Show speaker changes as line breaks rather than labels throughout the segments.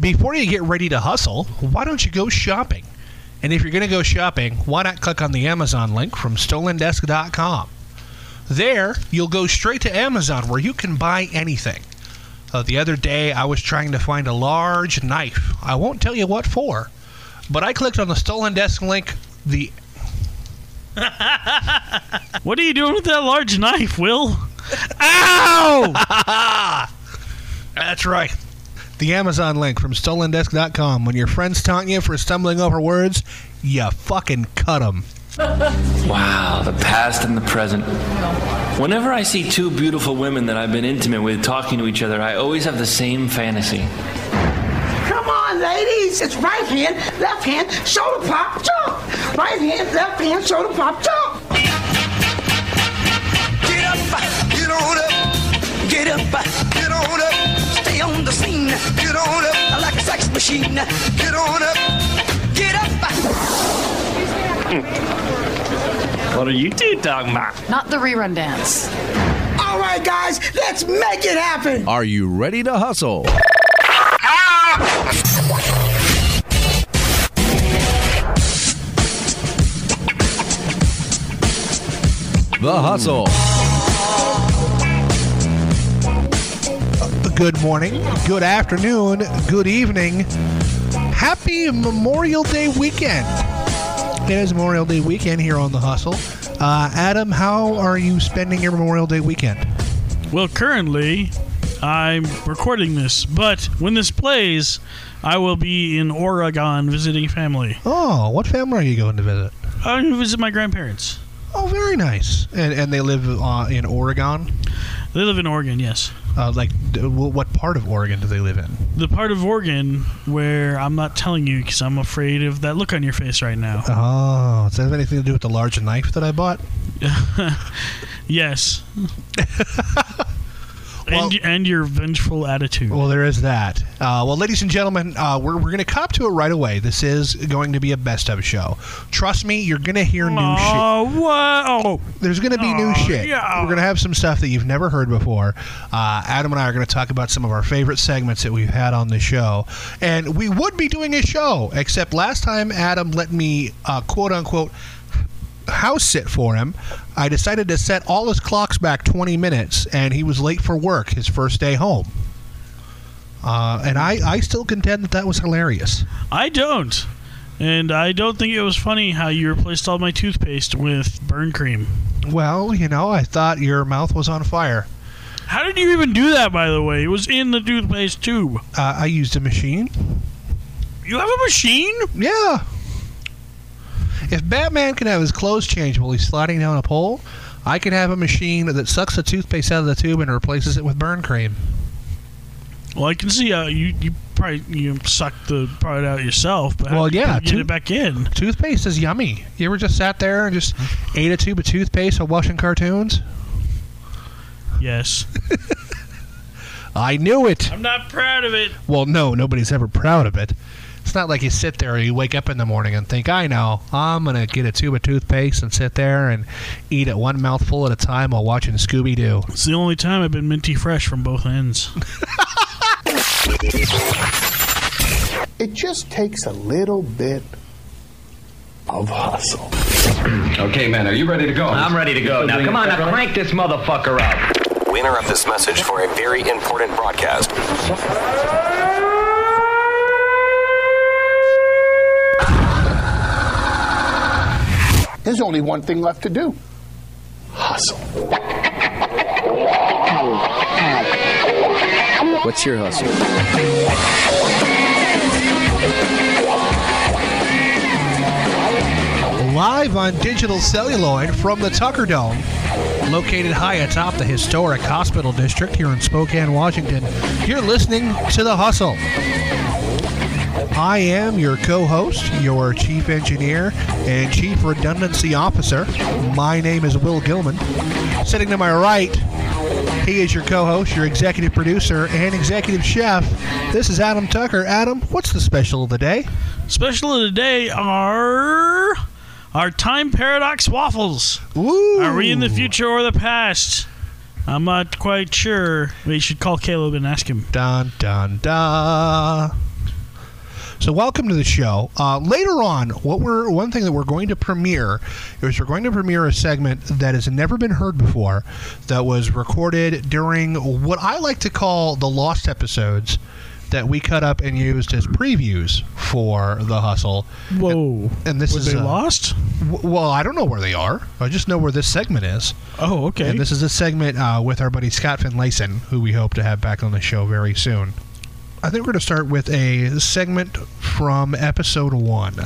before you get ready to hustle, why don't you go shopping? And if you're going to go shopping, why not click on the Amazon link from stolendesk.com? There, you'll go straight to Amazon where you can buy anything. Uh, the other day, I was trying to find a large knife. I won't tell you what for, but I clicked on the Stolen Desk link. The
What are you doing with that large knife, Will? Ow!
That's right. The Amazon link from stolendesk.com. When your friends taunt you for stumbling over words, you fucking cut them.
Wow, the past and the present. Whenever I see two beautiful women that I've been intimate with talking to each other, I always have the same fantasy.
Come on, ladies. It's right hand, left hand, shoulder pop, jump. Right hand, left hand, shoulder pop, jump.
Get up, get on up, get up, get on up, stay on the scene, get on up, like a sex machine, get on up, get up.
What are you two talking about?
Not the rerun dance.
All right, guys, let's make it happen.
Are you ready to hustle? The hustle.
Good morning, good afternoon, good evening. Happy Memorial Day weekend. It is Memorial Day weekend here on The Hustle. Uh, Adam, how are you spending your Memorial Day weekend?
Well, currently, I'm recording this, but when this plays, I will be in Oregon visiting family.
Oh, what family are you going to visit?
I'm going to visit my grandparents.
Oh, very nice. And, and they live uh, in Oregon?
They live in Oregon, yes.
Uh, like, d- wh- what part of Oregon do they live in?
The part of Oregon where I'm not telling you because I'm afraid of that look on your face right now.
Oh, does that have anything to do with the large knife that I bought?
Yes.
Well-
and, and your vengeful attitude.
Well, there is that. Uh, well, ladies and gentlemen, uh, we're, we're going to cop to it right away. This is going to be a best of show. Trust me, you're going to hear new shit.
Oh, whoa.
There's going to be new
oh,
shit.
yeah.
We're going to have some stuff that you've never heard before. Uh, Adam and I are going to talk about some of our favorite segments that we've had on the show. And we would be doing a show, except last time Adam let me uh, quote unquote house sit for him. I decided to set all his clocks back 20 minutes, and he was late for work his first day home. Uh, and I, I still contend that that was hilarious.
I don't. And I don't think it was funny how you replaced all my toothpaste with burn cream.
Well, you know, I thought your mouth was on fire.
How did you even do that, by the way? It was in the toothpaste tube.
Uh, I used a machine.
You have a machine?
Yeah. If Batman can have his clothes changed while he's sliding down a pole, I can have a machine that sucks the toothpaste out of the tube and replaces it with burn cream.
Well, I can see how you, you probably you sucked the part out yourself. But how
Well,
did you
yeah,
get
too-
it back in.
Toothpaste is yummy. You ever just sat there and just ate a tube of toothpaste while watching cartoons?
Yes,
I knew it.
I'm not proud of it.
Well, no, nobody's ever proud of it. It's not like you sit there or you wake up in the morning and think, I know, I'm going to get a tube of toothpaste and sit there and eat it one mouthful at a time while watching Scooby Doo.
It's the only time I've been minty fresh from both ends.
It just takes a little bit of hustle.
Okay, man, are you ready to go? I'm ready to go. Now, come on, now crank this motherfucker up.
We interrupt this message for a very important broadcast.
There's only one thing left to do hustle.
What's your hustle?
Live on digital celluloid from the Tucker Dome, located high atop the historic hospital district here in Spokane, Washington, you're listening to The Hustle. I am your co host, your chief engineer, and chief redundancy officer. My name is Will Gilman. Sitting to my right, he is your co host, your executive producer, and executive chef. This is Adam Tucker. Adam, what's the special of the day?
Special of the day are our time paradox waffles.
Ooh.
Are we in the future or the past? I'm not quite sure. We should call Caleb and ask him.
Dun dun dun. So welcome to the show. Uh, later on, what we're one thing that we're going to premiere is we're going to premiere a segment that has never been heard before, that was recorded during what I like to call the lost episodes. That we cut up and used as previews for the hustle.
Whoa!
And this
Were
is
they
uh,
lost?
W- well, I don't know where they are. I just know where this segment is.
Oh, okay.
And this is a segment uh, with our buddy Scott Finlayson, who we hope to have back on the show very soon. I think we're going to start with a segment from episode one.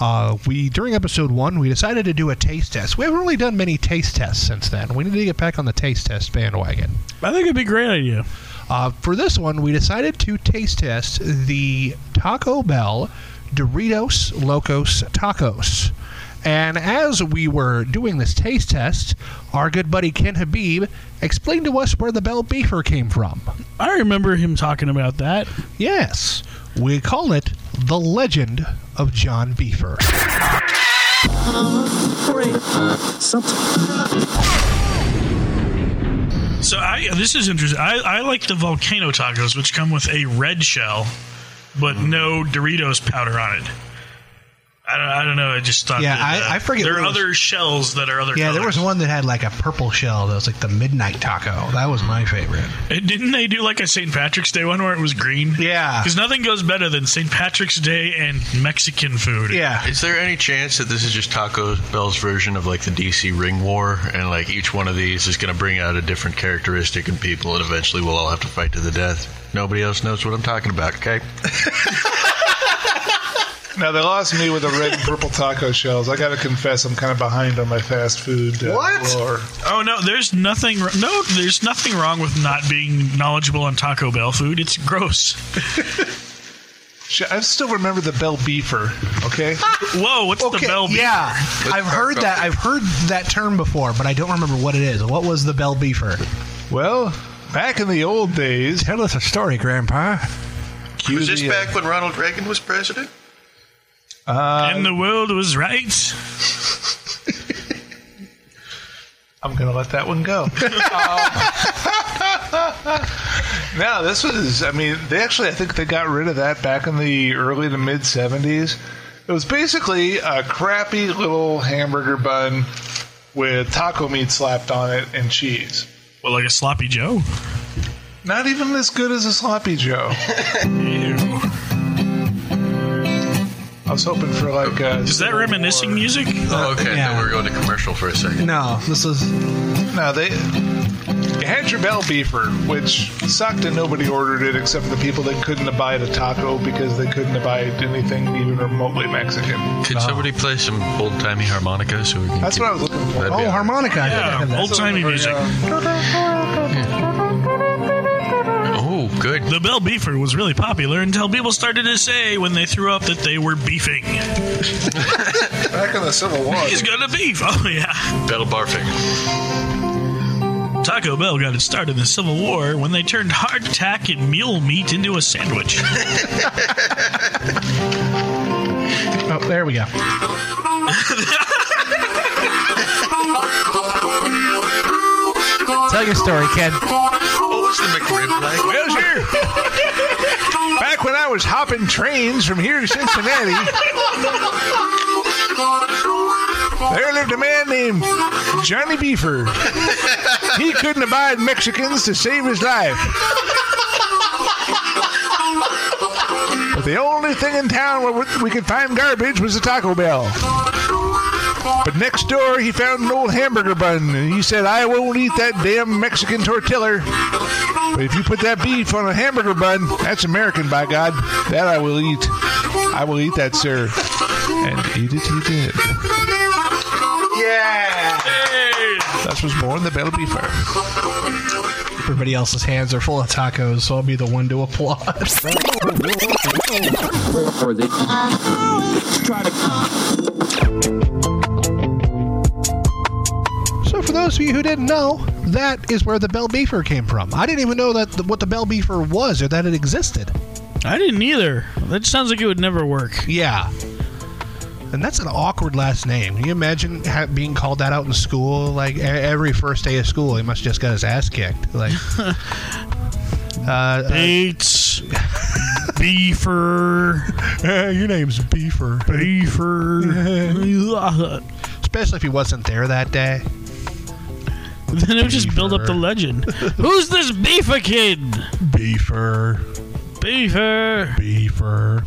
Uh, we during episode one, we decided to do a taste test. We haven't really done many taste tests since then. We need to get back on the taste test bandwagon.
I think it'd be a great idea.
Uh, for this one, we decided to taste test the Taco Bell Doritos Locos Tacos. And as we were doing this taste test, our good buddy Ken Habib explained to us where the Bell Beaver came from.
I remember him talking about that.
Yes, we call it the legend of John Beaver.
So I, this is interesting. I, I like the volcano tacos, which come with a red shell, but
Mm.
no Doritos powder on it. I don't, I don't know. I just thought.
Yeah,
that,
I-
uh,
I forget
There
what
are
it was-
other shells that are other.
Yeah, there
colors.
was one that had like a purple shell that was like the midnight taco. That was my favorite.
And Uh, Didn't they do like a St. Patrick's Day one where it was green?
Yeah.
Because nothing goes better than St. Patrick's Day and Mexican food.
Yeah.
Is there any chance that this is just Taco Bell's version of like the DC Ring War, and like each one of these is going to bring out a different characteristic in people, and eventually we'll all have to fight to the death? Nobody else knows what I'm talking about, okay?
Now they lost me with the red and purple taco shells. I gotta confess, I'm kind of behind on my fast food. Uh,
What?
lore.
Oh no, there's nothing. No, there's nothing wrong with not being knowledgeable on Taco Bell food. It's gross.
Sh- I still remember the Bell Beaver. Okay.
Whoa, what's the bell? beef?
yeah, I've heard that. I've heard that term before, but I don't remember what it is. What was the Bell Beaver?
Well, back in the old days,
Tell us a story, Grandpa.
cue
Was this
the, uh,
back when Ronald Reagan was president?
Um,
And the world was right.
I'm gonna let that one go. Um, no, this was. I mean, they actually. I think they got rid of that back in the early to mid '70s. It was basically a crappy little hamburger bun with taco meat slapped on it and cheese.
Well, like a sloppy Joe.
Not even as good as a sloppy Joe. I was hoping for like. uh, A
Is that reminiscing music?
Oh, okay. I
yeah.
thought we were going to commercial for a second.
No, this was
No, they. You had your bell beefer, which sucked, and nobody ordered it except for the people that couldn't abide a taco because they couldn't abide anything even remotely Mexican.
Could somebody play some old timey harmonica so we can?
That's what I was looking for.
That'd be
oh
all right.
harmonica. I think I have
Yeah,
that.
old timey music.
Oh, good.
The Bell Beefer was really popular until people started to say when they threw up that they were beefing.
Back in the Civil War.
He's gonna beef. Oh yeah.
Battle barfing.
Taco Bell got its start in the Civil War when they turned hardtack and mule meat into a sandwich.
Oh, there we go. Tell your story, Ken.
What was the McRib like?
Well, sure. Back when I was hopping trains from here to Cincinnati, there lived a man named Johnny Beefer. He couldn't abide Mexicans to save his life. But the only thing in town where we- we could find garbage was a Taco Bell. But next door, he found an old hamburger bun, and he said, I won't eat that damn Mexican tortilla. But if you put that beef on a hamburger bun, that's American, by God. That I will eat. I will eat that, sir. And eat it he did.
Hey!
Thus was born the Bell Beefer.
Everybody else's hands are full of tacos, so I'll be the one to applaud. So, for those of you who didn't know, that is where the Bell Beaver came from. I didn't even know that the, what the Bell Beaver was or that it existed.
I didn't either. That sounds like it would never work.
Yeah. And that's an awkward last name. Can you imagine ha- being called that out in school? Like e- every first day of school, he must have just got his ass kicked. Like, uh, uh,
Bates. Beefer.
Your name's Beefer.
Beefer.
Especially if he wasn't there that day.
Then it would just build up the legend. Who's this Beefer kid?
Beefer.
Beefer.
Beefer.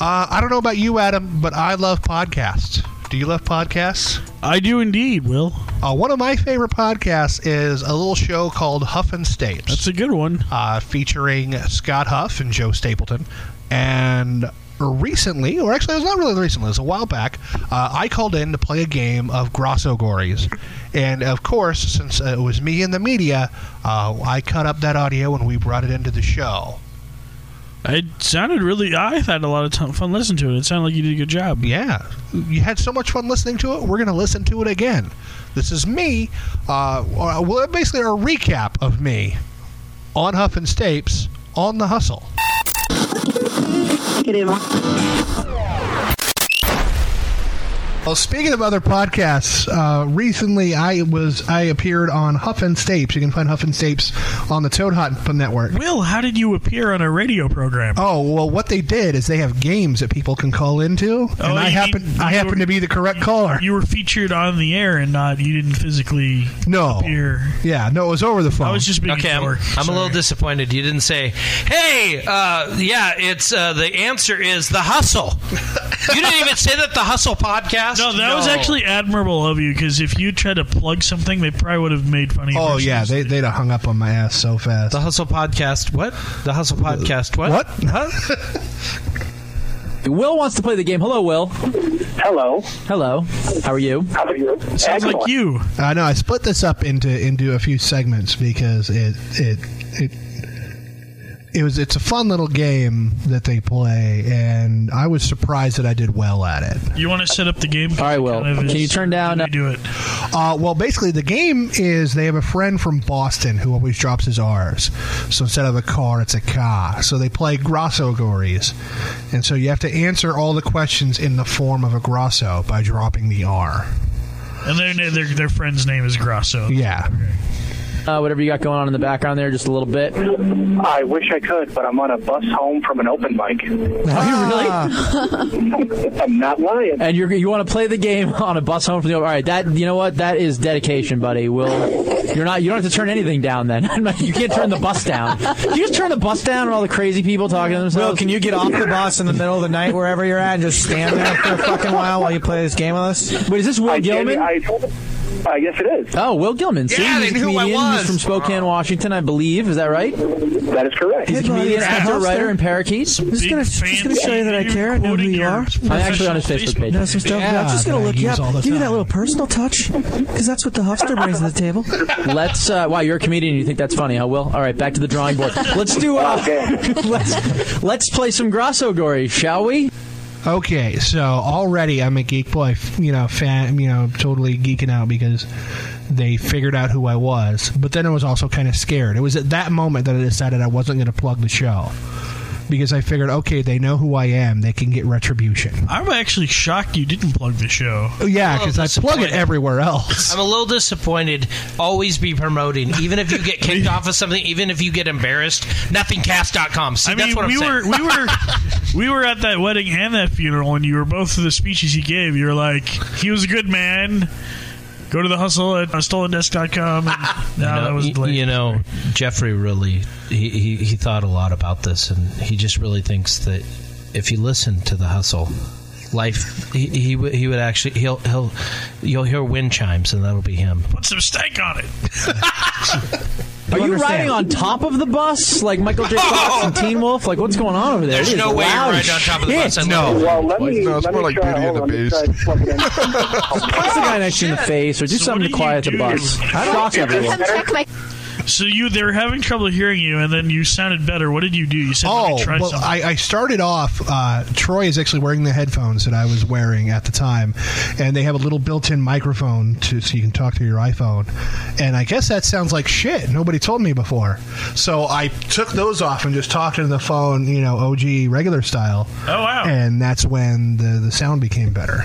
Uh, I don't know about you, Adam, but I love podcasts. Do you love podcasts?
I do indeed, Will.
Uh, one of my favorite podcasts is a little show called Huff and Stapes.
That's a good one.
Uh, featuring Scott Huff and Joe Stapleton. And recently, or actually, it was not really recently, it was a while back, uh, I called in to play a game of Grosso Gories. And of course, since it was me in the media, uh, I cut up that audio and we brought it into the show.
It sounded really. I had a lot of time, fun listening to it. It sounded like you did a good job.
Yeah. You had so much fun listening to it, we're going to listen to it again. This is me, uh, or- well, basically, a recap of me on Huff and Stapes on The Hustle. Well, speaking of other podcasts, uh, recently I was I appeared on Huff and Stapes. You can find Huff and Stapes on the Toad Hot Network.
Will, how did you appear on a radio program?
Oh well, what they did is they have games that people can call into, and I
Oh, you
happen
mean-
I
you
happen
were-
to be the correct caller.
You were featured on the air and not. You didn't physically
no.
appear.
Yeah, no, it was over the phone.
I was just being
Okay, I'm,
dork.
I'm a little disappointed. You didn't say, "Hey, uh, yeah, it's uh, the answer is the hustle." you didn't even say that the hustle podcast.
No, that was actually admirable of you because if you tried to plug something, they probably would have made fun of you.
Oh
versus-
yeah, they they'd have hung up on my ass so fast.
the hustle podcast. What the hustle podcast? What?
What?
Will wants to play the game. Hello, Will. Hello. Hello. How are you? How are you?
Sounds like you.
I know. I split this up into into a few segments because it it it it was it's a fun little game that they play, and I was surprised that I did well at it.
You want to set up the game? All right, Will.
Can you turn
down? do it.
Uh, well, basically, the game is they have a friend from Boston who always drops his R's. So instead of a car, it's a car. So they play Grosso Gories. And so you have to answer all the questions in the form of a Grosso by dropping the R.
And their, na- their their friend's name is Grosso.
Yeah.
Uh, whatever you got going on in the background there, just a little bit.
Uh,
I wish I could, but I'm on a bus home from an open mic. really? I'm not lying.
And you're, you want to play the game on a bus home from the. All right, that you know what? That is dedication, buddy. Will you're not. You don't have to turn anything down. Then you can't turn the bus down. Can you just turn the bus down and all the crazy people talking to themselves.
Will, can you get off the bus in the middle of the night wherever you're at and just stand there for a fucking while while you play this game with us?
Wait, is this Will
I can't-
Gilman?
I
I guess it is.
Oh, Will Gilman. See,
Yeah,
he's
they
a
knew who I
comedian.
was.
He's from Spokane, Washington, I believe. Is that right?
That is correct.
He's a comedian, actor, writer, and parakeet.
I'm just gonna, just gonna show you that I care and know who you are.
I'm actually on his Facebook page.
Know some stuff.
Yeah,
I'm just gonna
that I
look you
use all the
up. Give you
time.
that little personal touch, because that's what the Huffster brings to the table.
Let's. Uh, wow, you're a comedian. You think that's funny, huh, Will? All right, back to the drawing board. Let's do. Uh, let's let's play some Grosso Gory, shall we?
Okay, so already I'm a geek boy, f- you know, fan, you know, totally geeking out because they figured out who I was. But then I was also kind of scared. It was at that moment that I decided I wasn't going to plug the show because I figured, okay, they know who I am, they can get retribution.
I'm actually shocked you didn't plug the show.
Oh, Yeah,
Well,
because I plug it
disappointed.
everywhere else.
I'm a little disappointed. Always be promoting, even if you get kicked off of something, even if you get embarrassed. Nothingcast.com. See,
I mean,
that's what I'm
we
saying.
were we were we were at that wedding and that funeral, and you were both of the speeches he gave. You were like, he was a good man. Go to the hustle at uh, stolendesk.com. And, no,
you know,
that was
y- you know, Jeffrey really he, he, he thought a lot about this, and he just really thinks that if you listen to the hustle, life he he, would- he would actually he'll he'll you'll hear wind chimes, and that'll be him.
put some steak on it.
Are you riding
understand.
on top of the bus like Michael J. Fox and Teen Wolf? Like, what's going on over there?
There's
It is
no way you're
loud as
riding on top of the bus.
shit.
I love it. Well, let
What's
me- No, it's let more me like try- Beauty and hold the on, let me Beast.
the guy next to you in the face, or do something to quiet the bus. Shock everyone.
So you they were having trouble hearing you, and then you sounded better. What did you do? You said let me
Oh,
try
well,
something.
I, I started off. Uh, Troy is actually wearing the headphones that I was wearing at the time, and they have a little built-in microphone to, so you can talk to your iPhone. And I guess that sounds like shit. Nobody told me before, so I took those off and just talked into the phone, you know, OG regular style.
Oh wow!
And that's when the the sound became better.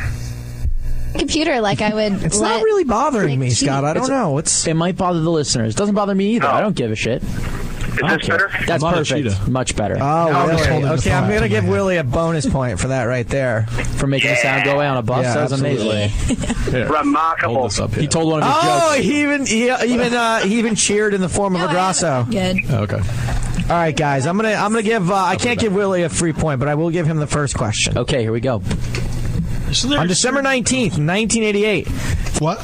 computer like I would.
It's
let,
not really bothering me, Scott. I don't know.
Oh.
It's, it might bother the listeners. It doesn't bother me either. I don't give a shit.
this better?
That's perfect. Much better.
Oh, Willie. Okay, I'm going to give Willie a bonus point for that right there.
For making the sound go away on a bus.
Yeah,
that was amazing.
Remarkable.
He told one of his
Oh,
jokes.
he even he even uh, he even cheered in the form of a grasso.
Good.
Oh,
Okay. All right, guys. I'm gonna I'm gonna give. Uh, I can't give Willie a free point, but I will give him the first question.
Okay, here we go.
On December 19th, 1988.
What?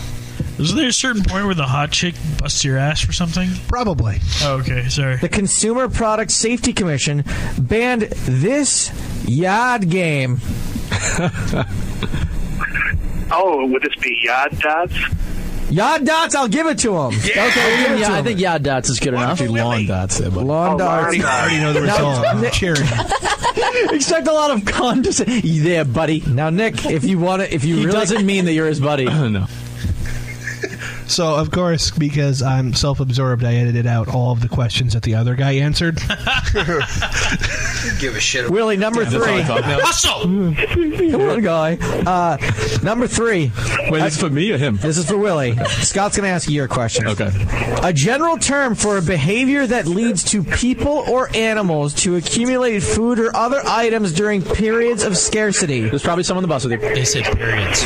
Isn't there a certain point where the hot chick busts your ass for something?
Probably.
Oh, okay, sorry.
The Consumer Product Safety Commission banned this yard game.
Oh, would this be Yod Dots?
Yard dots, I'll give it to him.
Yeah.
Okay,
I'll give it
yeah,
to
I
him.
think yard dots is good enough. Lawn dots, there,
lawn dots. Now,
Cheers.
Expect a lot of condescension. You There, buddy. Now, Nick, if you want to, if you
He
really
doesn't mean that you're his buddy. no.
So, of course, because I'm self absorbed, I edited out all of the questions that the other guy answered.
Give a shit.
Willie, number
Yeah, that's
three.
what I thought.
Come on, guy. Uh, number three. Wait, this is for me or him? This is for Willie. Scott's going to ask you your question. Okay. A general term for a behavior that leads to people or animals to accumulate food or other items during periods of scarcity. There's probably someone on the bus with you.
They said periods.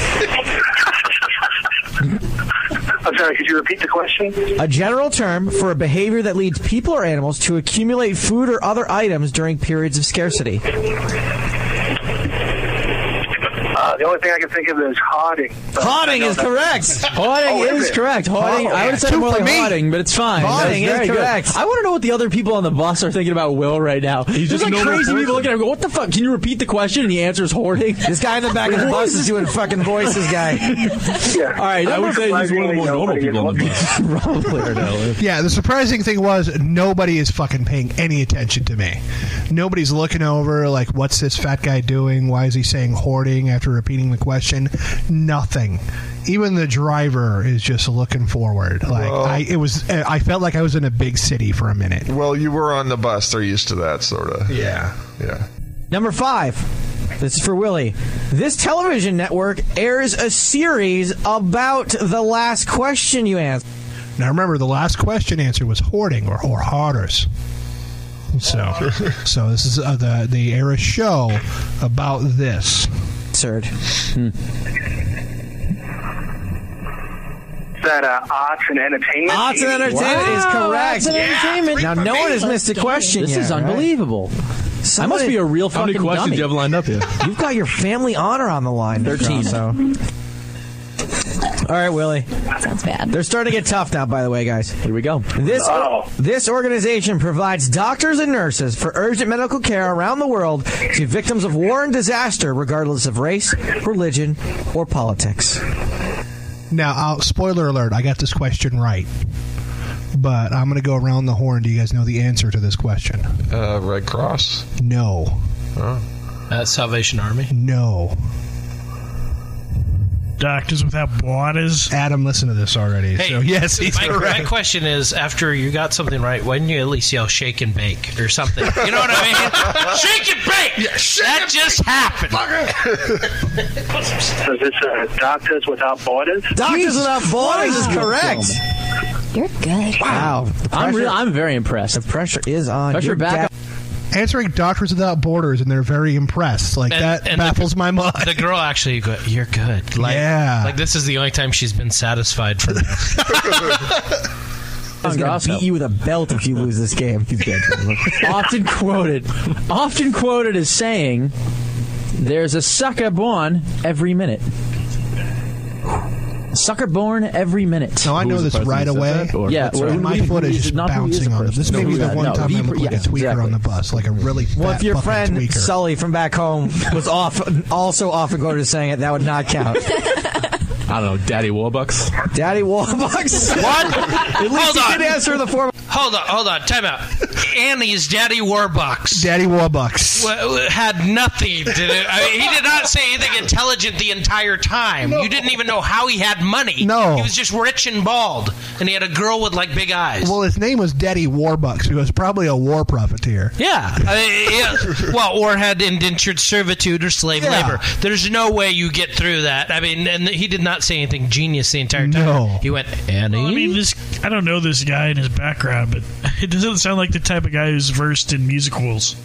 I'm sorry, could you repeat the question?
A general term for a behavior that leads people or animals to accumulate food or other items during periods of scarcity.
Uh, the only thing I can think of is hoarding. But
Hoarding
I know
is
that-
correct. Hoarding
Oh,
is
it?
correct. Hoarding.
I
I
would
would
have
say
said
more
more like
like
hoarding, but it's fine.
Hoarding
That's
is
very good.
correct.
I want to know what the other people on the bus are thinking about Will right now. There's
just
like
a normal
crazy
person.
people looking at him. Go, what the fuck? Can you repeat the question? And he answers hoarding.
This guy in the back of the bus is doing fucking voices, guy.
Yeah.
All right,
I
number
would say he's one of the more normal people on the
bus. Probably.
Yeah, the surprising thing was nobody is fucking paying any attention to me. Nobody's looking over, like, what's this fat guy doing? Why is he saying hoarding after repeating the question? Nothing. Even the driver is just looking forward. Like
Well-
I, it was. I felt like I was in a big city for a minute.
Well, you were on the bus. They're used to that, sort of.
Yeah.
Yeah.
Number five. This is for Willie. This television network airs a series about the last question you asked.
Now remember, the last question answer was hoarding or or hoarders. So, so this is uh, the the era show about this.
Absurd.
Is that uh, arts and entertainment?
Arts and entertainment is correct. now, no one has missed a question.
This
yet,
is
right?
unbelievable. I must be a real
How many
fucking
questions
dummy.
do you have
lined up here?
You've got your family honor on the line. Nick
13.
Grosso. All right, Willie.
Sounds bad.
They're starting to get tough now, by the way, guys. Here
we go.
This, this organization provides doctors and nurses for urgent medical care around the world to victims of war and disaster, regardless of race, religion, or politics.
Now, I'll, spoiler alert, I got this question right. But I'm going to go around the horn. Do you guys know the answer to this question?
Uh, Red Cross.
No.
Uh, Salvation Army.
No.
Doctors Without Borders.
Adam, listen to this already. so, yes, he's
my,
correct.
my question is: After you got something right, why didn't you at least yell "shake and bake" or something? You know what I mean? shake and bake. that just happened.
So is this uh, Doctors Without Borders?
Doctors Without Borders is correct.
You're good.
Wow.
I'm real, I'm very impressed.
The pressure is on.
Pressure
You're
back.
Answering Doctors Without Borders, and they're very impressed. Like,
And-
that
and the-
baffles my mind.
The girl actually, go, you're good. Like,
Yeah.
Like this is the only time she's been satisfied for now.
I'm going to beat you with a belt if you lose this game.
often quoted, often quoted as saying, "There's a sucker born every minute." Sucker born every minute.
No, I know this right away.
yeah,
But my foot is just bouncing on this. This may be the one time I look like a tweaker on the bus, like a really fat
Well, if your
fucking
friend
tweaker.
Sully from back home was off, also often quoted as saying it, that would not count.
I don't know, Daddy Warbucks.
Daddy Warbucks.
What?
At least
Hold
he
on.
did answer in the form.
Hold on, hold on, time out. Annie's daddy Warbucks
Daddy Warbucks.
w- had nothing to do. I mean, he did not say anything intelligent the entire time. You didn't even know how he had money.
No.
he was just rich and bald, and he had a girl with like big eyes.
Well, his name was Daddy Warbucks. He was probably a war profiteer.
Yeah. I mean, Uh, yeah. Well, or had indentured servitude or slave
Yeah.
labor. There's no way you get through that. I mean, and he did not say anything genius the entire time. He went, Annie.
I mean, this I don't know this guy and his background, but it doesn't sound like the type of guy who's versed in music rules.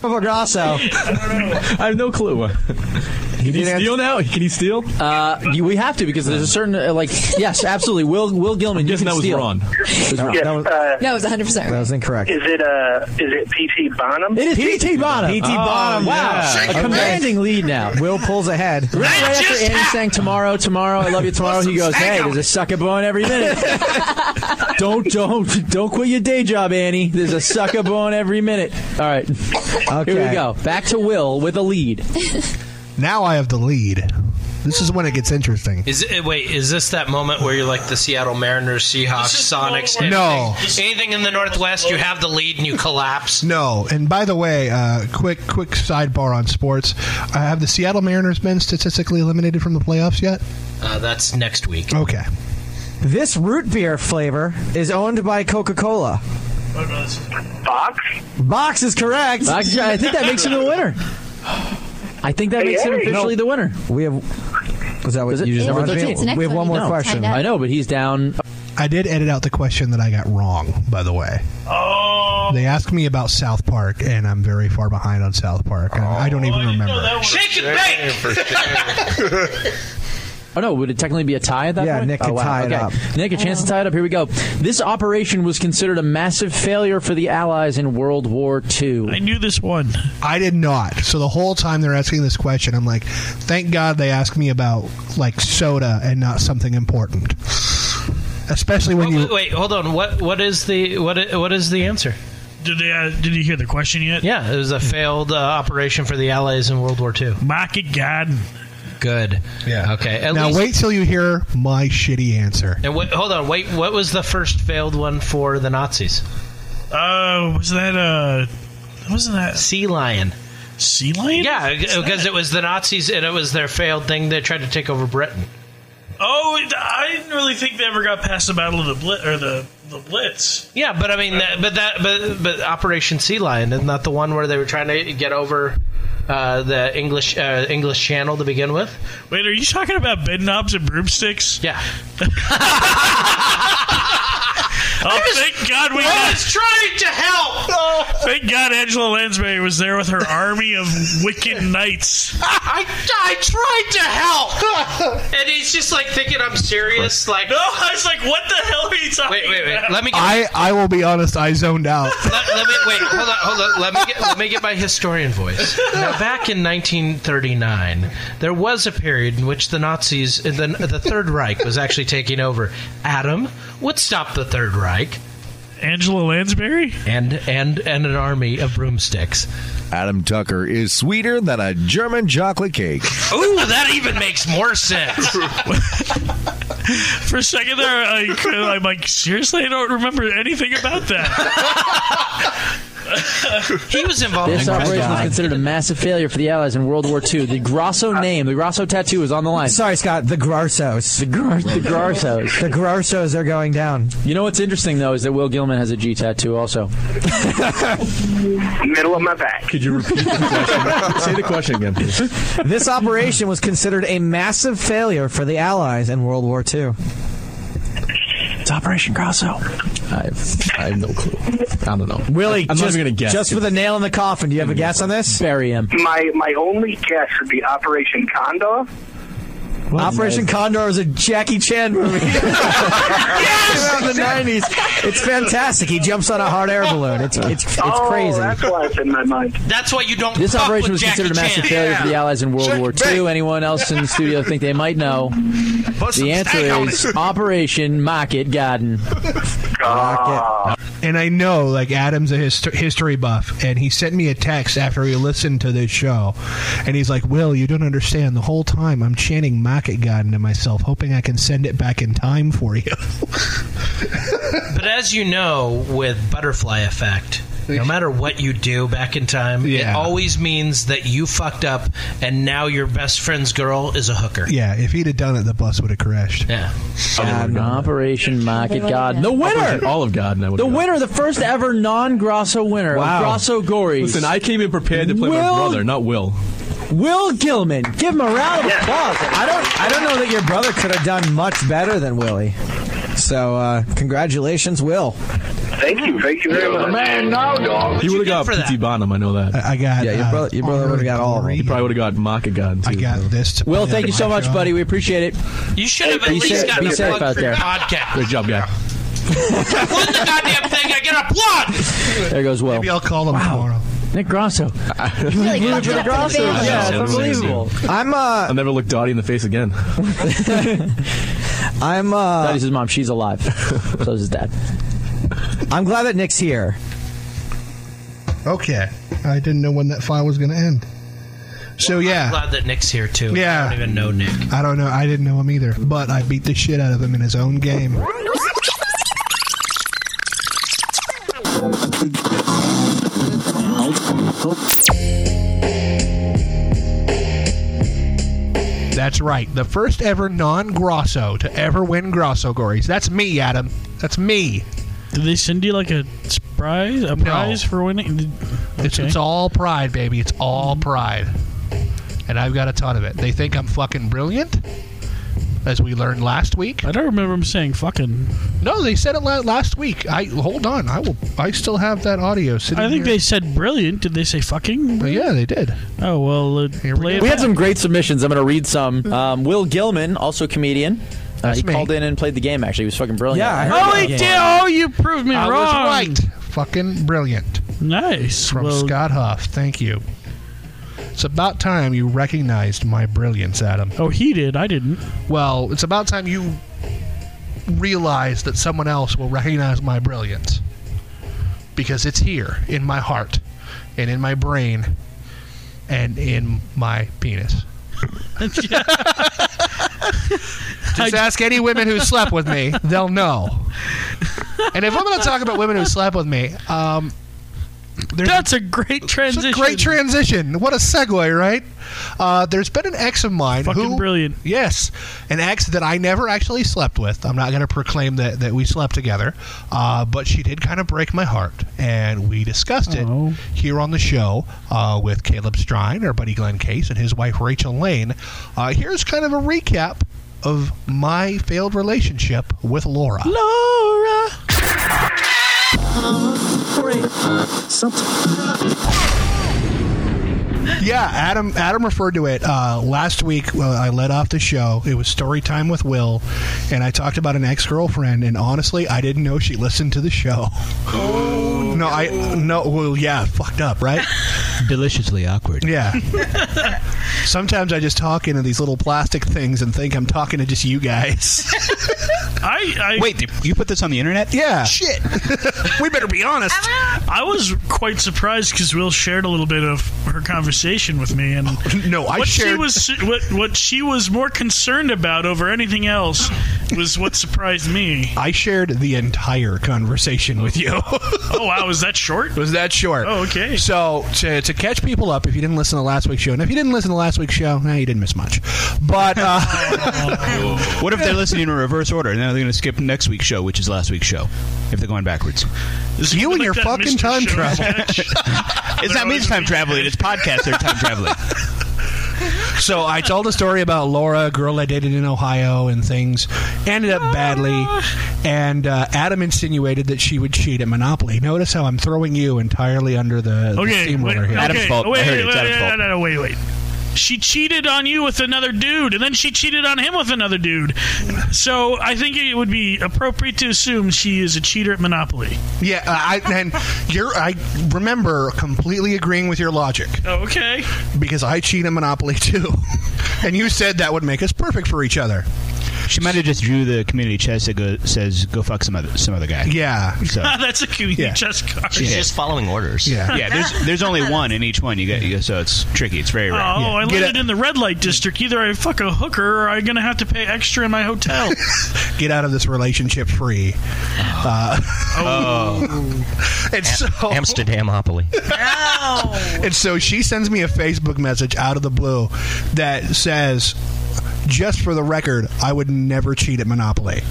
Grosso.
I have no clue. Can he steal now? Can he steal?
Uh, you, we have to because there's a certain uh, like yes, absolutely. Will Will Gilman. you
guessing
can
that was
steal.
wrong.
It was wrong.
Yes,
That was-
uh,
No, it was 100 percent
That was incorrect.
Is it uh, is it PT Bonham?
It is PT Bonham.
PT
Wow.
Bonham, yeah. Oh, Shake
A
your
commanding lead now. Will pulls ahead.
Right, right after Andy sang tomorrow, tomorrow, I love you tomorrow, he goes, hey, there's a sucker blowing every minute. don't, don't, don't quit your day job, Annie. There's a sucker blowing every minute. All right. Here we
Okay.
go. Back to Will with a lead.
Now I have the lead. This is when it gets interesting.
Is it, uh, wait, is this that moment where you're like the Seattle Mariners, Seahawks, Sonics? Anything,
No.
anything in the Northwest, you have the lead and you collapse.
No, and by the way, uh, quick quick sidebar on sports. Uh, have the Seattle Mariners been statistically eliminated from the playoffs yet?
Uh, that's next week.
Okay.
This root beer flavor is owned by Coca Cola.
Box?
Box is correct.
Box, I think that makes him the winner. I think that makes him officially the winner.
We have. Was that what you just
Number
wanted?
13.
We have one more
No.
question.
I know, but he's down.
I did edit out the question that I got wrong, by the way. Oh. They asked me about South Park, and I'm very far behind on South Park. and Oh, I don't even remember.
Shake and
bake! Oh no! Would it technically be a tie at that
Yeah,
point?
Nick
Oh,
could
wow.
tie it
Okay.
up.
Nick, a chance to tie it up. Here we go. This operation was considered a massive failure for the Allies in World War II.
I knew this one.
I did not. So the whole time they're asking this question, I'm like, thank God they asked me about like soda and not something important. Especially when you
Wait, wait, hold on. What what is the what i- what is the answer?
Did they, uh, did you hear the question yet?
Yeah, it was a failed uh, operation for the Allies in World War II.
Market Garden.
Good. Yeah. Okay. At
now
least,
wait till you hear my shitty answer.
And wait, hold on. Wait. What was the first failed one for the Nazis?
Uh, was that uh, wasn't that
sea lion?
Sea lion?
Yeah, because it was the Nazis and it was their failed thing. They tried to take over Britain.
Oh, it- I didn't really think they ever got past the Battle of the Blitz or the the Blitz.
Yeah, but I mean, that, but that, but but Operation Sea Lion isn't that the one where they were trying to get over uh, the English uh, English Channel to begin with?
Wait, are you talking about bed knobs and broomsticks?
Yeah.
Oh, thank God we got.
trying to help.
Thank God Angela Lansbury was there with her army of wicked knights.
I, I tried to help, and he's just like thinking I'm serious. Like, no,
I was like, what the hell are you talking?
Wait, wait, wait. Let me get.
I, I will be honest, I zoned out.
let, let me wait. Hold on, hold on. Let me get, let me get my historian voice. Now, back in 1939, there was a period in which the Nazis, the, the Third Reich, was actually taking over. Adam, what stopped the Third Reich?
Angela Lansbury
and and and an army of broomsticks.
Adam Tucker is sweeter than a German chocolate cake.
Ooh, that even makes more sense.
For a second there, I, I'm like, seriously, I don't remember anything about that.
he was involved.
This
in
operation was
Christoph.
considered a massive failure for the Allies in World War II. The Grosso
Uh,
name, the Grosso tattoo, is on the line.
Sorry, Scott. The Grossos. The,
Gr- the Grossos.
The Grossos are going down.
You know what's interesting though is that Will Gilman has a G tattoo also.
Middle of my back.
Could you repeat the question? Say the question again, please.
This operation was considered a massive failure for the Allies in World War II. It's Operation Grosso.
I have, I have no clue. I don't know.
Willie,
I'm
just,
not even gonna guess.
Just for the nail in the coffin, do you have a guess on this?
Bury him.
My my only guess would be Operation Condor.
Operation Condor is a Jackie Chan movie. yes! Around the 90s. It's fantastic. He jumps on a hot air balloon. It's, it's, it's
oh,
crazy.
that's why it's in my mind.
That's why you don't.
This
fuck
operation was
with
considered a
Jackie
massive
Chan.
failure for the Allies in World
Check
War
bait.
II. Anyone else in the studio think they might know? the answer is Operation Market Garden.
Uh,
And I know, like, Adam's a hist- history buff, and he sent me a text after he listened to this show, and he's like, Will, you don't understand. The whole time I'm chanting Market Garden to myself, hoping I can send it back in time for you.
But as you know, with butterfly effect, no matter what you do back in time, it
Yeah.
always means that you fucked up, and now your best friend's girl is a hooker.
yeah, if he'd have done it, the bus would have crashed.
Yeah.
Um, Operation Market Garden. The
Operation
winner!
All of God. And I
The winner, the first ever non Grosso winner
Wow.
of Grosso Gories.
Listen, I came in prepared to play
Will-
my brother, not Will.
Will Gilman. Give him a round of applause. I don't I don't know that your brother could have done much better than Willie. So uh, congratulations, Will.
Thank you. Thank you very much. Man, now, dog.
He would have got P.T. Bonham. I know that.
I, got.
Yeah, your brother, your brother would have got all. He probably would have got Maka God too. I got
this.
Will, thank you so much, buddy. We appreciate it.
You should have
Be
at least
safe-
gotten
be
a
safe
plug
out
for your
there.
podcast.
Good job, guy.
Plug the goddamn thing. I get a plug.
There goes Will.
Maybe I'll call him tomorrow.
Nick Grosso.
like
Nick
dropped the
Grosso.
ball.
Yeah, it's
Yeah,
unbelievable.
I'm uh
I'll never look Dottie in the face again.
I'm uh
That is his mom. She's alive. so is his dad.
I'm glad that Nick's here.
Okay. I didn't know when that file was going to end. So
I'm
yeah,
glad that Nick's here too.
Yeah.
I don't even know Nick.
I don't know. I didn't know him either, but I beat the shit out of him in his own game. That's right. The first ever non-Grosso to ever win Grosso Gories. That's me, Adam. That's me.
Did they send you like a prize? A prize for winning? Did-
It's,
Okay.
it's all pride, baby. It's all pride. And I've got a ton of it. They think I'm fucking brilliant, as we learned last week.
I don't remember him saying fucking.
No, they said it la- last week. I hold on. I will. I still have that audio sitting.
I think
here.
they said brilliant. Did they say fucking?
yeah, they did.
Oh well, uh, play it
We had
back.
some great submissions. I'm going to read some. Um, Will Gilman, also a comedian. Uh, he
me.
called in and played the game. Actually, he was fucking brilliant.
Yeah, I heard
Oh,
about
he
that.
did.
Oh, you proved me
I
wrong.
was right. Fucking brilliant.
Nice
from
Well-
Scott Huff. Thank you. It's about time you recognized my brilliance, Adam.
Oh, he did. I didn't.
Well, it's about time you realize that someone else will recognize my brilliance because it's here in my heart and in my brain and in my penis. Just ask any women who slept with me; they'll know. And if I'm going to talk about women who slept with me, um,
that's a great transition.
It's a great transition. What a segue, right? Uh, there's been an ex of mine who, brilliant. Yes, an ex that I never actually slept with. I'm not going to proclaim that that we slept together, uh, but she did kind of break my heart, and we discussed it
Oh.
here on the show uh, with Caleb Strine, our buddy Glenn Case, and his wife Rachel Lane. Uh, here's kind of a recap of my failed relationship with Laura.
Laura.
yeah, Adam. Adam referred to it uh, last week. Well, I let off the show. It was story time with Will, and I talked about an ex girlfriend. And honestly, I didn't know she listened to the show. Oh no, I no. Well, yeah, fucked up, right?
Deliciously awkward.
Yeah. Sometimes I just talk into these little plastic things and think I'm talking to just you guys.
I, I
wait. You put this on the internet?
Yeah. Shit. we better be honest.
I was quite surprised because Will shared a little bit of her conversation with me, and
Oh, no, I
what She
shared-
was what, what she was more concerned about over anything else was what surprised me.
I shared the entire conversation with you.
oh wow, was that short?
Was that short?
Oh okay.
So to, to catch people up, if you didn't listen to last week's show, and if you didn't listen to last week's show, nah, you didn't miss much. But uh,
What if they're listening in reverse order and then they're going to skip next week's show, which is last week's show, if they're going backwards?
you and your
that
fucking
Mr.
time
Show
travel.
It's not me that's time traveling. It's podcasts that are time traveling.
so I told a story about Laura, a girl I dated in Ohio, and things ended up badly.
Ah.
And uh, Adam insinuated that she would cheat at Monopoly. Notice how I'm throwing you entirely under the, the
Okay.
steamroller
Wait,
here.
okay. Wait, wait, wait, no, no, no, wait, wait. She cheated on you with another dude, and then she cheated on him with another dude. So I think it would be appropriate to assume she is a cheater at Monopoly.
Yeah, uh, I, and you're. I remember completely agreeing with your logic.
Oh, okay.
Because I cheat at Monopoly too, and you said that would make us perfect for each other.
She might have just drew the community chest that go, says, go fuck some other, some other guy.
Yeah.
So.
That's a community
Yeah.
chess card.
Yeah.
following orders.
yeah. There's there's only one in each one. You get you get- so it's tricky. It's very
Oh,
rare.
I landed in the red light district. Either I fuck a hooker, or I'm gonna have to pay extra in my hotel.
Get out of this relationship free. Uh, and so
Amsterdamopoly.
and so she sends me a Facebook message out of the blue that says, "Just for the record, I would never cheat at Monopoly."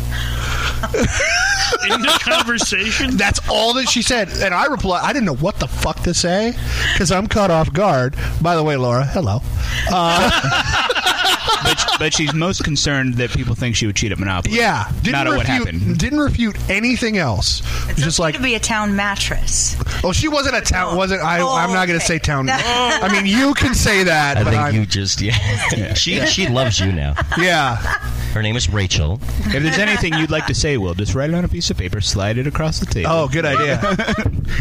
in the conversation.
That's all that she said, and I replied, "I didn't know what the fuck to say because I'm caught off guard." By the way, Laura, hello. Uh,
but but she's most concerned that people think she would cheat at Monopoly.
Yeah, didn't
not at
refute,
what happened.
Didn't refute anything else. It's just like
to be a town mattress. Oh,
Oh, she wasn't a town. Wasn't I? I'm not going to say town.
That-
I mean, you can say that,
I
but
think
I'm,
you just yeah. she
Yeah.
she loves you now.
Yeah.
Her name is Rachel.
If there's anything you'd like to say, Will, just write it on a piece of paper, slide it across the table.
Oh, good idea.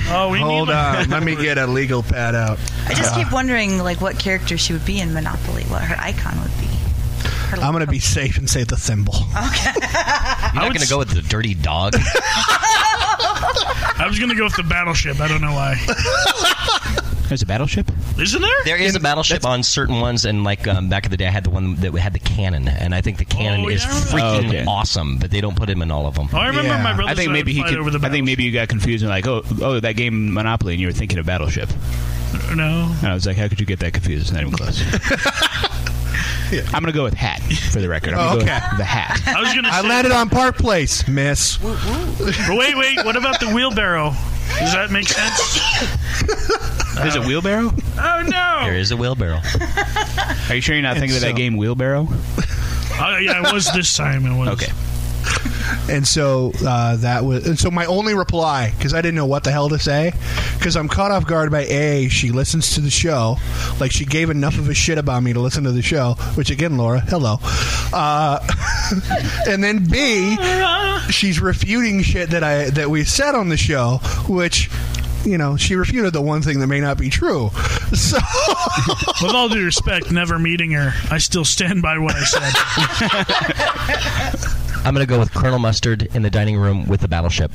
oh, we
hold
need
on. Let me get a legal pad out.
I just
Uh,
keep wondering, like, what character she would be in Monopoly, what her icon would be.
I'm going to be safe and say the thimble.
You're not going to go with the dirty dog.
I was gonna go with the battleship. I don't know why.
There's a battleship.
Isn't there?
There is a battleship on certain ones, and like um, back in the day, I had the one that had the cannon, and I think the cannon is freaking
Oh, okay.
awesome, but they don't put him in all of
Oh,
them.
I think maybe he could. I think maybe you got confused and like, oh, oh, that game Monopoly, and you were thinking of Battleship.
Uh, No.
And I was like, how could you get that confused? It's not even close. I'm gonna go with hat for the record. I'm
Oh,
gonna
okay.
go with the hat.
I was gonna.
I
say-
landed on Park Place, miss.
But wait, wait. What about the wheelbarrow? Does that make sense?
There's a wheelbarrow.
Oh no!
There is a wheelbarrow.
Are you sure you're not
And
thinking of
so-
that game Wheelbarrow?
Oh, yeah, it was this time. It was. Okay.
And so uh, that was. And so my only reply, because I didn't know what the hell to say, because I'm caught off guard by a. She listens to the show, like she gave enough of a shit about me to listen to the show. Which again, Laura, hello. Uh, and then B, she's refuting shit that I that we said on the show, which. You know, she refuted the one thing that may not be true. So,
With all due respect, never meeting her, I still stand by what I said.
I'm gonna go with Colonel Mustard in the dining room with the battleship.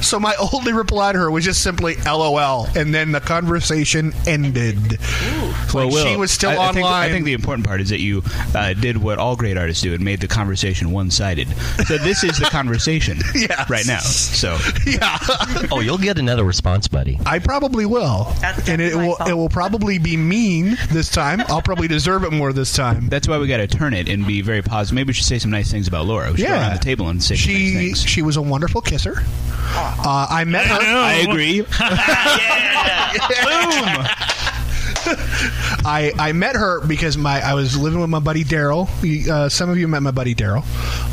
so my only reply to her was just simply "LOL," and then the conversation ended.
Well,
Like,
Will,
she was still
I, I think,
online.
I think the important part is that you uh, did what all great artists do and made the conversation one-sided. So this is the conversation
Yes.
right now. So
yeah.
oh, you'll get another response, buddy.
I probably will, and it will it will probably be mean this time. I'll probably deserve it more this time.
That's why we got to turn it and be very positive. Maybe we should say some nice things about Laura. We should go
Yeah.
around the table and say some nice
She
things.
she was a wonderful kisser. Uh, I met her.
I agree.
I, I met her because my I was living with my buddy Daryl. He- Uh, some of you met my buddy Daryl,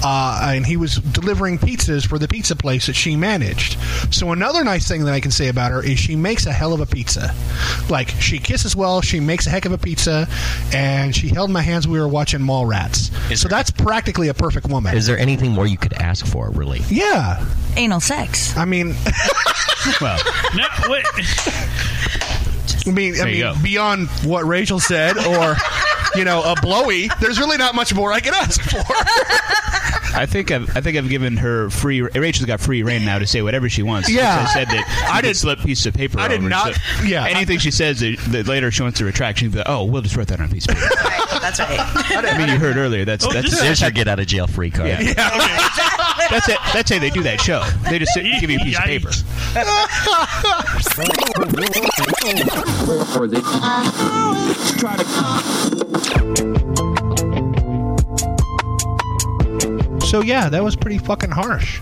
uh, and he was delivering pizzas for the pizza place that she managed. So another nice thing that I can say about her is she makes a hell of a pizza. Like she kisses well, she makes a heck of a pizza, and she held my hands. when We were watching Mallrats, so that's practically a perfect woman.
Is there anything more you could ask for, really?
Yeah,
anal sex.
I mean,
well,
no, wait.
I mean, I
There you
mean beyond what Rachel said, or you know, a blowy. There's really not much more I can ask for.
I think I've I think I've given her free. Rachel's got free reign now to say whatever she wants.
Yeah.
I said that I did slip piece of paper.
I did
over and
not-
so-
yeah.
Anything she says that, that later she wants to retract, she'd be like, "Oh, we'll just write that on a piece of paper."
That's right.
I mean, you heard earlier. That's
Oh,
that's
this- There's your get out of jail free card.
Yeah. That's it. That's how they do that show. They just sit, give you a piece of paper.
So yeah, that was pretty fucking harsh.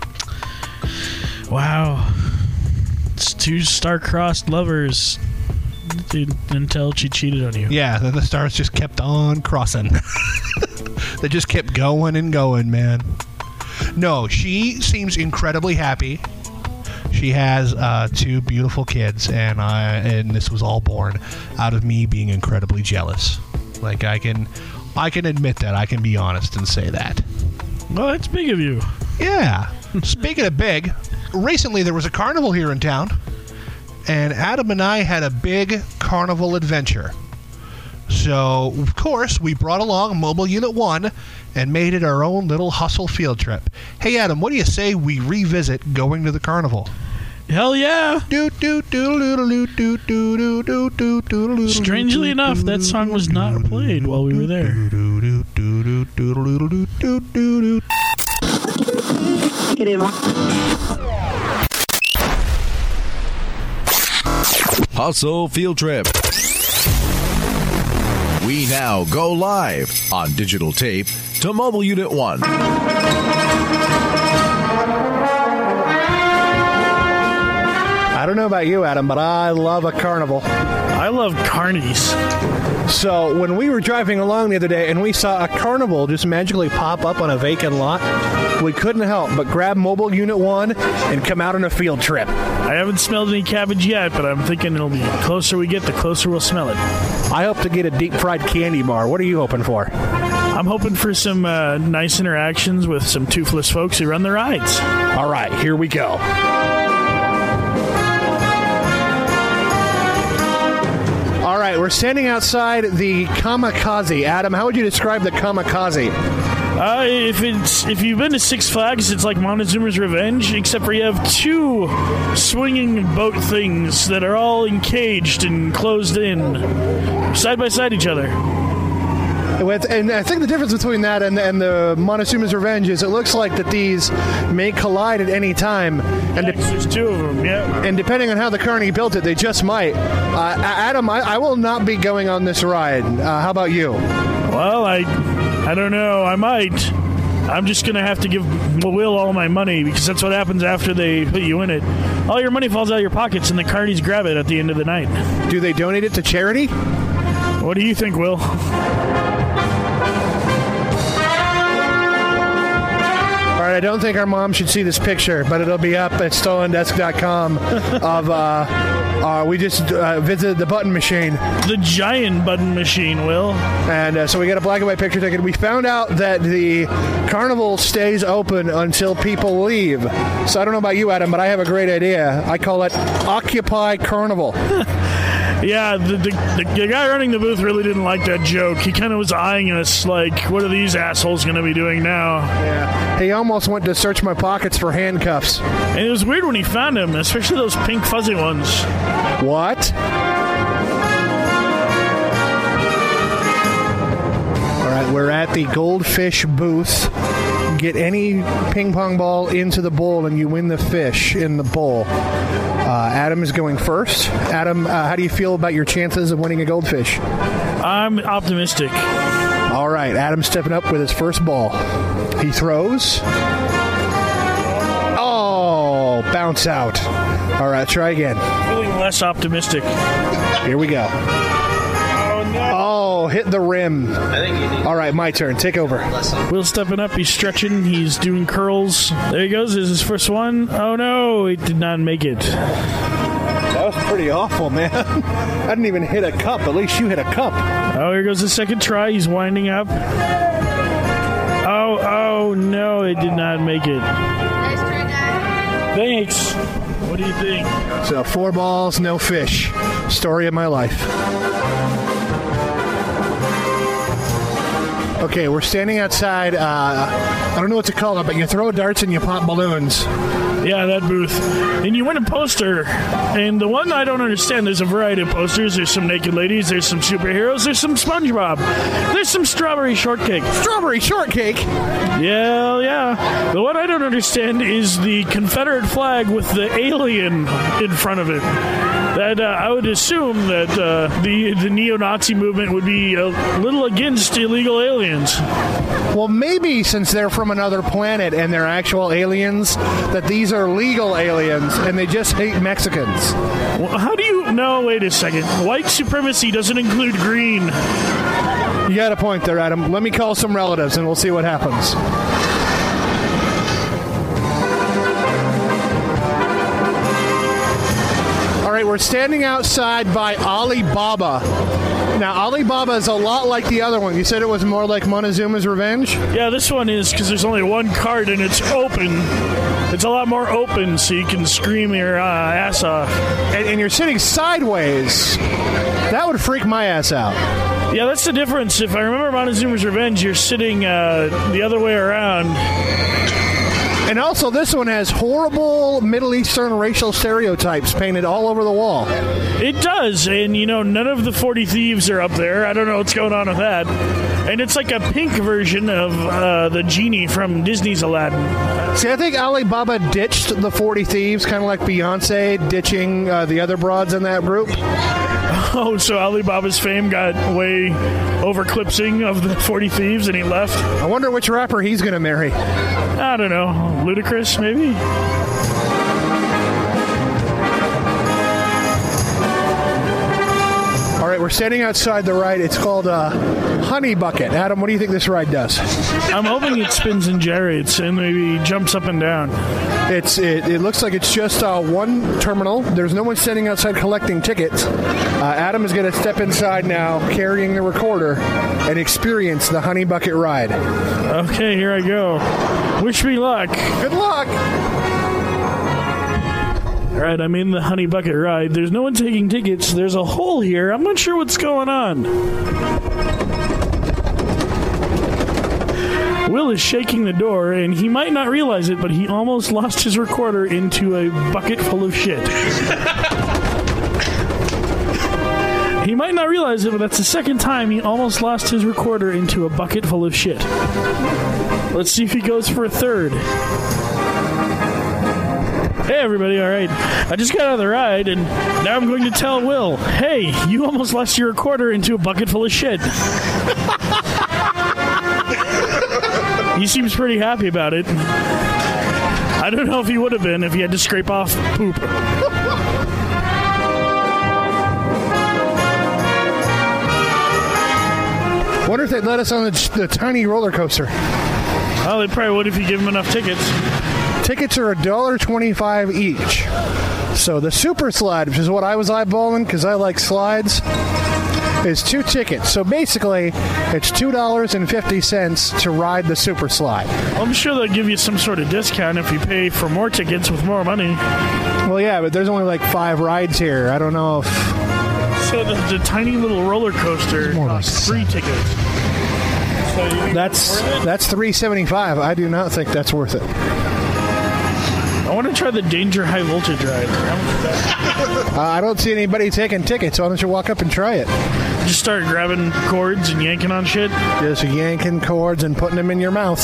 Wow. It's two star-crossed lovers dude, until she cheated on you.
Yeah, the, the stars just kept on crossing. they just kept going and going, man. No, she seems incredibly happy. She has uh, two beautiful kids, and I and this was all born out of me being incredibly jealous. Like I can, I can admit that. I can be honest and say that.
Well, that's big of you.
Yeah. Speaking of big, recently there was a carnival here in town, and Adam and I had a big carnival adventure. So, of course, we brought along Mobile Unit 1 and made it our own little hustle field trip. Hey, Adam, what do you say we revisit going to the carnival?
Hell yeah!
Do do do do do do do do do do do.
Strangely enough, that song was not played while we were there.
Hustle Field Trip. We now go live on digital tape to Mobile Unit 1.
I don't know about you, Adam, but I love a carnival.
I love carnies.
So when we were driving along the other day and we saw a carnival just magically pop up on a vacant lot, we couldn't help but grab mobile unit one and come out on a field trip.
I haven't smelled any cabbage yet, but I'm thinking it'll be the closer we get, the closer we'll smell it.
I hope to get a deep fried candy bar. What are you hoping for?
I'm hoping for some uh, nice interactions with some toothless folks who run the rides.
All right, here we go. All right, we're standing outside the kamikaze. Adam, how would you describe the kamikaze?
Uh, if it's if you've been to Six Flags, it's like Montezuma's Revenge, except for you have two swinging boat things that are all encaged and closed in, side by side each other.
With, and I think the difference between that and, and the Montezuma's Revenge is it looks like that these may collide at any time. And de-
there's two of them, yeah.
And depending on how the Kearney built it, they just might. Uh, A- Adam, I, I will not be going on this ride. Uh, how about you?
Well, I I don't know. I might. I'm just gonna have to give Will all my money because that's what happens after they put you in it. All your money falls out of your pockets, and the carnies grab it at the end of the night.
Do they donate it to charity?
What do you think, Will?
All right, I don't think our mom should see this picture, but it'll be up at stolendesk.com of uh, uh, we just uh, visited the button machine.
The giant button machine, Will.
And uh, so we got a black and white picture taken. We found out that the carnival stays open until people leave. So I don't know about you, Adam, but I have a great idea. I call it Occupy Carnival.
Yeah, the, the, the, the guy running the booth really didn't like that joke. He kind of was eyeing us like, what are these assholes going to be doing now?
Yeah. He almost went to search my pockets for handcuffs.
And it was weird when he found them, especially those pink fuzzy ones.
What? All right, we're at the goldfish booth. Get any ping pong ball into the bowl, and you win the fish in the bowl. Uh, Adam is going first. Adam, uh, how do you feel about your chances of winning a goldfish?
I'm optimistic.
All right, Adam stepping up with his first ball. He throws. Oh, bounce out. All right, try again.
Feeling less optimistic.
Here we go. Oh, hit the rim. All right, my turn. Take over.
Will's stepping up. He's stretching. He's doing curls. There he goes. This is his first one. Oh no, he did not make it.
That was pretty awful, man. I didn't even hit a cup. At least you hit a cup.
Oh, here goes the second try. He's winding up. Oh, oh no, it did not make it. Thanks. What do you think?
So, four balls, no fish. Story of my life. Okay, we're standing outside. Uh, I don't know what to call it, but you throw darts and you pop balloons.
Yeah, that booth. And you win a poster. And the one I don't understand, there's a variety of posters. There's some naked ladies, there's some superheroes, there's some SpongeBob, there's some strawberry shortcake.
Strawberry shortcake.
Yeah, yeah. The one I don't understand is the Confederate flag with the alien in front of it. That uh, I would assume that uh, the the neo-Nazi movement would be a little against illegal aliens.
Well, maybe since they're from another planet and they're actual aliens, that these are legal aliens and they just hate Mexicans.
Well, How do you? No, wait a second. White supremacy doesn't include green.
You got a point there, Adam. Let me call some relatives and we'll see what happens. All right, we're standing outside by Alibaba. Now, Alibaba is a lot like the other one. You said it was more like Montezuma's Revenge?
Yeah, this one is because there's only one card and it's open. It's a lot more open, so you can scream your uh, ass off.
And, and you're sitting sideways. That would freak my ass out.
Yeah, that's the difference. If I remember Montezuma's Revenge, you're sitting uh, the other way around.
And also, this one has horrible Middle Eastern racial stereotypes painted all over the wall.
It does, and you know, none of the 40 Thieves are up there. I don't know what's going on with that. And it's like a pink version of uh, the genie from Disney's Aladdin.
See, I think Alibaba ditched the 40 Thieves, kind of like Beyonce ditching uh, the other broads in that group.
Oh, so Alibaba's fame got way over clipsing of the 40 Thieves and he left?
I wonder which rapper he's going to marry.
I don't know. Ludacris, maybe?
We're standing outside the ride. It's called uh, Honey Bucket. Adam, what do you think this ride does?
I'm hoping it spins and gyrates and maybe jumps up and down.
It's it, it looks like it's just uh, one terminal. There's no one standing outside collecting tickets. Uh, Adam is going to step inside now, carrying the recorder, and experience the Honey Bucket ride.
Okay, here I go. Wish me luck.
Good luck.
All right, I'm in the Honey Bucket ride. There's no one taking tickets. There's a hole here. I'm not sure what's going on. Will is shaking the door, and he might not realize it, but he almost lost his recorder into a bucket full of shit. he might not realize it, but that's the second time he almost lost his recorder into a bucket full of shit. Let's see if he goes for a third. Hey everybody, all right. I just got out of the ride and now I'm going to tell Will, hey, you almost lost your recorder into a bucket full of shit. he seems pretty happy about it. I don't know if he would have been if he had to scrape off poop.
Wonder if they'd let us on the, the tiny roller coaster.
Well, they probably would if you give him enough tickets.
Tickets are $1.25 each. So the super slide, which is what I was eyeballing because I like slides, is two tickets. So basically, it's $2.50 to ride the super slide.
I'm sure they'll give you some sort of discount if you pay for more tickets with more money.
Well, yeah, but there's only like five rides here. I don't know if.
So the, the tiny little roller coaster costs three tickets. So you think
That's
it's worth it?
that's 375. I do not think that's worth it.
I want to try the Danger High Voltage ride. How much is that?
Uh, I don't see anybody taking tickets. so Why don't you walk up and try it?
Just start grabbing cords and yanking on shit.
Just yanking cords and putting them in your mouth.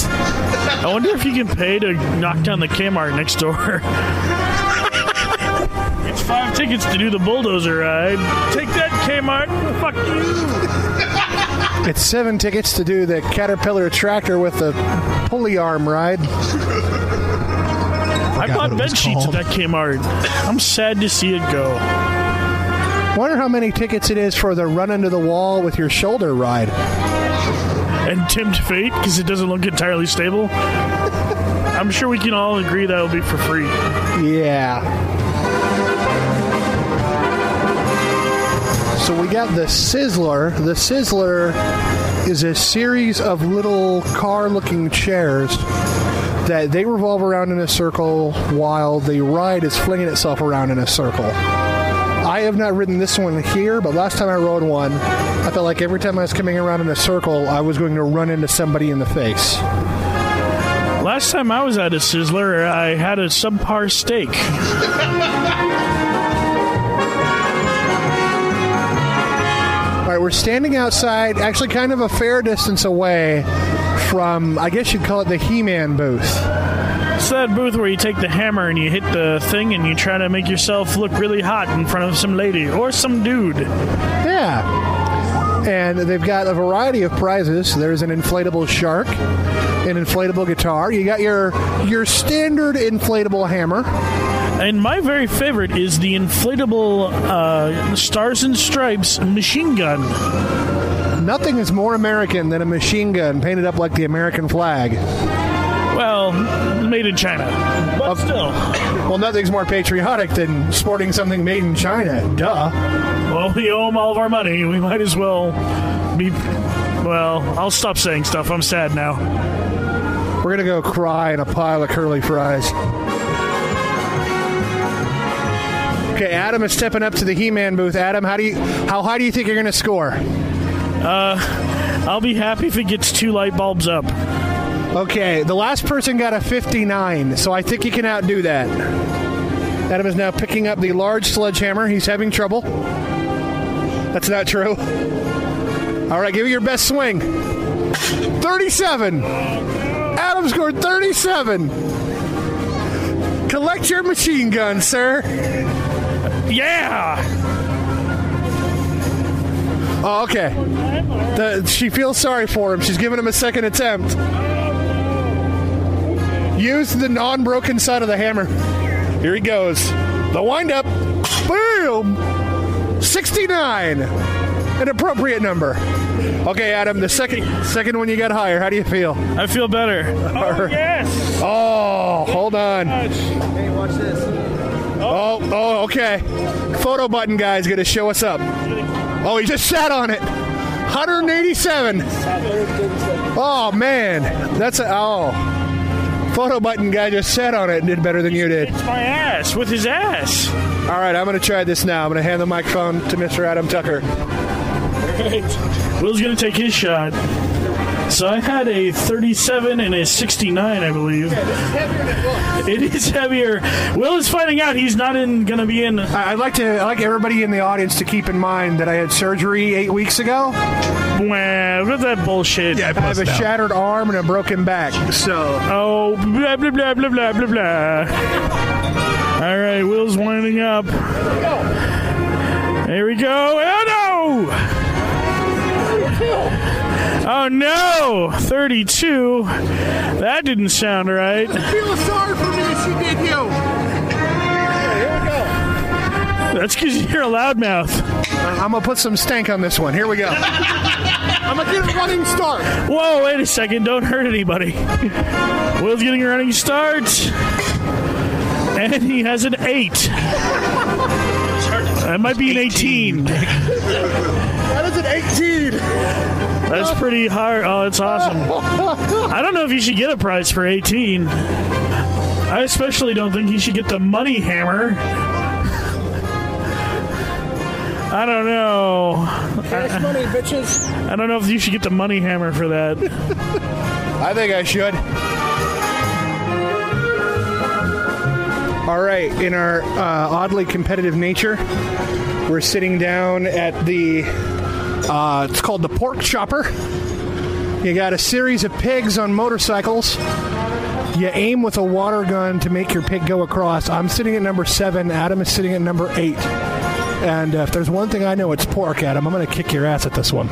I wonder if you can pay to knock down the Kmart next door. it's five tickets to do the bulldozer ride. Take that, Kmart. Fuck you.
It's seven tickets to do the caterpillar tractor with the pulley arm ride.
I bought bed sheets at that Kmart. I'm sad to see it go.
Wonder how many tickets it is for the run into the wall with your shoulder ride.
And tempt fate because it doesn't look entirely stable. I'm sure we can all agree that'll be for free.
Yeah. So we got the Sizzler. The Sizzler is a series of little car looking chairs that they revolve around in a circle while the ride is flinging itself around in a circle. I have not ridden this one here, but last time I rode one, I felt like every time I was coming around in a circle, I was going to run into somebody in the face.
Last time I was at a Sizzler, I had a subpar steak.
All right, we're standing outside, actually kind of a fair distance away from, I guess you'd call it the He Man booth.
It's that booth where you take the hammer and you hit the thing and you try to make yourself look really hot in front of some lady or some dude.
Yeah. And they've got a variety of prizes. There's an inflatable shark, an inflatable guitar. You got your your standard inflatable hammer.
And my very favorite is the inflatable uh, Stars and Stripes machine gun.
Nothing is more American than a machine gun painted up like the American flag.
Well, made in China. But still.
Well, nothing's more patriotic than sporting something made in China. Duh.
Well, we owe them all of our money. We might as well be. Well, I'll stop saying stuff. I'm sad now.
We're gonna go cry in a pile of curly fries. Okay, Adam is stepping up to the He-Man booth. Adam, how do you how high do you think you're gonna score?
Uh, I'll be happy if it gets two light bulbs up.
Okay, the last person got a 59, so I think he can outdo that. Adam is now picking up the large sledgehammer. He's having trouble. That's not true. All right, give it your best swing. 37. Adam scored 37. Collect your machine gun, sir.
Yeah.
Oh, okay. The, she feels sorry for him. She's giving him a second attempt. Use the non-broken side of the hammer. Here he goes. The wind up. Boom. 69. An appropriate number. Okay, Adam, the second second one you got higher. How do you feel? I feel better. Oh, yes. Oh, hold on.
Hey, watch this.
Oh, oh, okay. Photo button guy's gonna show us up. Oh, he just sat on it. 187. Oh man, that's a oh. Photo button guy just sat on it and did better than you did.
My ass with his ass.
All right, I'm gonna try this now. I'm gonna hand the microphone to Mr. Adam Tucker.
Will's gonna take his shot. So I had a 37 and a 69, I believe. It is heavier. Will is finding out he's not in going to be in.
I- I'd like to I'd like everybody in the audience to keep in mind that I had surgery eight weeks ago.
Well, look at that bullshit.
Yeah, I, have a
bust out.
shattered arm and a broken back. So
oh blah blah blah blah blah blah blah. All right, Will's winding up. Here we go. Oh no! Oh no! 32. That didn't sound right.
Feel sorry for me she did you.
That's because you're a loudmouth.
I'm gonna Uh, put some stank on this one. Here we go.
I'm gonna get a running start.
Whoa, wait a second. Don't hurt anybody. Will's getting a running start. And he has an 8. That might be an 18.
That is an 18.
That's pretty hard. Oh, it's awesome. I don't know if you should get a prize for 18. I especially don't think you should get the money hammer. I don't know.
Cash money, bitches.
I don't know if you should get the money hammer for that. I
think I should. All right, in our uh, oddly competitive nature, we're sitting down at the. Uh, it's called the Pork Chopper. You got a series of pigs on motorcycles. You aim with a water gun to make your pig go across. I'm sitting at number seven. Adam is sitting at number eight. And uh, if there's one thing I know, it's pork, Adam. I'm going to kick your ass at this one.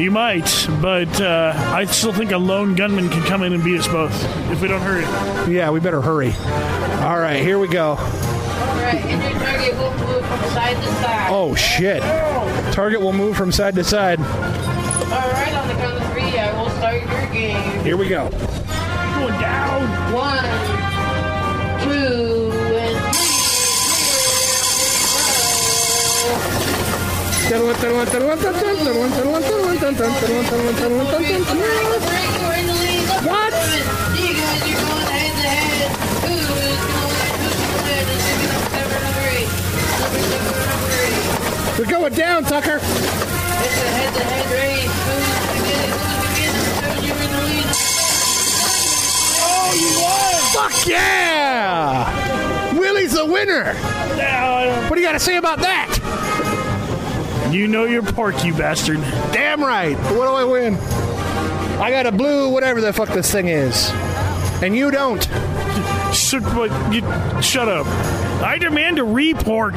You might, but uh, I still think a lone gunman can come in and beat us both if we don't hurry.
Yeah, we better hurry. All right, here we go.
Alright, and your target will move from side to side.
Oh, shit. Target will move from side to side.
Alright, on the count of three, I will start your game.
Here we go.
Going down. One, two, and
What?
We're going down, Tucker. Fuck yeah! Willie's the winner. What do you got to say about that?
You know your pork, you bastard.
Damn right. What do I win? I got a blue, whatever the fuck this thing is, and you don't.
Shut, what, you, shut up. I demand a re-pork.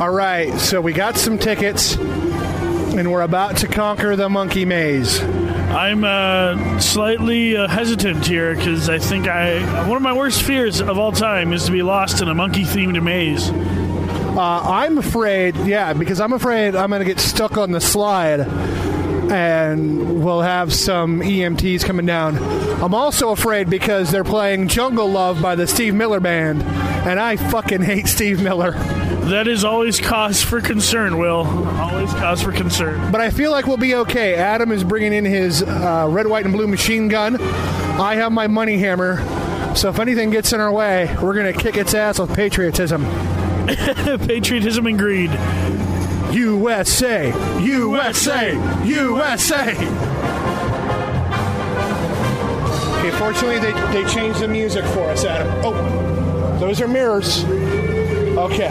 All right, so we got some tickets, and we're about to conquer the monkey maze.
I'm uh, slightly uh, hesitant here because I think I one of my worst fears of all time is to be lost in a monkey-themed maze.
Uh, I'm afraid, yeah, because I'm afraid I'm going to get stuck on the slide and we'll have some EMTs coming down. I'm also afraid because they're playing Jungle Love by the Steve Miller Band, and I fucking hate Steve Miller.
That is always cause for concern, Will. Always cause for concern.
But I feel like we'll be okay. Adam is bringing in his uh, red, white, and blue machine gun. I have my money hammer. So if anything gets in our way, we're going to kick its ass with patriotism.
patriotism and greed.
USA! USA! USA! Okay, fortunately, they, they changed the music for us, Adam. Oh, those are mirrors. Okay.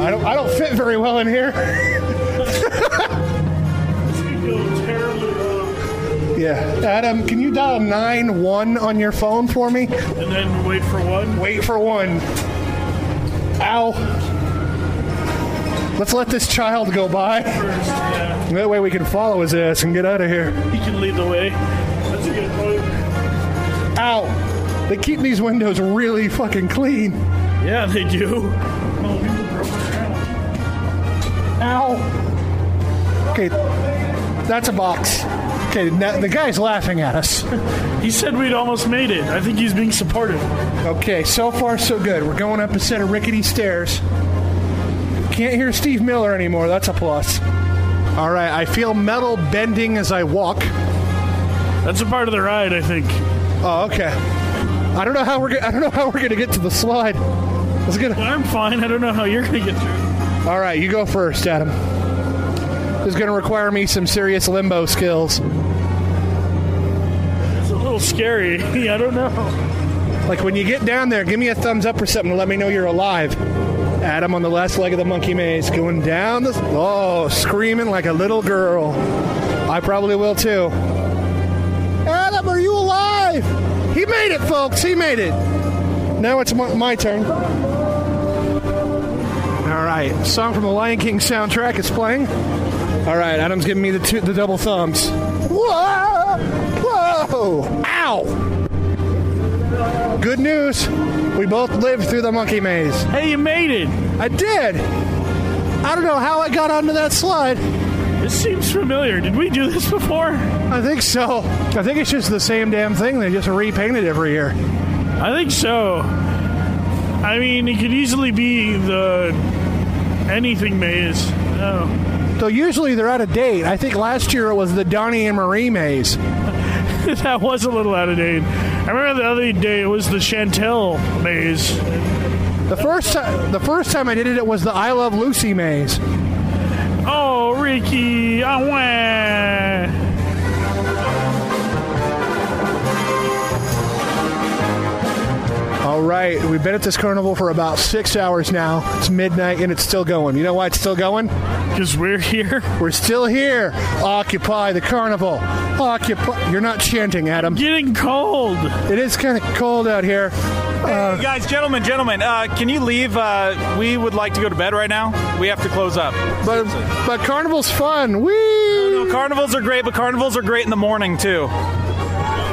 I don't, I don't fit very well in here. Yeah. Adam, can you dial 9-1 on your phone for me?
And then wait for one.
Wait for one. Ow. Let's let this child go by. That way we can follow his ass and get out of here.
He can lead the way. That's a good point.
Ow! They keep these windows really fucking clean.
Yeah, they do.
Ow. Okay, that's a box. Okay, now the guy's laughing at us.
He said we'd almost made it. I think he's being supportive.
Okay, so far so good. We're going up a set of rickety stairs. Can't hear Steve Miller anymore. That's a plus. All right, I feel metal bending as I walk.
That's a part of the ride, I think.
Oh, okay. I don't know how we're. Go- I don't know how we're gonna get to the slide. Let's get.
I'm fine. I don't know how you're gonna get through.
All right, you go first, Adam. This is gonna require me some serious limbo skills.
It's a little scary. I don't know.
Like when you get down there, give me a thumbs up or something to let me know you're alive. Adam on the last leg of the monkey maze, going down the oh, screaming like a little girl. I probably will too. Adam, are you alive? He made it, folks. He made it. Now it's my, my turn. All right, song from the Lion King soundtrack is playing. All right, Adam's giving me the two, the double thumbs. Whoa! Whoa! Ow! Good news. We both lived through the monkey maze.
Hey, you made it.
I did. I don't know how I got onto that slide.
This seems familiar. Did we do this before?
I think so. I think it's just the same damn thing. They just repaint it every year.
I think so. I mean, it could easily be the anything maze. Oh.
So usually they're out of date. I think last year it was the Donnie and Marie maze.
that was a little out of date. I remember the other day it was the Chantel maze.
The first time, the first time I did it, it was the I Love Lucy maze.
Oh, Ricky, I went.
All right, we've been at this carnival for about six hours now. It's midnight and it's still going. You know why it's still going?
Because we're here.
We're still here. Occupy the carnival. Occupy. You're not chanting, Adam.
Getting cold.
It is kind of cold out here. Uh,
guys, gentlemen, gentlemen, uh, can you leave? Uh, we would like to go to bed right now. We have to close up.
but but carnival's fun. Whee!
No, carnivals are great, but carnivals are great in the morning too.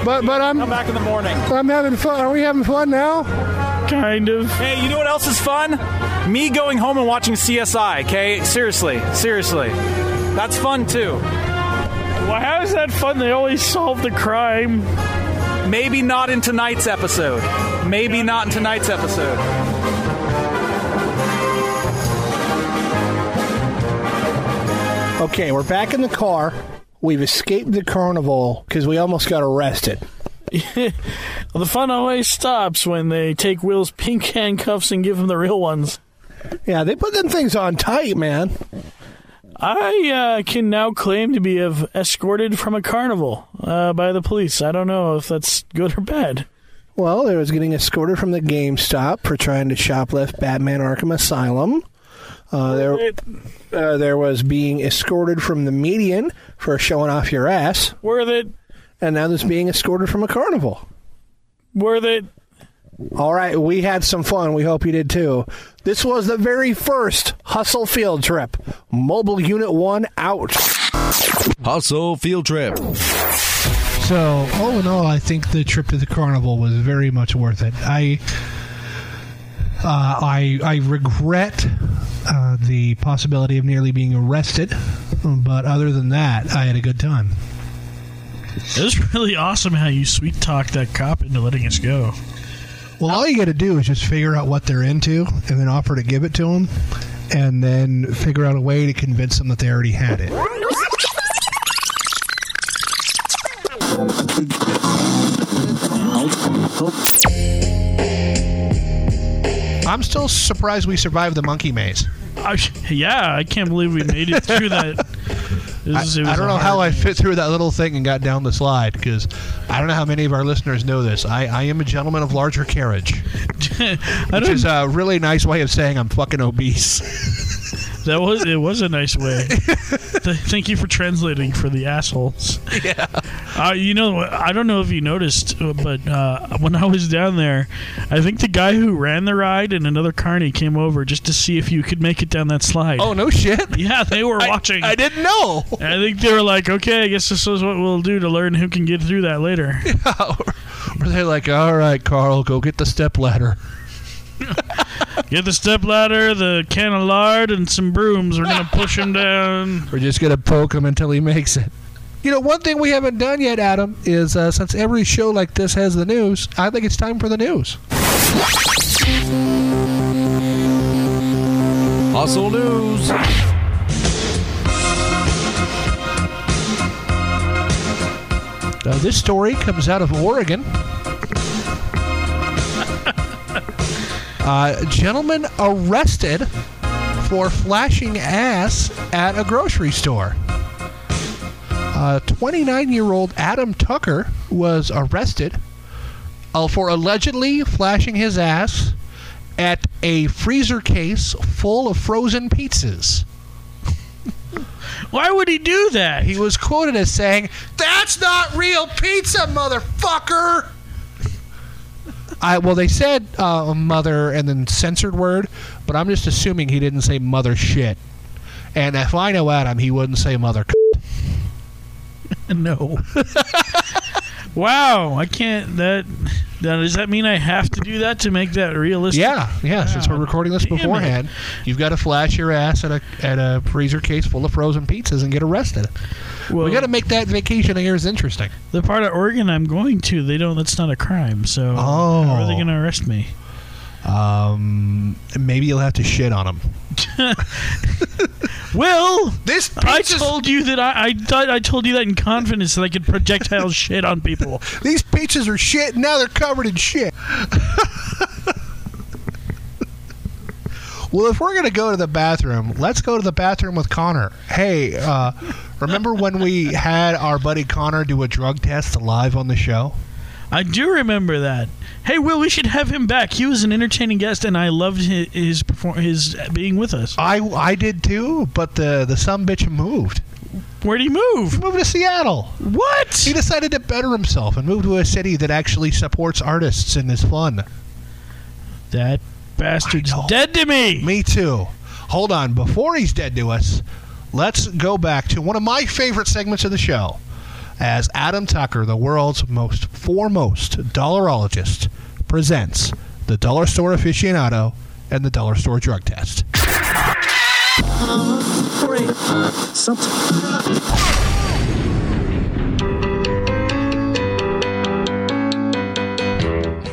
But but I'm
Come back in the morning.
I'm having fun. Are we having fun now?
Kind of.
Hey, you know what else is fun? Me going home and watching CSI. Okay, seriously, seriously, that's fun too.
Well, how is that fun? They always solve the crime.
Maybe not in tonight's episode. Maybe not in tonight's episode.
Okay, we're back in the car. We've escaped the carnival because we almost got arrested.
The fun always stops when they take Will's pink handcuffs and give him the real ones.
Yeah, they put them things on tight, man.
I uh, can now claim to be of escorted from a carnival uh, by the police. I don't know if that's good or bad.
Well, there was getting escorted from the GameStop for trying to shoplift Batman Arkham Asylum. Uh, there, uh, there was being escorted from the median for showing off your ass,
Worth it.
and now there's being escorted from a carnival.
Worth it.
All right, we had some fun. We hope you did too. This was the very first Hustle Field Trip. Mobile Unit 1 out.
Hustle Field Trip.
So, all in all, I think the trip to the carnival was very much worth it. I uh, I, I regret uh, the possibility of nearly being arrested, but other than that, I had a good time.
It was really awesome how you sweet talked that cop into letting us go.
Well, all you got to do is just figure out what they're into and then offer to give it to them, and then figure out a way to convince them that they already had it. I'm still surprised we survived the monkey maze.
I, yeah, I can't believe we made it through that. It
I,
was- it
I
was a
don't know
hard-
how I fit through that little thing and got down the slide because I don't know how many of our listeners know this. I, I am a gentleman of larger carriage,
I
which
don't,
is a really nice way of saying I'm fucking obese.
that was it was a nice way. Th- Thank you for translating for the assholes. Yeah. Uh, you know, I don't know if you noticed, uh, but uh, when I was down there, I think the guy who ran the ride and another carny came over just to see if you could make it down that slide.
Oh no shit!
Yeah, they were watching.
I didn't know.
I think they were like, okay, I guess this is what we'll do to learn who can get through that later.
Were they like, all right, Carl, go get the step ladder?
Get the step ladder, the can of lard, and some brooms. We're gonna push him down.
We're just gonna poke him until he makes it. You know, one thing we haven't done yet, Adam, is uh, since every show like this has the news, I think it's time for the news.
Hustle News.
Now, Uh, this story comes out of Oregon. uh, gentleman arrested for flashing ass at a grocery store. 29 year old Adam Tucker was arrested uh, for allegedly flashing his ass at a freezer case full of frozen pizzas.
Why would he do that?
He was quoted as saying, That's not real pizza, motherfucker! I, well, they said uh, mother and then censored word, but I'm just assuming he didn't say mother shit. And if I know Adam, he wouldn't say mother. c-
no. wow, I can't. That now, does that mean I have to do that to make that realistic?
Yeah, yeah. Since we're recording this beforehand, you've got to flash your ass at a at a freezer case full of frozen pizzas and get arrested. we got to make that vacation of yours interesting.
The part of Oregon I'm going to, they don't. That's not a crime. So how are they going to arrest me?
Oh. Um, maybe you'll have to shit on them.
Will
this?
I told you that I I, thought I told you that in confidence that I could projectile shit on people.
These pizzas are shit. Now they're covered in shit. Well, if we're gonna go to the bathroom, let's go to the bathroom with Connor. Hey, uh, remember when we had our buddy Connor do a drug test live on the show?
I do remember that. Hey, Will, we should have him back. He was an entertaining guest, and I loved his his, perform- his being with us.
I I did too, but the the some bitch moved.
Where'd he move? He
moved to Seattle.
What?
He decided to better himself and move to a city that actually supports artists and is fun.
That bastard's dead to me.
Me too. Hold on, before he's dead to us, let's go back to one of my favorite segments of the show. As Adam Tucker, the world's most foremost dollarologist, presents the Dollar Store Aficionado and the Dollar Store Drug Test.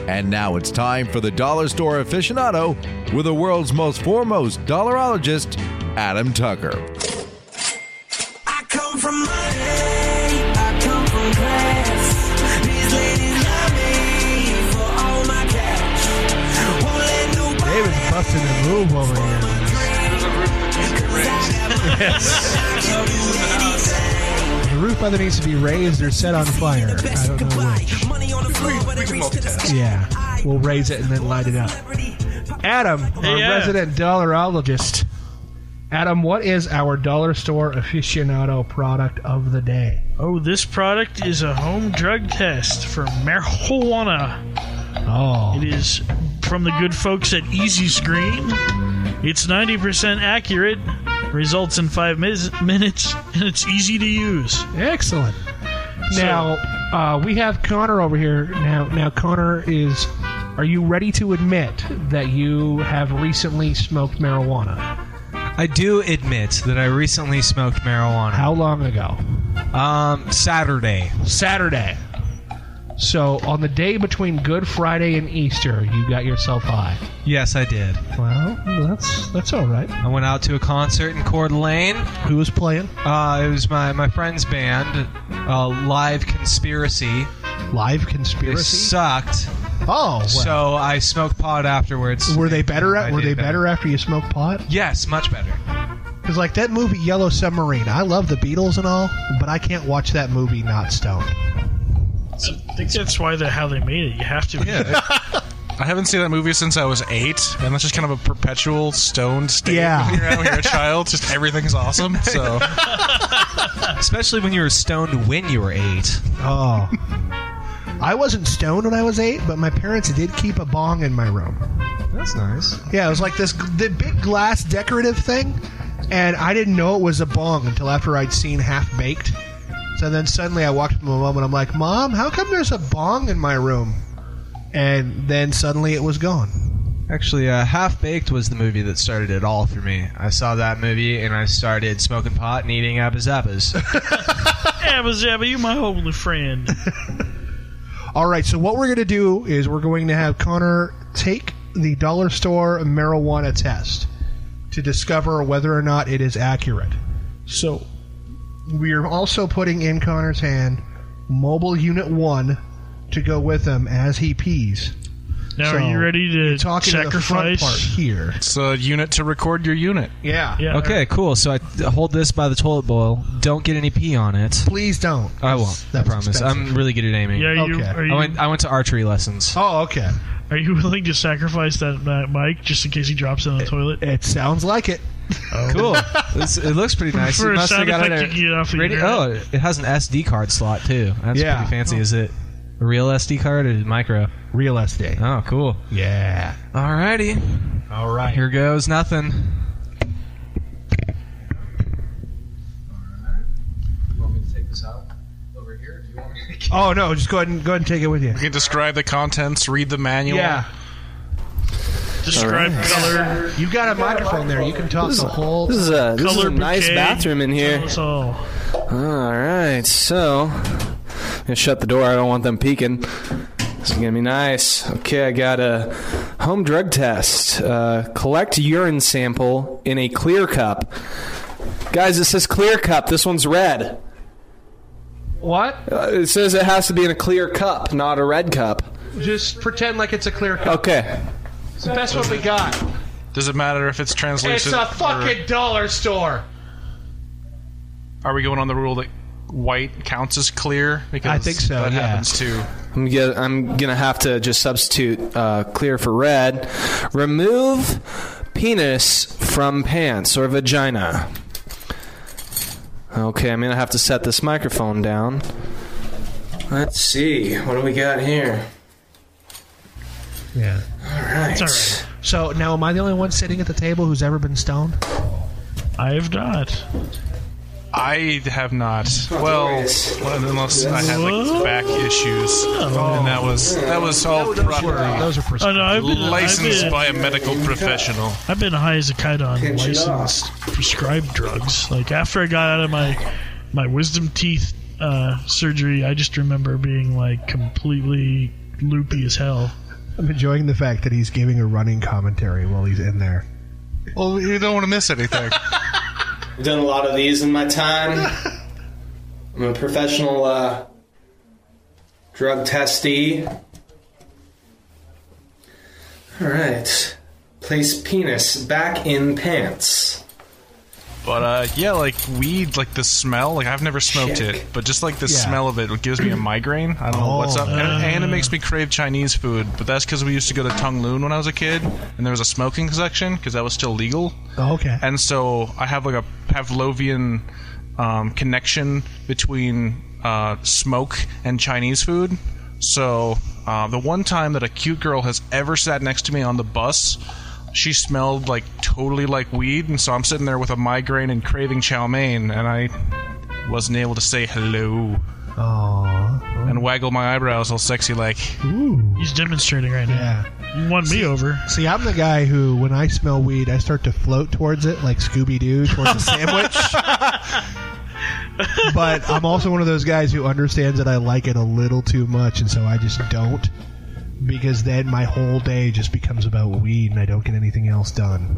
And now it's time for the Dollar Store Aficionado with the world's most foremost dollarologist, Adam Tucker.
I come from money. I come from class. These ladies love me for all my cash. Won't let nobody
David's busting a move over here. The roof either needs to be raised or set on fire. I don't know which. Yeah, we'll raise it and then light it up. Adam, our
Yeah.
resident dollarologist. Adam, what is our dollar store aficionado product of the day?
Oh, this product is a home drug test for marijuana.
Oh,
It is from the good folks at Easy Screen. It's 90% accurate, results in five mis- minutes, and it's easy to use.
excellent. Now, uh, we have Connor over here. Now, now Connor is. Are you ready to admit that you have recently smoked marijuana?
I do admit that I recently smoked marijuana. How
long ago?
Um, Saturday.
Saturday. So on the day between Good Friday and Easter, you got yourself high.
Yes, I did.
Well, that's that's all right.
I went out to a concert in Coeur d'Alene.
Who was playing?
Uh, it was my, my friend's band, uh, Live Conspiracy.
Live
They
conspiracy.
sucked.
Oh, well.
so I smoked pot afterwards.
Were they better?
I
At, were
did
they better after you smoked pot?
Yes, much better.
Because like that movie Yellow Submarine, I love the Beatles and all, but I can't watch that movie not stoned.
I think that's why they how they made it. You have to.
I haven't seen that movie since I was eight, and that's just kind of a perpetual stoned state
Yeah.
when you're, out- when you're a child. Just everything's awesome. So
Especially when you were stoned when you were eight.
Oh. I wasn't stoned when I was eight, but my parents did keep a bong in my room.
That's nice.
Yeah, it was like this the big glass decorative thing, and I didn't know it was a bong until after I'd seen Half Baked. So then suddenly I walked up to my mom and I'm like, "Mom, how come there's a bong in my room?" And then suddenly it was gone.
Actually, uh, Half Baked was the movie that started it all for me. I saw that movie and I started smoking pot and eating Abba Zappos.
Abba Zabba, you my only friend.
All right, so what we're going to do is we're going to have Connor take the dollar store marijuana test to discover whether or not it is accurate. So we are also putting in Connor's hand mobile unit 1 to go with him as he pees.
Now, are you ready to
you're talking to the front
sacrifice?
part here?
it's a unit to record your unit.
Yeah.
okay, cool. So I th- hold this by the toilet bowl. Don't get any pee on it.
Please don't.
I won't. I
That's
promise. I'm
expensive.
really good at aiming.
Yeah, you- Okay. are
I, went, I went to archery lessons.
Oh, okay.
Are you willing to sacrifice that, that mic just in case he drops it on the toilet?
It sounds like it.
Oh.
Cool. Oh. It's- it looks pretty
For-
nice.
for
it
a
must have
sound
got
effect
it.
you get off the
radio- oh,
internet.
it has an SD card slot too. That's
Yeah. Oh.
pretty fancy. Is it a real SD card or is it micro?
Real SD.
Oh, cool.
Yeah.
Alrighty.
All right.
Here goes nothing.
Oh no! Just go ahead and go ahead and take it with you.
You can describe the contents, read the manual.
Yeah.
Describe color.
You got a microphone there. You can talk
This is
the
a-
whole.
This is a this is a
color
nice
bouquet.
bathroom in here.
Tell us all.
All right, so I'm gonna shut the door. I don't want them peeking. This is gonna be nice. Okay, I got a home drug test. Uh, collect urine sample in a clear cup. Guys, it says clear cup. This one's red.
What?
Uh, it says it has to be in a clear cup, not a red cup.
Just pretend like it's a clear cup.
Okay.
It's the best one we got.
Does it matter if it's translucent?
dollar store.
Or, are we going on the rule that white counts as clear? Because
I think so,
That
yeah.
happens too.
I'm gonna, I'm gonna have to just substitute uh, clear for red. Remove penis from pants or vagina. Okay, I'm gonna have to set this microphone down. Let's see, what do we got here?
Yeah.
All right.
It's all right. So now, am I the only one sitting at the table who's ever been stoned?
I have not.
I have not. Well, unless I had like back issues, and that was that was all properly.
Those are
Oh, no, I've been- I've
licensed
been-
by a medical professional.
I've been high as a kite on
Pinch it
licensed prescribed drugs. Like after I got out of my my wisdom teeth uh, surgery, I just remember being like completely loopy as hell.
I'm enjoying the fact that he's giving a running commentary while he's in there.
Well, you don't want to miss anything.
I've done a lot of these in my time. I'm a professional uh, drug testee. All right. Place penis back in pants.
But uh, yeah, like weed, like the smell. Like I've never smoked
Check.
it, but just like the
Yeah.
smell of it gives me a migraine. I don't know what's
Oh.
up, and,
Uh.
and it makes me crave Chinese food. But that's because we used to go to Tongloon when I was a kid, and there was a smoking section because that was still legal.
Oh, okay.
And so I have like a Pavlovian um, connection between uh, smoke and Chinese food. So uh, the one time that a cute girl has ever sat next to me on the bus, she smelled like totally like weed, and so I'm sitting there with a migraine and craving chow mein, and I wasn't able to say hello.
Aww.
And waggle my eyebrows all sexy like.
He's demonstrating right now. Yeah. You won me over.
See, I'm the guy who, when I smell weed, I start to float towards it like Scooby Doo towards a sandwich. but I'm also one of those guys who understands that I like it a little too much, and so I just don't. Because then my whole day just becomes about weed, and I don't get anything else done.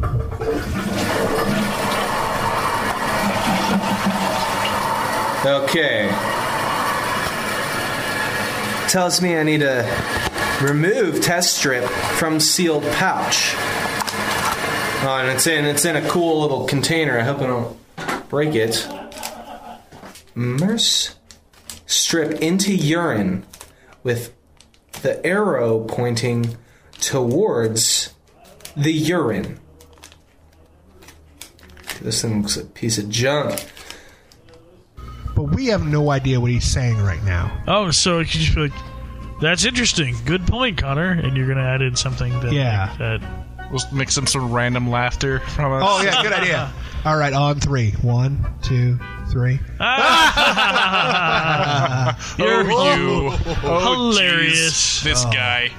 Okay. Tells me I need to remove test strip from sealed pouch. Oh, and it's in it's in a cool little container. I hope I don't break it. Immerse strip into urine with the arrow pointing
towards the urine. This thing looks like a piece of junk.
But we have no idea what he's saying right now.
Oh, so you could just be like, "That's interesting. Good point, Connor." And you're gonna add in something. That,
Yeah.
that
we'll mix in some random laughter from us.
Oh, yeah, good idea. All right, on three. One, two, three.
You're
Oh,
you.
whoa.
Oh,
Hilarious.
jeez. This
Oh.
guy.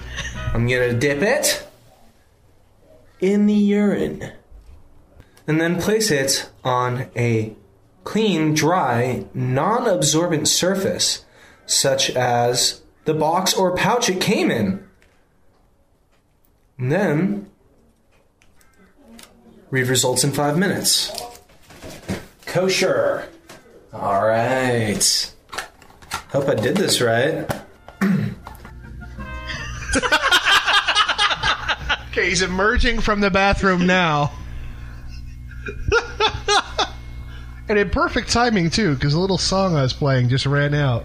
I'm gonna dip it in the urine. And then place it on a clean, dry, non absorbent surface, such as the box or pouch it came in. And then read results in five minutes. Kosher. All right. Hope I did this right.
Okay, he's emerging from the bathroom now. and in perfect timing, too, because the little song I was playing just ran out.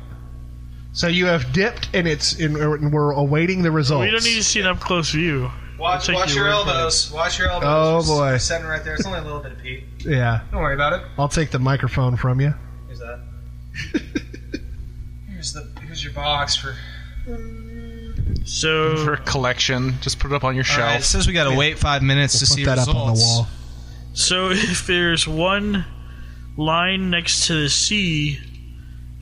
So you have dipped, and it's in, and we're awaiting the results.
We don't need to see an up close view.
Watch,
We'll take
watch your
word for it.
elbows. Watch your elbows.
Oh,
It's
boy.
Sitting right there. It's only a little bit of pee.
Yeah.
Don't worry about it.
I'll take the microphone from you.
Here's that. here's the. Here's your box for.
So
for collection, just put it up on your
All
shelf.
right, it says we gotta wait five minutes to We'll put see that up on the results. wall.
So if there's one line next to the C,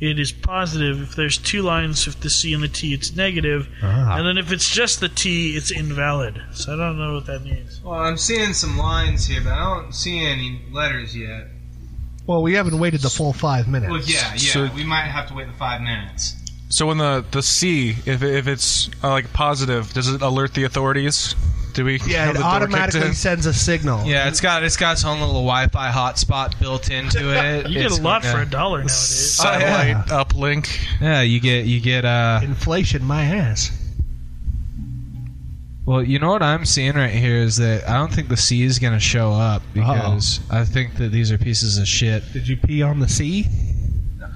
it is positive. If there's two lines with the C and the T, it's negative.
Ah.
And then if it's just the T, it's invalid. So I don't know what that means.
Well, I'm seeing some lines here, but I don't see any letters yet.
Well, we haven't waited the full five minutes.
Well, yeah, yeah.
So-
we might have to wait the five minutes.
So when the the C, if if it's uh, like positive, does it alert the authorities? Do we?
Yeah,
have
it
the door kicked
automatically
in?
s-
Sends a signal.
Yeah, it's got it's got its own little Wi-Fi hotspot built into it.
You get
It's
a lot
gonna-
for a dollar nowadays.
yeah.
Oh,
satellite uplink.
Yeah, you get you get uh.
Inflation, my ass.
Well, you know what I'm seeing right here is that I don't think the C is going to show up because I think that these are pieces of shit.
Did you pee on the C?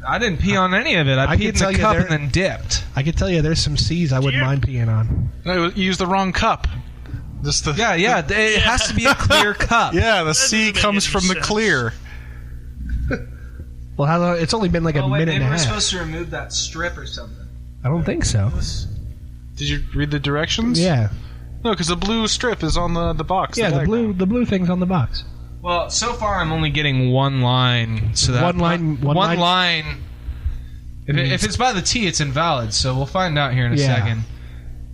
I didn't pee on any of it. I,
I can
peed
tell
Uh, in
you
the cup
there-
and then dipped.
I can tell you there's some C's I wouldn't mind peeing on.
No, you used the wrong cup. Just the
yeah, yeah. It has to be a clear cup.
Yeah, the C comes from the clear.
Well, how long? It's only been like
Oh,
a minute and a half.
to remove that strip or something.
I don't think so.
Did you read the directions?
Yeah.
No, because the blue strip is on the the box.
Yeah, the
diagram.
blue the blue thing's on the box.
Well, so far I'm only getting one line. So that
One line- one line-
line- If, it, if it's by the T, it's invalid. So we'll find out here in a
Yeah.
second.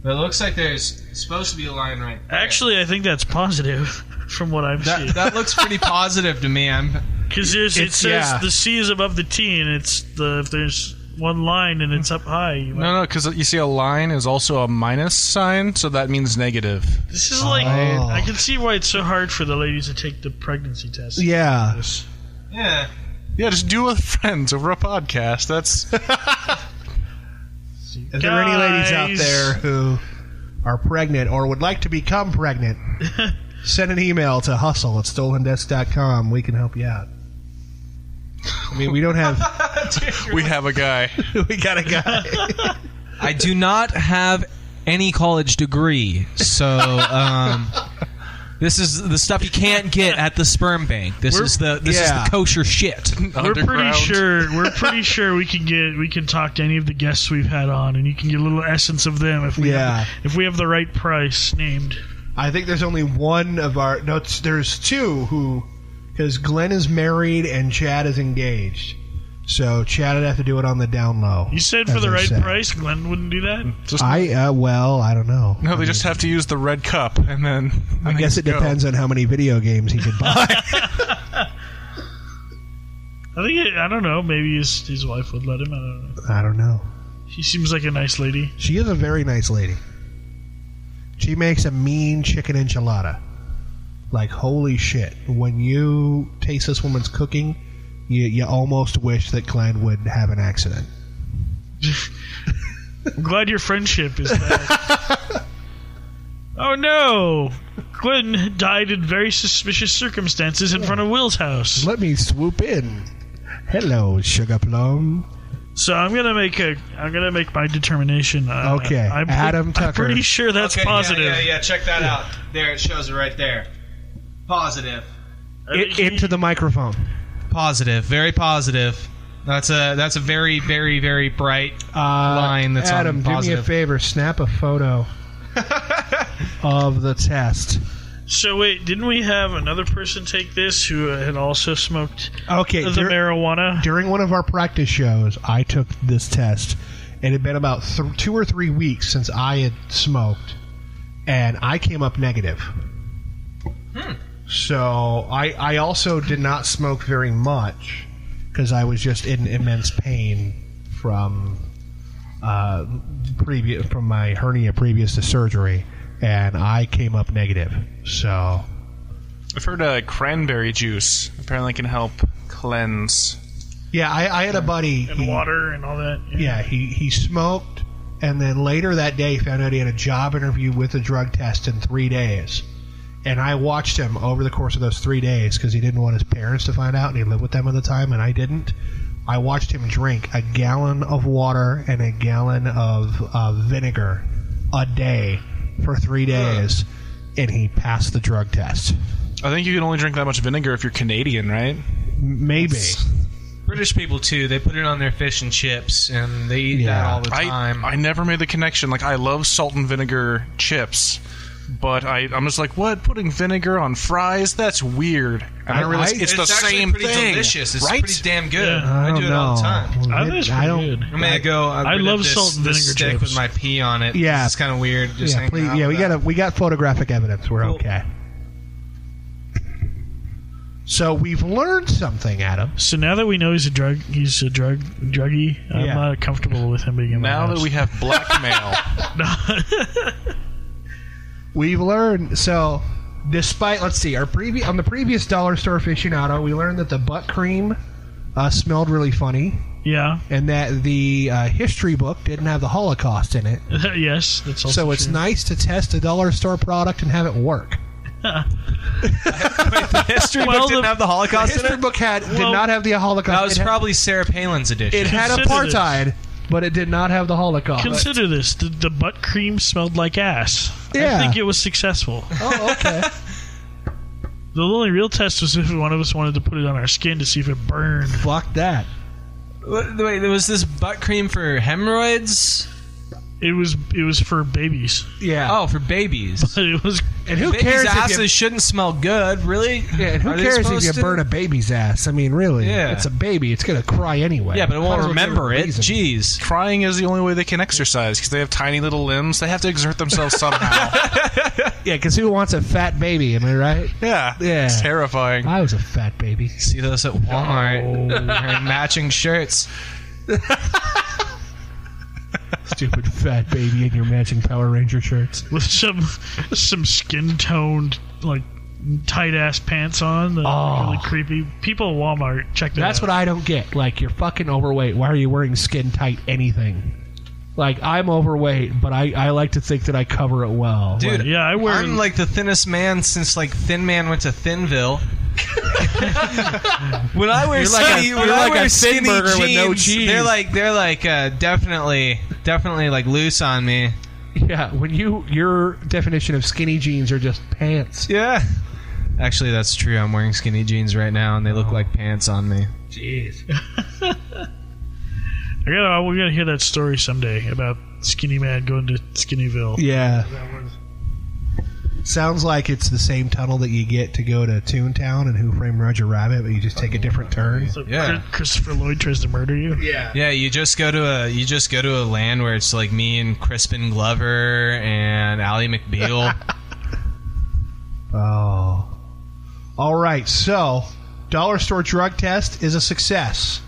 But it looks like there's supposed to be a line right.
Actually, I think that's positive from what I'm seeing.
That looks pretty positive to me. I'm
Because it
It's-
says
yeah.
the C is above the T, and it's the if there's one line and it's up high. You might,
No, no, because you see a line is also a minus sign, so that means negative.
This is like
Oh.
I can see why it's so hard for the ladies to take the pregnancy test.
Yeah.
Yeah.
Yeah, just do with friends over a podcast. That's.
If there are any ladies out there who are pregnant or would like to become pregnant, send an email to hustle at stolendesk.com. We can help you out. I mean, we don't have.
we have a guy.
we got a guy.
I do not have any college degree, so um, this is the stuff you can't get at the sperm bank. This
We're-
is the this is
yeah.
the kosher shit.
We're pretty sure. We're pretty sure we can get we can talk to any of the guests we've had on, and you can get a little essence of them if we
Yeah.
have, if we have the right price named.
I think there's only one of our. No, it's, there's two who. Because Glenn is married and Chad is engaged. So Chad would have to do it on the down low.
You said for
as
the
they
right
say.
price, Glenn wouldn't do that.
I uh, well, I don't know.
No, they just have to use the red cup, and then.
I guess it depends on how many video games he could buy.
I think it, I don't know. Maybe his his wife would let him. I don't know.
I don't know.
She seems like a nice lady.
She is a very nice lady. She makes a mean chicken enchilada. Like holy shit! When you taste this woman's cooking, you you almost wish that Glenn would have an accident.
I'm glad your friendship is back. oh no! Glenn died in very suspicious circumstances in front of Will's house.
Let me swoop in. Hello, sugar plum.
So I'm gonna make a. I'm gonna make my determination. Uh,
Okay,
I'm pre-
Adam
I'm
Tucker.
pretty sure that's
Okay, yeah,
positive.
Yeah, yeah, Check that out. There, it shows it right there. Positive.
It, into the microphone.
Positive. Very positive. That's a that's a very very very bright line. That's
Adam,
on
do me
positive.
a favor. Snap a photo of the test.
So wait, didn't we have another person take this who uh, had also smoked
Okay,
the
dur-
marijuana?
During one of our practice shows, I took this test. It had been about th- two or three weeks since I had smoked, and I came up negative. So I, I also did not smoke very much because I was just in immense pain from uh, previous from my hernia previous to surgery, and I came up negative. So
I've heard uh, cranberry juice apparently can help cleanse.
yeah, I, I had a buddy
and
he-
water and all that.
Yeah, he, he smoked, and then later that day found out he had a job interview with a drug test in three days. And I watched him over the course of those three days because he didn't want his parents to find out, and he lived with them at the time, and I didn't. I watched him drink a gallon of water and a gallon of uh, vinegar a day for three days, and he passed the drug test.
I think you can only drink that much vinegar if you're Canadian, right?
Maybe.
British people too. They put it on their fish and chips, and they eat that all the
I-
time.
I, never made the connection. Like I love salt and vinegar chips, but I, I'm just like, what? Putting vinegar on fries? That's weird. And I,
I-
realize
I-
it's, the
it's actually
same
pretty
thing.
delicious. It's
right?
pretty damn good. Yeah, I I do don't it all the know. time.
Well, I think it's I pretty don't- good.
I mean, I go. I'm
I
rid
love
of this,
salt and
this
vinegar
stick
chips.
with my pee on it.
Yeah.
it's kind of weird. Just
yeah,
hanging
please,
out
yeah, we
with
got
that.
a, we got photographic evidence. We're okay. So we've learned something, Adam.
So now that we know he's a drug, he's a drug druggie. I'm
Yeah.
not comfortable with him being in my
Now that
house.
we have blackmail,
We've learned so. Despite let's see, our previous on the previous dollar store aficionado, we learned that the butt cream uh, smelled really funny.
Yeah,
and that the uh, history book didn't have the Holocaust in it.
yes, that's also
so it's
true.
nice to test a dollar store product and have it work.
history book didn't have the Holocaust
The history
in it?
book had did not have the Holocaust.
That was
It had-
probably Sarah Palin's edition.
It had apartheid, but it did not have the Holocaust.
Consider this: the, the butt cream smelled like ass.
Yeah.
I think it was successful.
oh, okay.
The only real test was if one of us wanted to put it on our skin to see if it burned.
Fuck that.
Wait, wait, there was this butt cream for hemorrhoids.
It was it was for babies.
Yeah.
Oh, for babies.
But it was.
And who
babies'
cares if you-
Asses shouldn't smell good, really. Yeah,
And who cares if you burn a baby's ass? I mean, really,
Yeah.
it's a baby. It's gonna cry anyway.
Yeah, but it won't
Might as well give
remember
a
it.
reason.
Jeez.
crying is the only way they can exercise because they have tiny little limbs. They have to exert themselves somehow.
Yeah, because who wants a fat baby? Am I right?
yeah,
Yeah.
It's terrifying.
I was a fat baby.
See those at Walmart wearing matching shirts.
Stupid fat baby in your matching Power Ranger shirts.
with some some skin toned like tight ass pants on. That are really creepy. People at Walmart check that.
That's
out.
what I don't get. Like, you're fucking overweight. Why are you wearing skin tight anything? Like, I'm overweight, but I, I like to think that I cover it well.
Dude,
Like,
yeah, I wear.
I'm like the thinnest man since like Thin Man went to Thinville. when I wear
You're like
skinny,
a-
when
you're
I
like a
wear
thin
skinny
burger
jeans,
with no cheese.
they're like they're like uh, definitely definitely like loose on me.
yeah, when you your definition of skinny jeans are just pants.
Yeah. Actually, that's true. I'm wearing skinny jeans right now, and they look like pants on me.
Jeez.
I gotta, we're gonna hear that story someday about Skinny Man going to Skinnyville.
Yeah. Sounds like it's the same tunnel that you get to go to Toontown and Who Framed Roger Rabbit, but you just take a different turn.
So
Yeah.
Chris- Christopher Lloyd tries to murder you.
Yeah.
Yeah, you just go to a you just go to a land where it's like me and Crispin Glover and Ally McBeal.
Oh. All right. So, dollar store drug test is a success.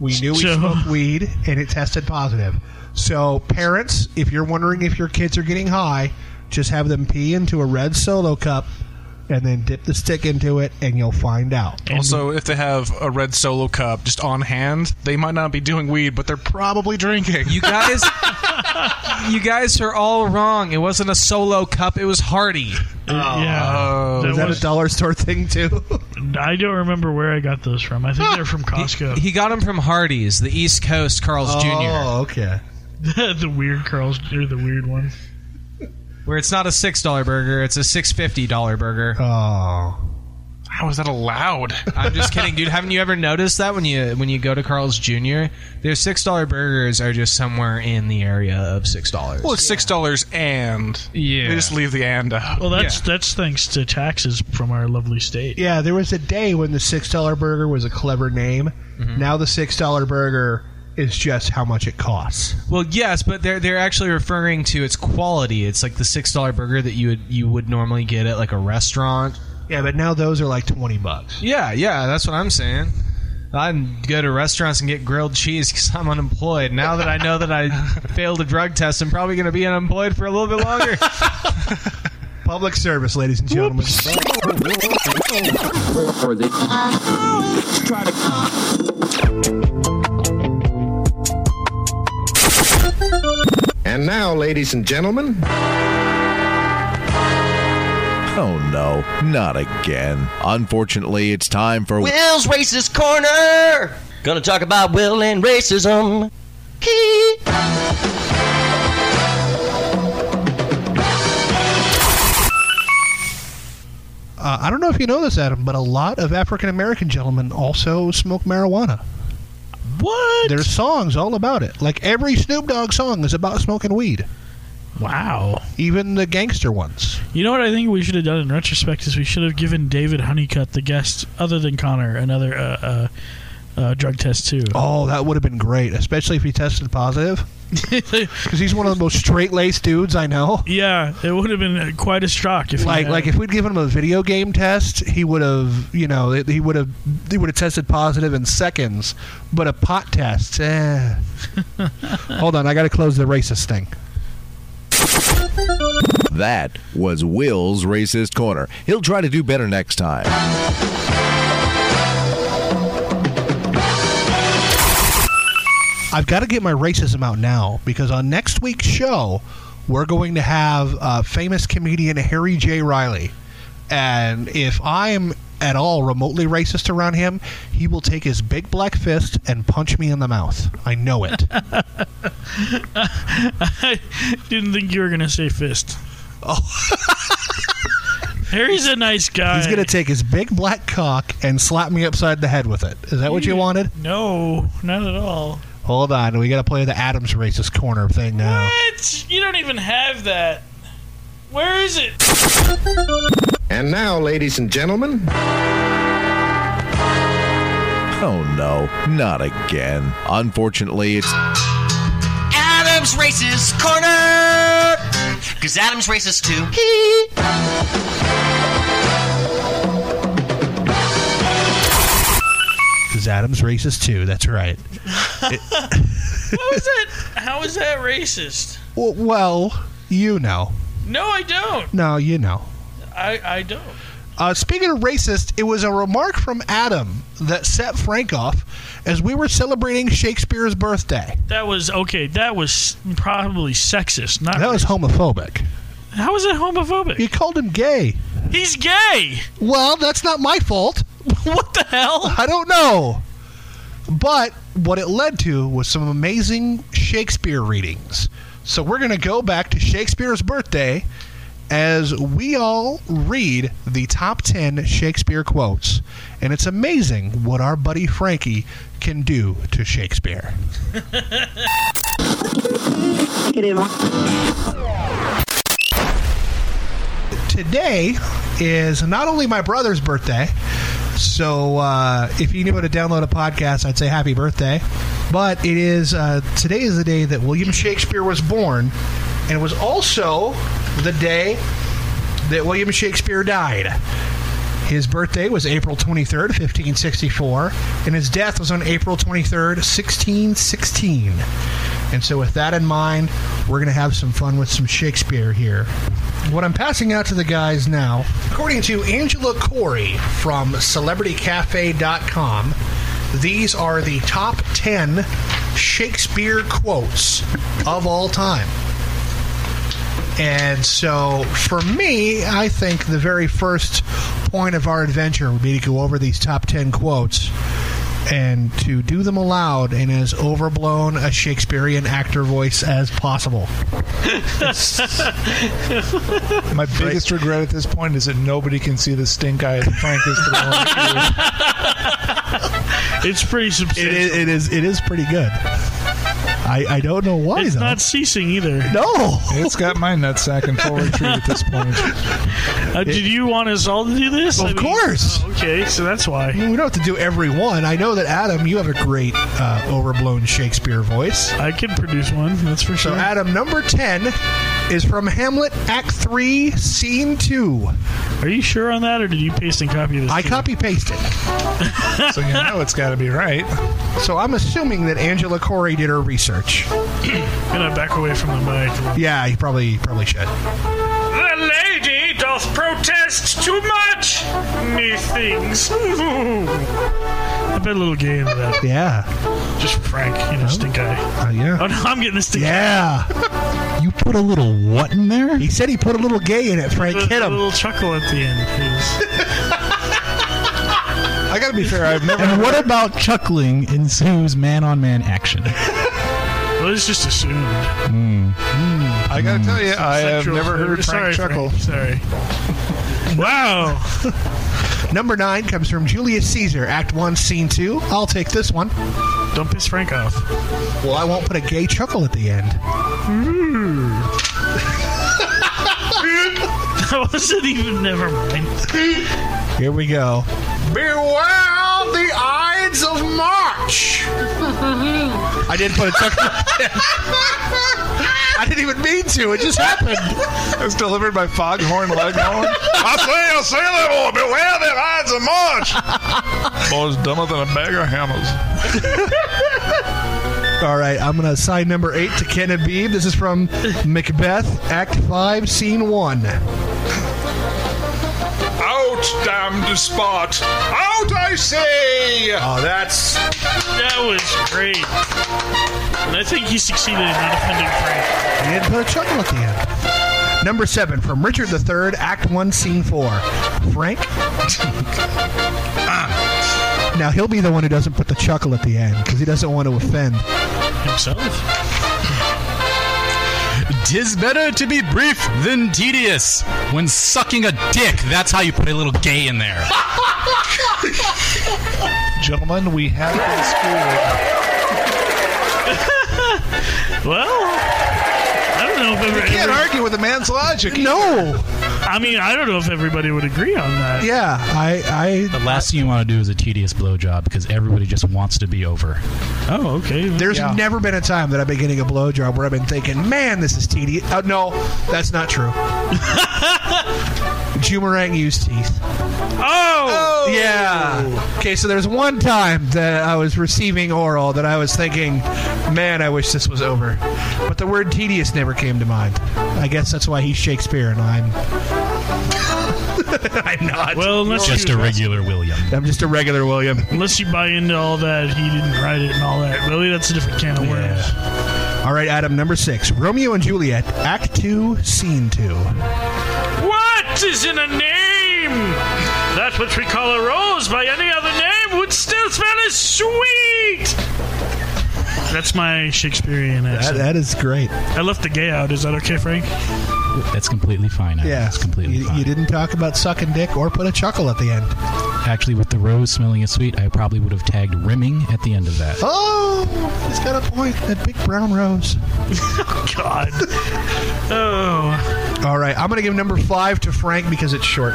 We knew we
So-
smoked weed and it tested positive. So, parents, if you're wondering if your kids are getting high, just have them pee into a red solo cup and then dip the stick into it and you'll find out.
also, if they have a red solo cup just on hand, they might not be doing weed, but they're probably drinking.
You guys, you guys are all wrong. It wasn't a solo cup. It was Hardy.
Oh.
Oh.
yeah.
Is that a
dollar store thing too? I don't remember where I got those from. I think they're from Costco.
He got him from Hardy's, the East Coast Carl's
Oh,
Jr. okay.
the weird curls or the weird ones.
Where it's not a six dollar burger, it's a six fifty dollar burger.
Oh.
How is that allowed? I'm just kidding, dude. Haven't you ever noticed that when you when you go to Carl's Jr., their six dollar burgers are just somewhere in the area of six dollars.
Well, it's six dollars and
Yeah.
They just leave the and out.
Well, that's that's thanks to taxes from our lovely state.
Yeah, there was a day when the six dollar burger was a clever name.
Mm-hmm.
Now the six dollar burger is just how much it costs.
Well, yes, but they're they're actually referring to its quality. It's like the six dollar burger that you would you would normally get at like a restaurant.
Yeah, but now those are like twenty bucks.
Yeah, yeah, that's what I'm saying. I can go to restaurants and get grilled cheese because I'm unemployed. Now that I know that I failed a drug test, I'm probably going to be unemployed for a little bit longer.
Public service, ladies and gentlemen.
And now, ladies and gentlemen,
Oh no, not again. Unfortunately, it's time for
Will's Racist Corner. Gonna talk about Will and racism. Hee.
Uh, I don't know if you know this, Adam, but a lot of African American gentlemen also smoke marijuana.
What?
There's songs all about it. Like every Snoop Dogg song is about smoking weed.
Wow.
Even the gangster ones.
You know what I think we should have done in retrospect is we should have given David Honeycutt the guest other than Connor another uh, uh, uh, drug test too.
Oh, that would have been great, especially if he tested positive. Because he's one of the most straight laced dudes I know.
Yeah, it would have been uh, quite a shock if he
Like,
had-
like if we'd given him a video game test, he would have, you know, he would have, he would have tested positive in seconds. But a pot test, eh. Hold on, I got to close the racist thing.
That was Will's Racist Corner. He'll try to do better next time.
I've got to get my racism out now because on next week's show, we're going to have uh, famous comedian Harry J. Riley. And if I'm at all remotely racist around him, he will take his big black fist and punch me in the mouth. I know it.
I didn't think you were gonna say fist.
Oh,
Harry's a nice guy.
He's going to take his big black cock and slap me upside the head with it. Is that what you wanted?
No, not at all.
Hold on. We got to play the Adams racist corner thing now.
What? You don't even have that. Where is it?
and now, ladies and gentlemen,
Oh no, not again. Unfortunately, it's
Adam's Racist Corner. Because Adam's racist too.
Because Adams racist too. That's right. It-
How is that? How is that racist?
Well- well, you know.
No, I don't.
No, you know.
I, I don't.
Uh, speaking of racist, it was a remark from Adam that set Frank off as we were celebrating Shakespeare's birthday.
That was okay. That was probably sexist. Not
That was homophobic.
How is it homophobic?
You called him gay.
He's gay.
Well, that's not my fault.
what the hell?
I don't know. But what it led to was some amazing Shakespeare readings. So we're going to go back to Shakespeare's birthday as we all read the top 10 Shakespeare quotes. And it's amazing what our buddy Frankie can do to Shakespeare. today is not only my brother's birthday, so uh, if you knew how to download a podcast, I'd say happy birthday. But it is uh, today is the day that William Shakespeare was born, and it was also the day that William Shakespeare died. His birthday was April 23rd, 1564, and his death was on April 23rd, 1616. And so, with that in mind, we're going to have some fun with some Shakespeare here. What I'm passing out to the guys now, according to Angela Corey from CelebrityCafe.com, These are the top 10 Shakespeare quotes of all time. And so, for me, I think the very first point of our adventure would be to go over these top 10 quotes and to do them aloud in as overblown a Shakespearean actor voice as possible.
My biggest regret at this point is that nobody can see the stink eye that Frank is throwing.
it's pretty substantial.
It is, it is. It is pretty good. I, I don't know why.
It's
though.
not ceasing either.
No,
it's got my nutsack and forward tree at this point.
Uh, did you want us all to do this? oh,
Of course.
okay, so that's why.
we don't have to do every one. I know that Adam, you have a great uh, overblown Shakespeare voice.
I can produce one. That's for
sure. So Adam, number ten is from Hamlet, Act Three, Scene Two.
Are you sure on that, or did you paste and copy this?
I copy pasted.
so you know it's got to be right.
So I'm assuming that Angela Corey did her research.
Oh, gonna back away from the mic.
Yeah, you probably probably should.
The lady doth protest too much, methinks.
I bet a little gay into that.
Yeah. Oh.
Just Frank, you know, stink eye.
yeah.
Oh, no, I'm getting the stink
Yeah. you put a little what in there? He said he put a little gay in it, Frank. Hit
A
him.
little chuckle at the end.
I gotta be fair. I've never.
And what about chuckling ensues man on man action? Hmm.
Well, it's just assumed.
I gotta tell you, I have
Sexual-
never heard
Sorry,
Frank chuckle.
Sorry. Wow.
Number nine comes from Julius Caesar, Act One, Scene Two. I'll take this one.
Don't piss Frank off.
Well, I won't put a gay chuckle at the end.
Hmm. that wasn't even. Never mind.
Here we go.
Beware the Ides of March.
I didn't put a chuckle. I didn't even mean to. It just happened.
It was delivered by Foghorn Leghorn.
I say, I say, that boy, beware the Ides of March.
Boy's dumber than a bag of hammers.
All right, I'm gonna assign number eight to Ken Abib. This is from Macbeth, Act Five, Scene One.
Out, damn the spot. Out, I say.
Oh, that's.
That was great. And I think he succeeded in not offending Frank.
He didn't put a chuckle at the end. Number seven from Richard III, Act One, Scene Four. Frank. Ah. now he'll be the one who doesn't put the chuckle at the end because he doesn't want to offend.
Himself?
Tis better to be brief than tedious. When sucking a dick, that's how you put a little gay in there.
Gentlemen, we have been
Ah.
schooled.
well, I don't know if every,
you can't
every-
argue with a man's logic.
No.
I mean, I don't know if everybody would agree on that.
Yeah, I,
I. The last thing you want to do is a tedious blowjob because everybody just wants to be over.
Oh, okay.
There's never been a time that I've been getting a blowjob where I've been thinking, "Man, this is tedious." Oh, no, that's not true. Jumerang used teeth.
Oh!
Yeah. Okay, so there's one time that I was receiving oral that I was thinking, man, I wish this was over. But the word tedious never came to mind. I guess that's why he's Shakespeare and I'm. I'm not.
Well, unless
Just
you,
a regular William.
I'm just a regular William.
Unless you buy into all that, he didn't write it and all that. Really, that's a different can of worms.
All right, Adam, number six Romeo and Juliet, Act 2, Scene 2.
What is in a name? That which we call a rose by any other name would still smell as sweet. That's my Shakespearean accent.
that is great.
I left the gay out. Is that okay, Frank?
That's completely fine. Adam.
Yeah.
It's completely
you,
fine.
you didn't talk about sucking dick or put a chuckle at the end.
Actually, with the rose smelling as sweet, I probably would have tagged rimming at the end of that.
Oh, he's got a point. That big brown rose.
God. Oh.
All right, I'm going to give number five to Frank because it's short.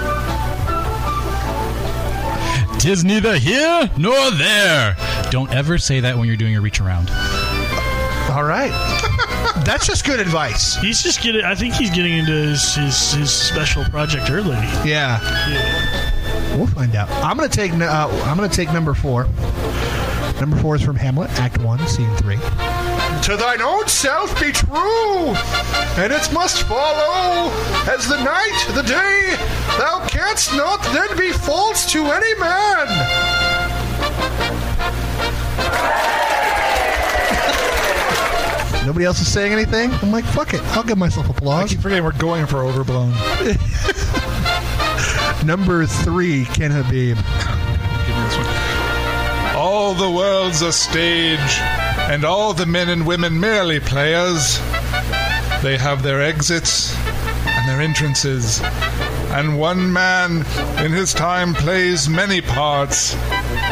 Tis neither here nor there. Don't ever say that when you're doing your reach around.
All right. That's just good advice.
He's just getting. I think he's getting into his his, his special project early.
Yeah. We'll find out. I'm gonna take. nu- Uh, I'm gonna take number four. Number four is from Hamlet, Act One, Scene Three.
To thine own self be true, and it must follow as the night, the day. Thou canst not then be false to any man.
Nobody else is saying anything? I'm like, fuck it. I'll give myself applause. I keep forgetting we're going for overblown. Number three, Ken Habib.
Give me this one. All the world's a stage, and all the men and women merely players. They have their exits and their entrances, and one man in his time plays many parts,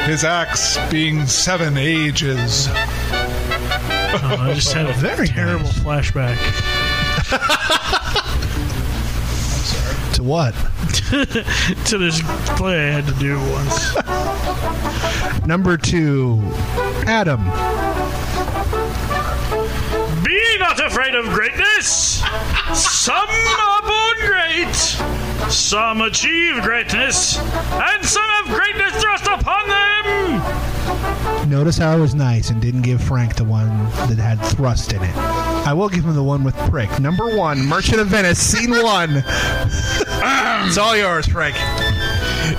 his acts being seven ages.
Oh, I just had a very terrible flashback.
To what?
to this play I had to do once.
Number two, Adam.
Be not afraid of greatness. Some are born great, some achieve greatness, and some have greatness thrust upon them.
Notice how I was nice and didn't give Frank the one that had thrust in it. I will give him the one with prick. Number one, Merchant of Venice, scene one.
it's all yours, Frank.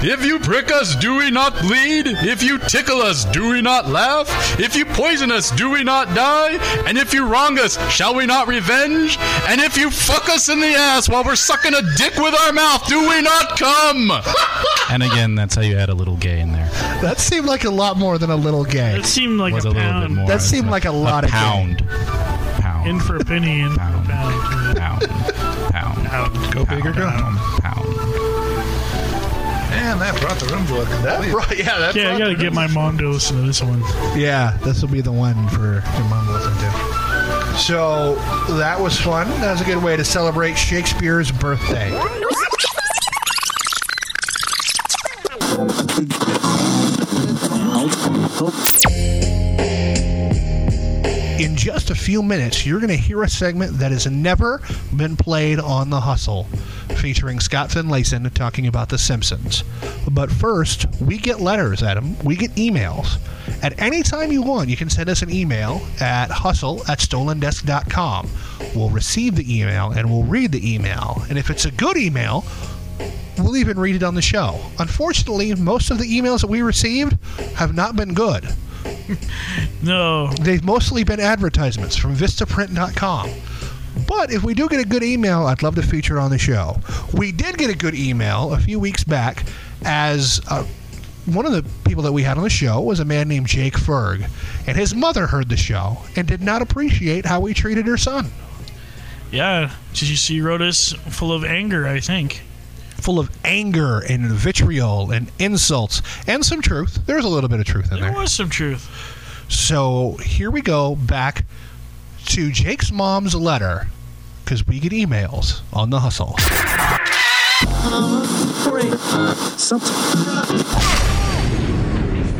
If you prick us, do we not bleed? If you tickle us, do we not laugh? If you poison us, do we not die? And if you wrong us, shall we not revenge? And if you fuck us in the ass while we're sucking a dick with our mouth, do we not come?
and
again, that's how you add a little gay in there.
That seemed like a lot more than a little gay. That
seemed like
Was a a little pound. bit more.
That seemed like a lot of
pound.
Gay.
Pound.
In for a penny, in pound. for a pound.
Pound. Pound.
pound.
Go big or go home. Man, that brought the room to a complete.
yeah, yeah. I gotta get my mom to listen to this one.
Yeah, this will be the one for your mom to listen to. So that was fun. That was a good way to celebrate Shakespeare's birthday. In just a few minutes, you're going to hear a segment that has never been played on The Hustle, featuring Scott Finlayson talking about The Simpsons. But first, we get letters, Adam. We get emails. At any time you want, you can send us an email at hustle at stolendesk.com. We'll receive the email and we'll read the email. And if it's a good email, We'll even read it on the show. Unfortunately, most of the emails that we received have not been good.
no.
They've mostly been advertisements from Vistaprint.com. But if we do get a good email, I'd love to feature it on the show. We did get a good email a few weeks back as uh one of the people that we had on the show was a man named Jake Ferg, and his mother heard the show and did not appreciate how we treated her son.
Yeah, did you see Rodas full of anger? I think.
Full of anger and vitriol and insults and some truth. There's a little bit of truth in there.
There was some truth.
So here we go back to Jake's mom's letter because we get emails on the hustle.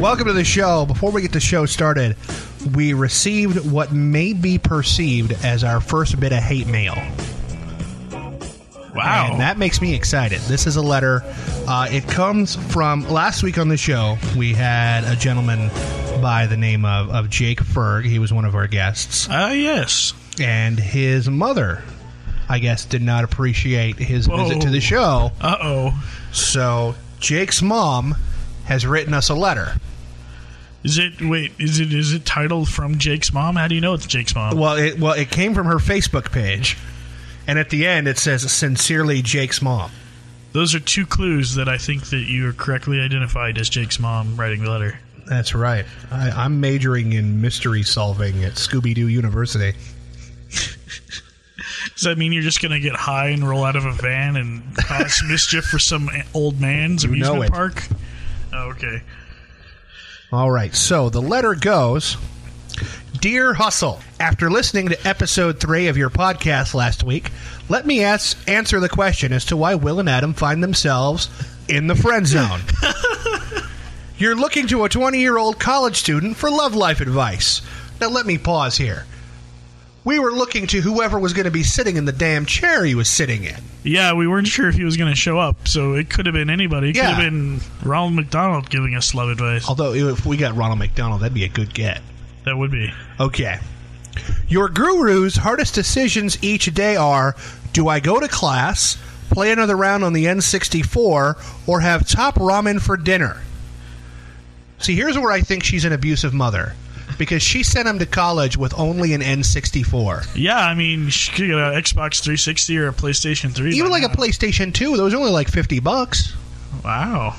Welcome to the show. Before we get the show started, we received what may be perceived as our first bit of hate mail. Wow. And that makes me excited. This is a letter. Uh, it comes from last week on the show. We had a gentleman by the name of, of Jake Ferg. He was one of our guests.
Ah, yes.
And his mother, I guess, did not appreciate his
Whoa.
visit to the show.
Uh oh.
So Jake's mom has written us a letter.
Is it wait? Is it is it titled from Jake's mom? How do you know it's Jake's mom?
Well, it, well, it came from her Facebook page, and at the end it says, "Sincerely, Jake's mom."
Those are two clues that I think that you are correctly identified as Jake's mom writing the letter.
That's right. I, I'm majoring in mystery solving at Scooby Doo University.
Does that mean you're just gonna get high and roll out of a van and cause mischief for some a- old man's
You know
amusement
it.
park? Oh, okay.
All right, so the letter goes Dear Hustle, after listening to episode three of your podcast last week, let me ask, answer the question as to why Will and Adam find themselves in the friend zone. You're looking to a 20 year old college student for love life advice. Now, let me pause here. We were looking to whoever was going to be sitting in the damn chair he was sitting in.
Yeah, we weren't sure if he was going to show up, so it could have been anybody. It
Yeah.
could have been Ronald McDonald giving us love advice.
Although, if we got Ronald McDonald, that'd be a good get.
That would be.
Okay. Your guru's hardest decisions each day are do I go to class, play another round on the N64, or have top ramen for dinner? See, here's where I think she's an abusive mother. because she sent him to college with only an N64.
Yeah, I mean, she could get an Xbox 360 or a PlayStation 3.
Even like a PlayStation 2, those was only like 50 bucks.
Wow.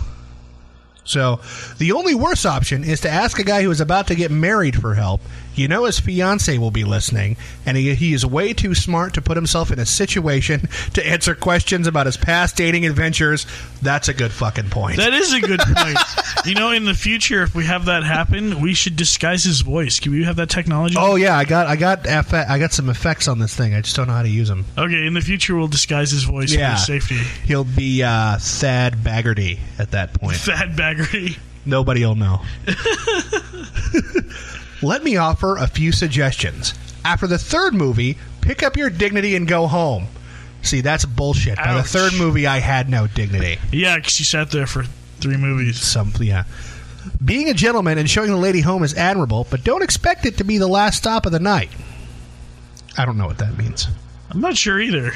So, the only worse option is to ask a guy who is about to get married for help. You know his fiance will be listening, and he, he is way too smart to put himself in a situation to answer questions about his past dating adventures. That's a good fucking point.
That is a good point. you know, in the future, if we have that happen, we should disguise his voice. Can we have that technology?
Oh yeah, I got I got F- I got some effects on this thing. I just don't know how to use them.
Okay, in the future, we'll disguise his voice
Yeah.
for safety.
He'll be uh, Thad Baggerty at that point.
Thad Baggerty.
Nobody'll know. Let me offer a few suggestions. After the third movie, pick up your dignity and go home. See, that's bullshit. By the
Ouch.
third movie, I had no dignity.
Yeah, because you sat there for three movies.
Some, yeah. Being a gentleman and showing the lady home is admirable, but don't expect it to be the last stop of the night. I don't know what that means.
I'm not sure either.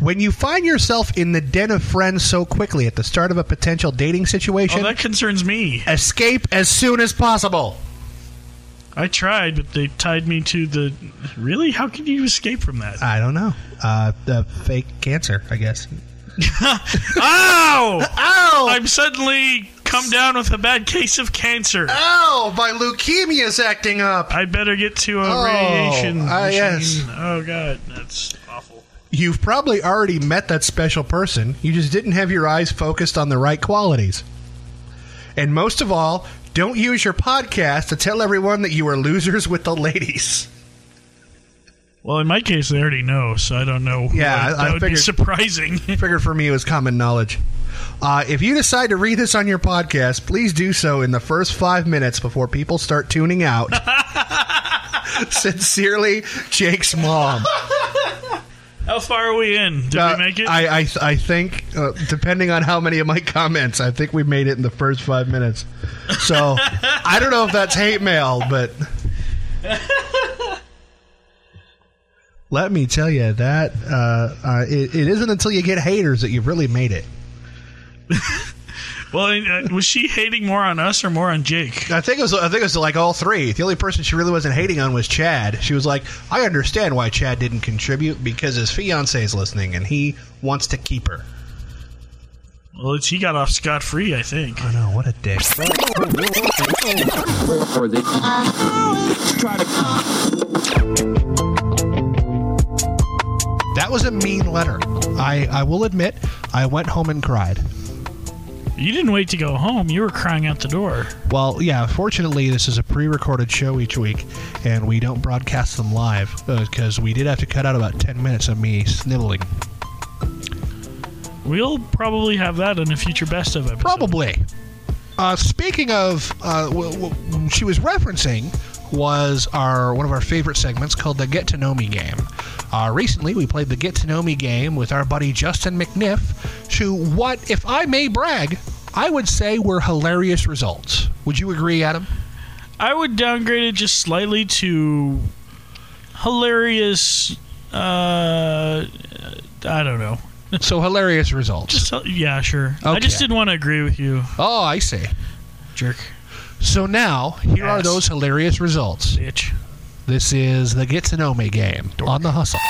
When you find yourself in the den of friends so quickly at the start of a potential dating situation,
Oh, that concerns me.
escape as soon as possible.
I tried, but they tied me to the. Really? How could you escape from that?
I don't know. Uh, the fake cancer, I guess.
Ow! Ow! I'm suddenly come down with a bad case of cancer.
Ow! My leukemia's acting up.
I better get to a
Oh,
radiation.
ah,
machine.
yes.
Oh god, that's awful.
You've probably already met that special person. You just didn't have your eyes focused on the right qualities. And most of all, don't use your podcast to tell everyone that you are losers with the ladies.
Well, in my case, they already know, so I don't know.
Yeah,
that
I, I
would be
figured
surprising.
figured for me it was common knowledge. Uh, if you decide to read this on your podcast, please do so in the first five minutes before people start tuning out. Sincerely, Jake's mom. Uh,
How far are we in? Did we make it?
I I, I think uh, depending on how many of my comments, I think we made it in the first five minutes. So I don't know if that's hate mail, but let me tell you that uh, uh, it, it isn't until you get haters that you've really made it.
well, uh, was she hating more on us or more on Jake?
I think it was. I think it was like all three. The only person she really wasn't hating on was Chad. She was like, I understand why Chad didn't contribute because his fiance is listening and he wants to keep her.
Well, it's, he got off scot free, I think. I
know what a dick.
For the try
That was a mean letter. I, I will admit, I went home and cried.
You didn't wait to go home. You were crying out the door.
Well, yeah, fortunately, this is a pre recorded show each week, and we don't broadcast them live because we did have to cut out about 10 minutes of me sniveling.
We'll probably have that in a future best of episode.
Probably. Uh, speaking of, uh, w- w- she was referencing was our one of our favorite segments called the Get to Know Me game. Uh, recently, we played the Get to Know Me game with our buddy Justin McNiff. To what, if I may brag, I would say were hilarious results. Would you agree, Adam?
I would downgrade it just slightly to hilarious. Uh, I don't know.
so hilarious results.
Just hel- yeah, sure. I just
Okay.
didn't want to agree with you.
Oh, I see.
Jerk.
So now here are
Yes.
those hilarious results.
Bitch.
This is the Get to Know Me game on the hustle.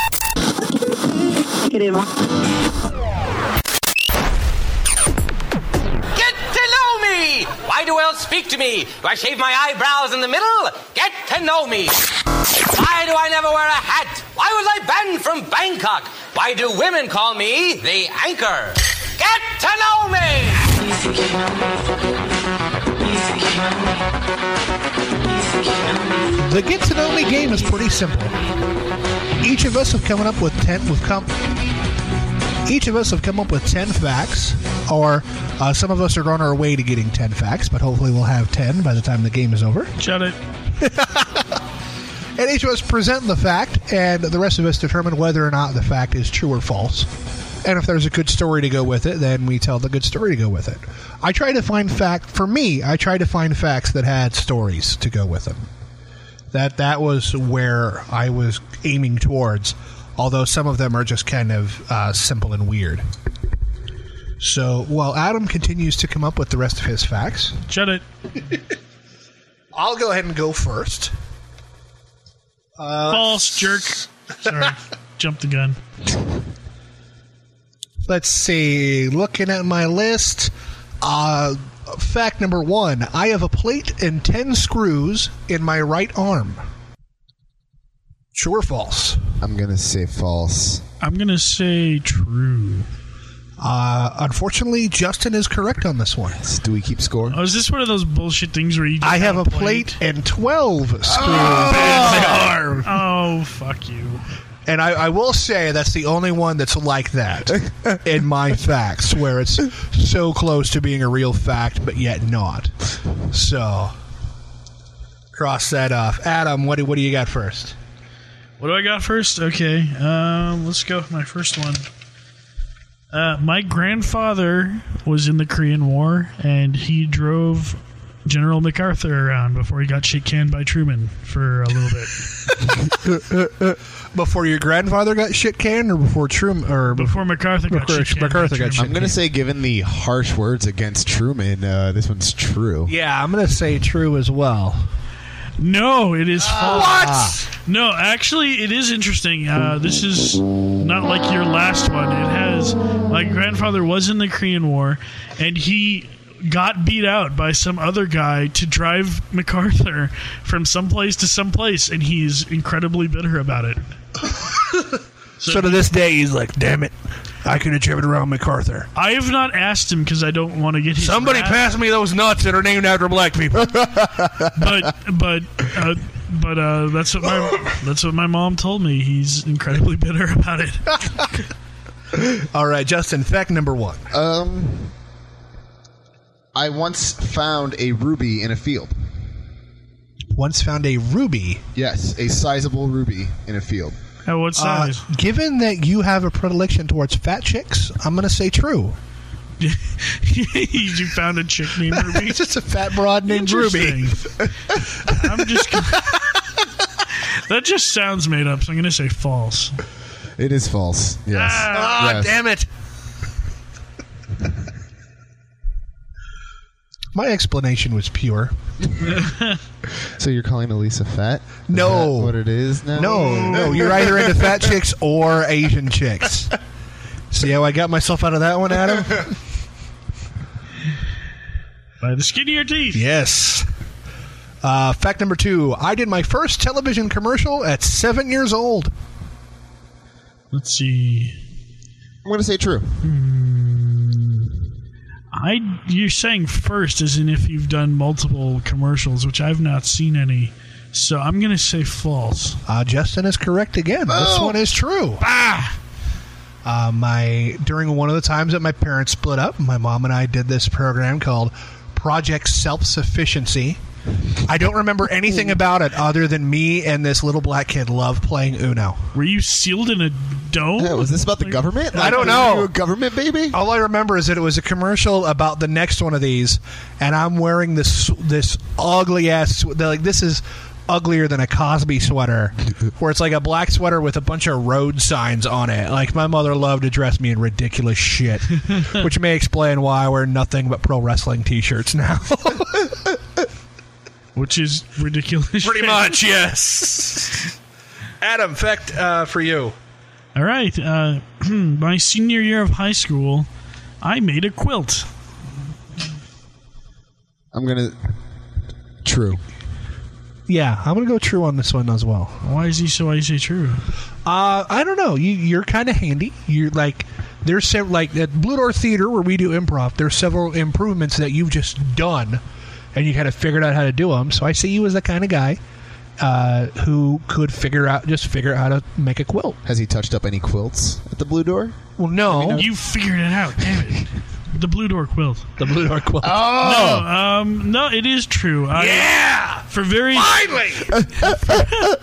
Get to know me! Why do elves speak to me? Do I shave my eyebrows in the middle? Get to know me! Why do I never wear a hat? Why was I banned from Bangkok? Why do women call me the anchor? Get to know me!
The Get to Know Me game is pretty simple. Each of us have come up with ten with com- each of us have come up with ten facts, or uh, some of us are on our way to getting ten facts, but hopefully we'll have ten by the time the game is over.
Shut it.
And each of us present the fact, and the rest of us determine whether or not the fact is true or false. And if there's a good story to go with it, then we tell the good story to go with it. I try to find fact for me. I try to find facts that had stories to go with them. That that was where I was aiming towards. Although some of them are just kind of uh, simple and weird. So while Adam continues to come up with the rest of his facts,
Shut it.
I'll go ahead and go first. Uh,
False jerk. Sorry, jumped the gun.
Let's see. Looking at my list, uh, fact number one: I have a plate and ten screws in my right arm. True or false?
I'm gonna say false.
I'm gonna say true.
Uh, unfortunately, Justin is correct on this one.
Do we keep score?
Oh, is this one of those bullshit things where you? Just
I have a plate, and twelve screws in my arm.
Oh, fuck you.
And I, I will say that's the only one that's like that in my facts, where it's so close to being a real fact, but yet not. So, cross that off. Adam, what do, what do you got first?
What do I got first? Okay, um, let's go with my first one. Uh, my grandfather was in the Korean War, and he drove General MacArthur around before he got shit canned by Truman for a little bit.
before your grandfather got shit canned, or before Truman, or
before MacArthur got shit canned
MacArthur got shit
I'm gonna
canned.
say, given the harsh words against Truman, uh, this one's true.
Yeah, I'm gonna say true as well. Ah.
No, it is false.
What?
No, actually, it is interesting. Uh, this is not like your last one. It has my grandfather was in the Korean War, and he got beat out by some other guy to drive MacArthur from someplace to someplace, and he's incredibly bitter about it.
So, to this day, he's like, "Damn it, I could have driven around MacArthur."
I have not asked him because I don't want to get his
Somebody
wrath.
pass me those nuts that are named after black people.
but but uh, but uh, that's what my that's what my mom told me. He's incredibly bitter about it.
All right, Justin. Fact number one.
Um, I once found a ruby in a field.
Once found a ruby.
Yes, a sizable ruby in a field.
At what
Uh,
size?
given that you have a predilection towards fat chicks, I'm going to say true.
you found a chick named Ruby.
It's just a fat broad named Ruby.
Interesting. I'm just. Gonna, that just sounds made up, so I'm going to say false.
It is false. Yes.
Ah,
Yes.
damn it. My explanation was pure.
So you're calling Elisa fat? Is
No.
that what it is now?
No, no, you're either into fat chicks or Asian chicks. See how I got myself out of that one, Adam?
By the skin of your teeth.
Yes. Uh, fact number two I did my first television commercial at seven years old.
Let's see.
I'm gonna say true.
Hmm. I you're saying first, as in if you've done multiple commercials, which I've not seen any. So I'm going to say false.
Uh, Justin is correct again. This one is true. Uh, my during one of the times that my parents split up, my mom and I did this program called Project Self Sufficiency. I don't remember anything about it other than me and this little black kid love playing Uno.
Were you sealed in a dome?
Yeah, was this about the government?
I
Like,
don't
were
know.
you a government baby?
All I remember is that it was a commercial about the next one of these, and I'm wearing this this ugly ass. sw- they're Like this is uglier than a Cosby sweater, where it's like a black sweater with a bunch of road signs on it. Like my mother loved to dress me in ridiculous shit, which may explain why I wear nothing but pro wrestling t-shirts now.
Which is ridiculous.
Pretty much, yes. Adam, fact uh, for you.
All right. Uh, my senior year of high school, I made a quilt.
I'm gonna. True.
Yeah, I'm gonna go true on this one as well.
Why is he so? Why is he true?
Uh, I don't know. You, you're kind of handy. You're like there's several like at Blue Door Theater where we do improv. There's several improvements that you've just done, and you kind of figured out how to do them. So I see you as the kind of guy uh, who could figure out just figure out how to make a quilt.
Has he touched up any quilts at the Blue Door?
Well, no.
You figured it out. Damn it. The blue door quilt.
The Blue Door quilt.
Oh no, um, no, it is true. I, yeah, for very
finally,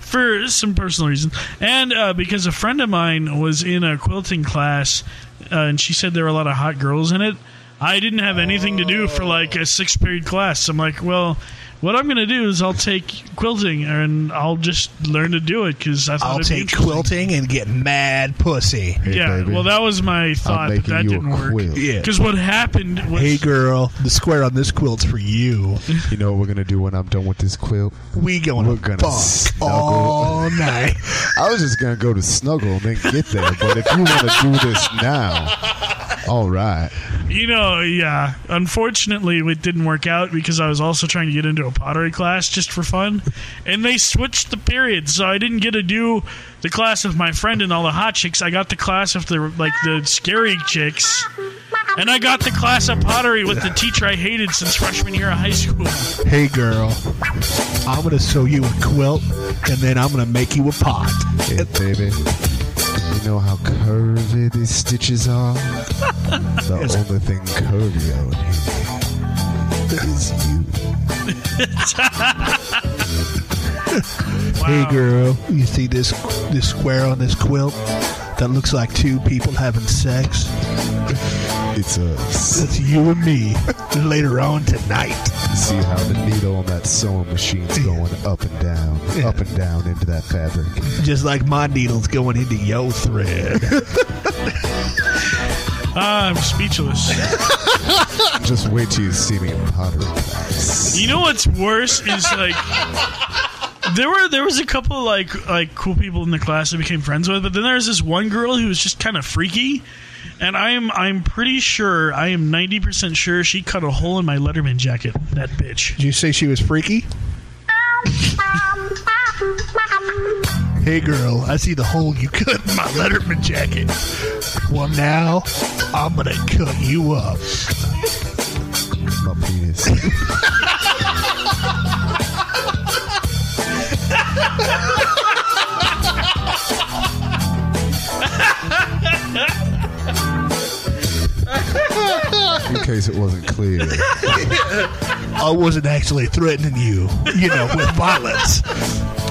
for some personal reasons, and uh, because a friend of mine was in a quilting class, uh, and she said there were a lot of hot girls in it. I didn't have anything to do for like a sixth period class. I'm like, well, What I'm gonna do is I'll take quilting and I'll just learn to do it because I thought
I'll
it'd be
take
interesting.
quilting and get mad pussy.
yeah, well, that was my thought, but
making
that
you a
didn't work.
quilt. Yeah.
Because what happened was
Hey girl, the square on this quilt's for you.
You know what we're gonna do when I'm done with this quilt?
We going
we're gonna
fuck
snuggle.
all night.
I was just gonna go to snuggle and then get there, but if you want to do this now, all right.
You know, yeah. Unfortunately, it didn't work out because I was also trying to get into a pottery class just for fun, and they switched the periods, so I didn't get to do the class with my friend and all the hot chicks. I got the class with the like the scary chicks, and I got the class of pottery with the teacher I hated since freshman year of high school.
Hey girl, I'm gonna sew you a quilt and then I'm gonna make you a pot.
Yeah, baby. You know how curvy these stitches are? The only thing curvy out here is
Hey girl, you see this this square on this quilt that looks like two people having sex?
It's us.
It's you and me later on tonight.
You see how the needle on that sewing machine's going up and down, up and down into that fabric.
Just like my needle's going into your thread.
Ah, I'm speechless.
Just wait till you see me in pottery class.
You know what's worse is like there were there was a couple like like cool people in the class I became friends with, but then there's this one girl who was just kind of freaky, and I am I'm pretty sure I am ninety percent sure she cut a hole in my Letterman jacket. That bitch.
Did you say she was freaky? Hey girl, I see the hole you cut in my Letterman jacket. Well, now I'm gonna cut you up.
My penis. In case it wasn't clear.
I wasn't actually threatening you, you know, with violence.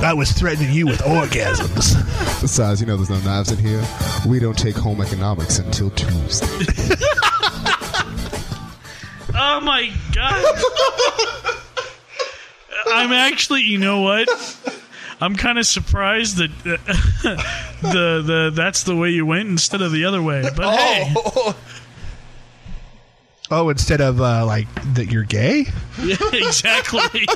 I was threatening you with orgasms.
Besides, you know there's no knives in here. We don't take home economics until Tuesday.
Oh my god. I'm actually, you know what? I'm kind of surprised that uh, the the that's the way you went instead of the other way. But hey,
Oh, instead of uh, like that you're gay?
Yeah, exactly.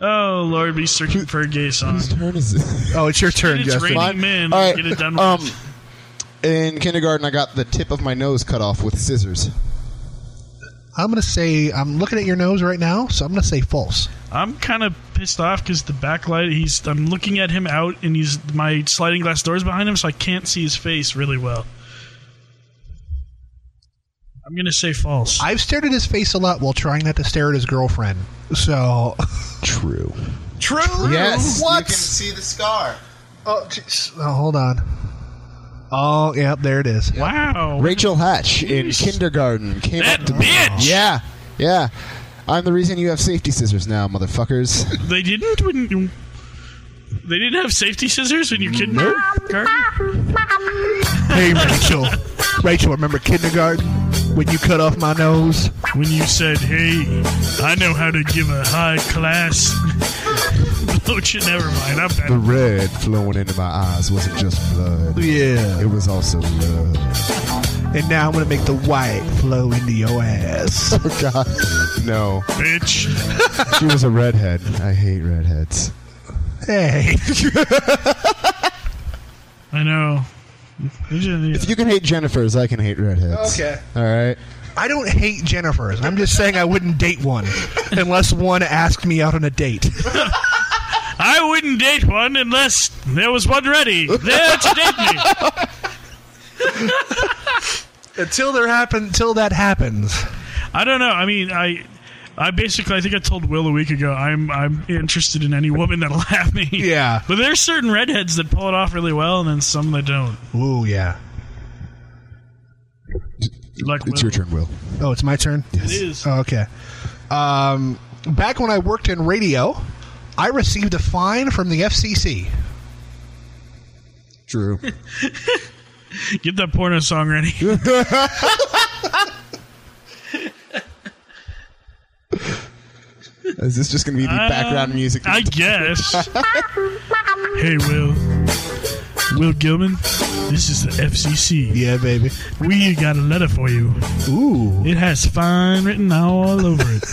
oh Lord, be searching for a gay song. Whose
turn is it?
Oh, it's your turn,
It's
Justin.
raining men.
All right,
Get it done with.
um, in kindergarten, I got the tip of my nose cut off with scissors.
I'm gonna say I'm looking at your nose right now, so I'm gonna say false.
I'm kind of pissed off because the backlight. He's. I'm looking at him out, and he's my sliding glass doors behind him, so I can't see his face really well. I'm gonna say false.
I've stared at his face a lot while trying not to stare at his girlfriend. So
true.
True.
Yes.
What?
You can see the scar.
Oh, jeez. Oh, hold on. Oh, yeah, there it is.
Wow.
Rachel Hatch in kindergarten came up to me. Yeah, yeah. I'm the reason you have safety scissors now, motherfuckers.
They didn't when you, they didn't have safety scissors when you kid
Hey, Rachel. Rachel, remember kindergarten when you cut off my nose?
When you said, "Hey, I know how to give a high class." Don't you never mind. I'm
The
bad.
red flowing into my eyes wasn't just blood.
Yeah.
It was also love.
And now I'm gonna make the white flow into your ass.
Oh God, no.
Bitch.
she was a redhead. I hate redheads.
Hey.
I know. If
you can hate Jennifers, I can hate redheads.
Okay.
All right.
I don't hate Jennifer's. I'm just saying I wouldn't date one unless one asked me out on a date.
I wouldn't date one unless there was one ready there to date me.
until there happen, until that happens.
I don't know. I mean, I, I basically, I think I told Will a week ago. I'm, I'm interested in any woman that'll have me.
Yeah.
But there's certain redheads that pull it off really well, and then some that don't.
Ooh, yeah.
Like
It's your turn, Will.
Oh, it's my turn.
Yes. It is.
Oh, okay. Um, back when I worked in radio, I received a fine from the FCC.
True.
Get that porno song ready.
Is this just going to be the background music?
I guess. hey, Will. Will Gilman, this is the FCC.
Yeah, baby.
We got a letter for you.
Ooh.
It has fine written all over it.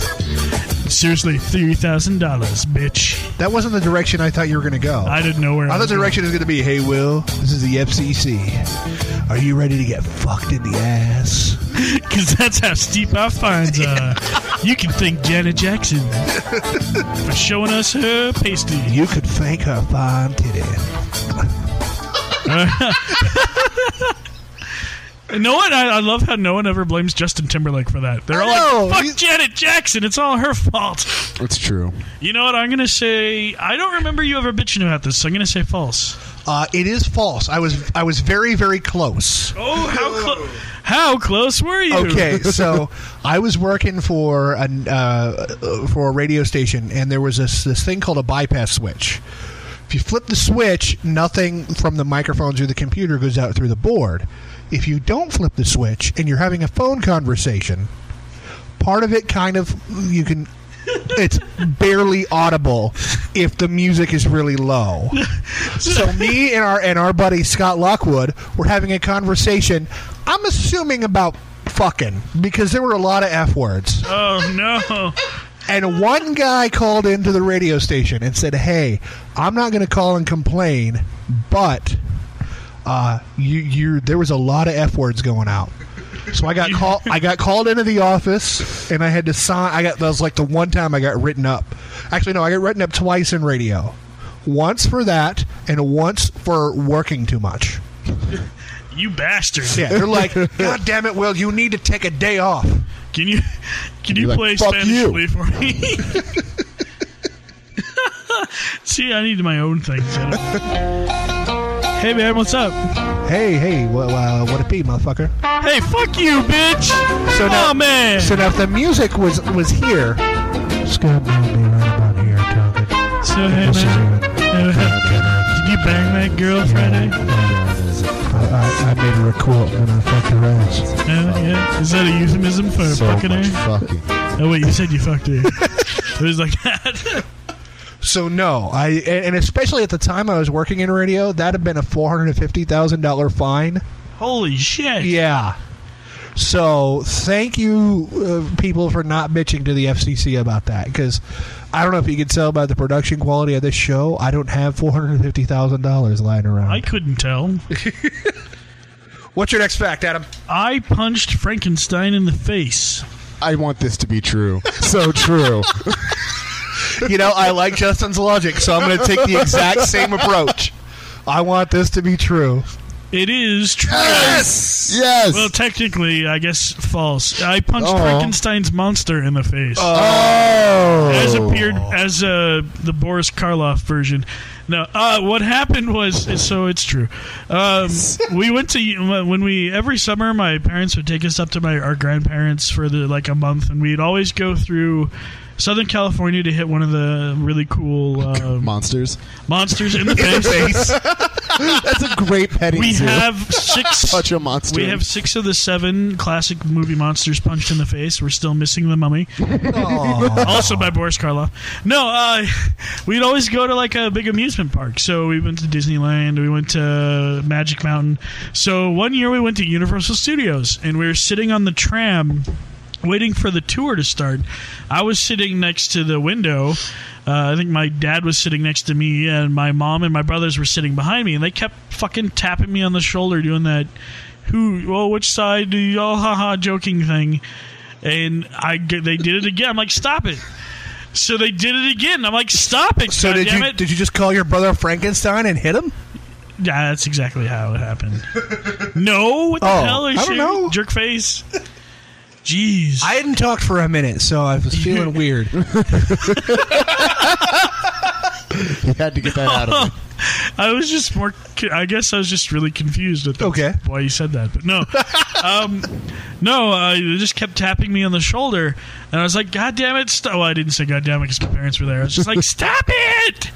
Seriously, $3,000, bitch.
That wasn't the direction I thought you were going to go.
I didn't know where I
I thought
was
the direction was going to be hey, Will, this is the FCC. Are you ready to get fucked in the ass?
Because that's how steep our fines are. You can thank Janet Jackson for showing us her pasty.
You could thank her fine titty.
no one, I, I love how no one ever blames Justin Timberlake for that. They're
I
all
know.
like, fuck Janet Jackson, it's all her fault.
It's true.
You know what? I'm going to say, I don't remember you ever bitching about this, so I'm going to say false.
Uh, it is false. I was I was very very close.
Oh, how close! How close were you?
Okay, so I was working for a uh, for a radio station, and there was this this thing called a bypass switch. If you flip the switch, nothing from the microphones or the computer goes out through the board. If you don't flip the switch and you're having a phone conversation, part of it kind of you can. It's barely audible if the music is really low. So me and our and our buddy Scott Lockwood were having a conversation. I'm assuming about fucking because there were a lot of f words.
Oh no.
And one guy called into the radio station and said, "Hey, I'm not going to call and complain, but uh, you, you, there was a lot of f words going out." So I got called. I got called into the office, and I had to sign. I got that was like the one time I got written up. Actually, no, I got written up twice in radio. Once for that, and once for working too much.
You bastard.
Yeah, they're like, "God damn it, Will, you need to take a day off."
Can you can you
You're like,
play
"Fuck
Spanish
you."
Flea for me? See, I need my own thing. Jenna. hey man, what's up?
Hey, hey, what, uh, what it be, motherfucker?
Hey, fuck you, bitch!
So now,
oh man!
So now, if the music was was here, Scott moved me right about here, talking.
So hey man, Uh, did you bang that girl Friday?
I, I, I made her a quilt and I fucked her ass.
Uh, yeah. Is that a euphemism for
So
fucking
much
her?
fucking.
Oh wait, you said you fucked her. it was like that.
So no, I and and especially at the time I was working in radio, that'd have been a four hundred fifty thousand dollar fine.
Holy shit!
Yeah. So thank you, uh, people, for not bitching to the FCC about that because I don't know if you can tell by the production quality of this show, I don't have four hundred fifty thousand dollars lying around.
I couldn't tell.
What's your next fact, Adam?
I punched Frankenstein in the face.
I want this to be true. So true.
you know, I like Justin's logic, so I'm going to take the exact same approach. I want this to be true.
It is true.
Yes! Yes!
Well, technically, I guess false. I punched
Oh.
Frankenstein's monster in the face.
Oh.
As appeared as uh, the Boris Karloff version. No, uh, what happened was so it's true. Um, we went to when we every summer my parents would take us up to my our grandparents for the like a month, and we'd always go through Southern California to hit one of the really cool uh,
Monsters.
monsters in the
In the
face.
face. That's a great petting
We
zoo.
have six.
Such a monster.
We have six of the seven classic movie monsters punched in the face. We're still missing the mummy. also by Boris Karloff. No, uh, we'd always go to like a big amusement park. So we went to Disneyland. We went to Magic Mountain. So one year we went to Universal Studios and we were sitting on the tram waiting for the tour to start. I was sitting next to the window. Uh, I think my dad was sitting next to me, and my mom and my brothers were sitting behind me, and they kept fucking tapping me on the shoulder, doing that "Who? Well, which side do y'all?" Haha, joking thing. And I, g- they did it again. I'm like, stop it. So they did it again. I'm like, stop it.
So did you
goddammit."
did you just call your brother Frankenstein and hit him?
Yeah, that's exactly how it happened. no, what the
Oh,
hell is
I don't
you,
know.
jerk face? Jeez.
I hadn't talked for a minute, so I was feeling weird.
You had to get that out of me.
I was just more. I guess I was just really confused at that.
Okay.
why you said that, but no. um, No, uh, they just kept tapping me on the shoulder, and I was like, "God damn it!" Stop. Well, I didn't say "God damn it" because my parents were there. I was just like, "Stop it!"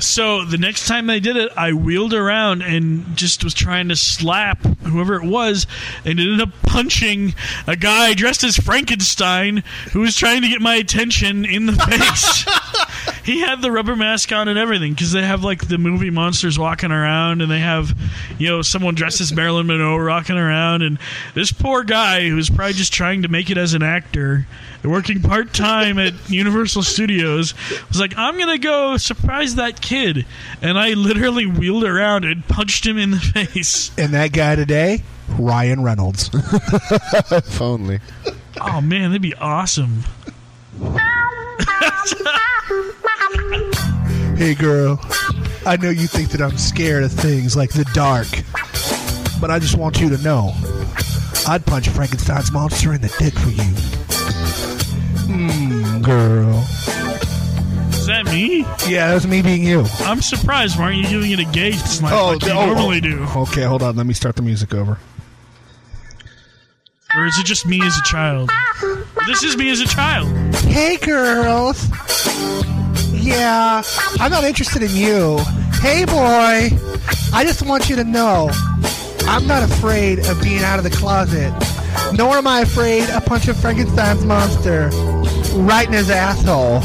So the next time they did it, I wheeled around and just was trying to slap whoever it was, and ended up punching a guy dressed as Frankenstein who was trying to get my attention in the face. he had the rubber mask on and everything because they have like the movie monsters walking around and they have you know someone dressed as marilyn monroe rocking around and this poor guy who's probably just trying to make it as an actor and working part-time at universal studios was like i'm gonna go surprise that kid and i literally wheeled around and punched him in the face
And that guy today, Ryan Reynolds.
if only.
oh man that'd be awesome
Hey, girl. I know you think that I'm scared of things like the dark, but I just want you to know I'd punch Frankenstein's monster in the dick for you. Mmm, girl.
is that me
Yeah, that was me being you.
i'm surprised why aren't you doing it engaged it's like, like you
oh,
normally do
oh, Okay, hold on. Let me start the music over.
Or is it just me as a child? This is me as a child.
Hey, girls. Yeah, I'm not interested in you. Hey, boy. I just want you to know I'm not afraid of being out of the closet, nor am I afraid of punching Frankenstein's monster right in his asshole.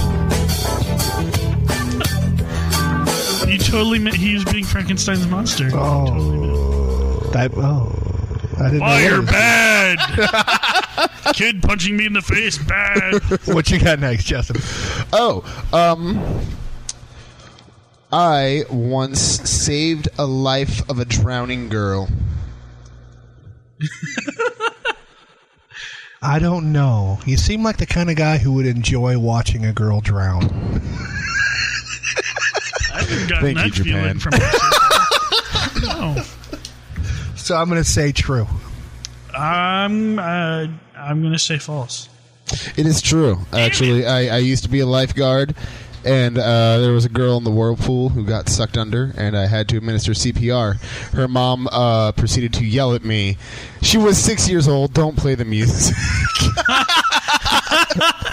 You totally meant he was being Frankenstein's monster.
Oh. That, oh. I didn't
Fire
know that
bad. Kid punching me in the face bad.
was- what you got next, Justin?
Oh, um, I once saved a life of a drowning girl.
I don't know. You seem like the kind of guy who would enjoy watching a girl drown.
I haven't gotten
Thank
that
you,
feeling
Japan.
from myself.
So I'm going to say true.
no. I'm, uh, I'm going to say false.
It is true. Actually, I, I used to be a lifeguard, and uh, there was a girl in the whirlpool who got sucked under, and I had to administer CPR. Her mom uh, proceeded to yell at me. She was six years old. Don't play the music.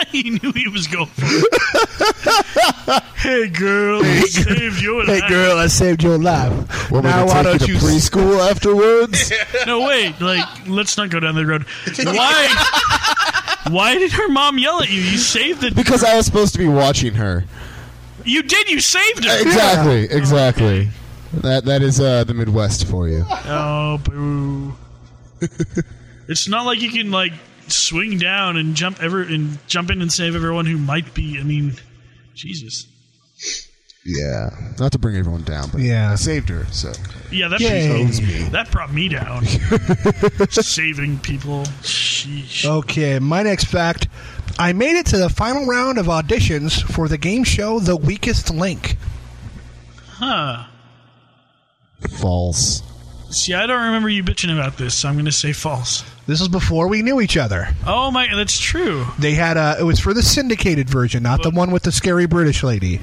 he knew he was going for it. hey, girl, I saved your
Hey,
life.
girl, I saved your life.
What,
now, why don't you
preschool afterwards?
no, wait. Like, let's not go down that road. Why? Why did her mom yell at you? You saved the.
because I was supposed to be watching her.
You did. You saved her.
Exactly. Exactly. That that is uh, the Midwest for you.
Oh, boo! it's not like you can like swing down and jump ever and jump in and save everyone who might be. I mean, Jesus.
Yeah. Not to bring everyone down, but
yeah, I
saved her. So
Yeah, that
Yay.
piece- that brought me down. Saving people. Sheesh.
Okay, my next fact. I made it to the final round of auditions for the game show The Weakest Link.
Huh.
false.
See, I don't remember you bitching about this, so I'm going to say false.
This is before we knew each other.
Oh my, that's true.
They had a. It was for the syndicated version, not the one with the scary British lady.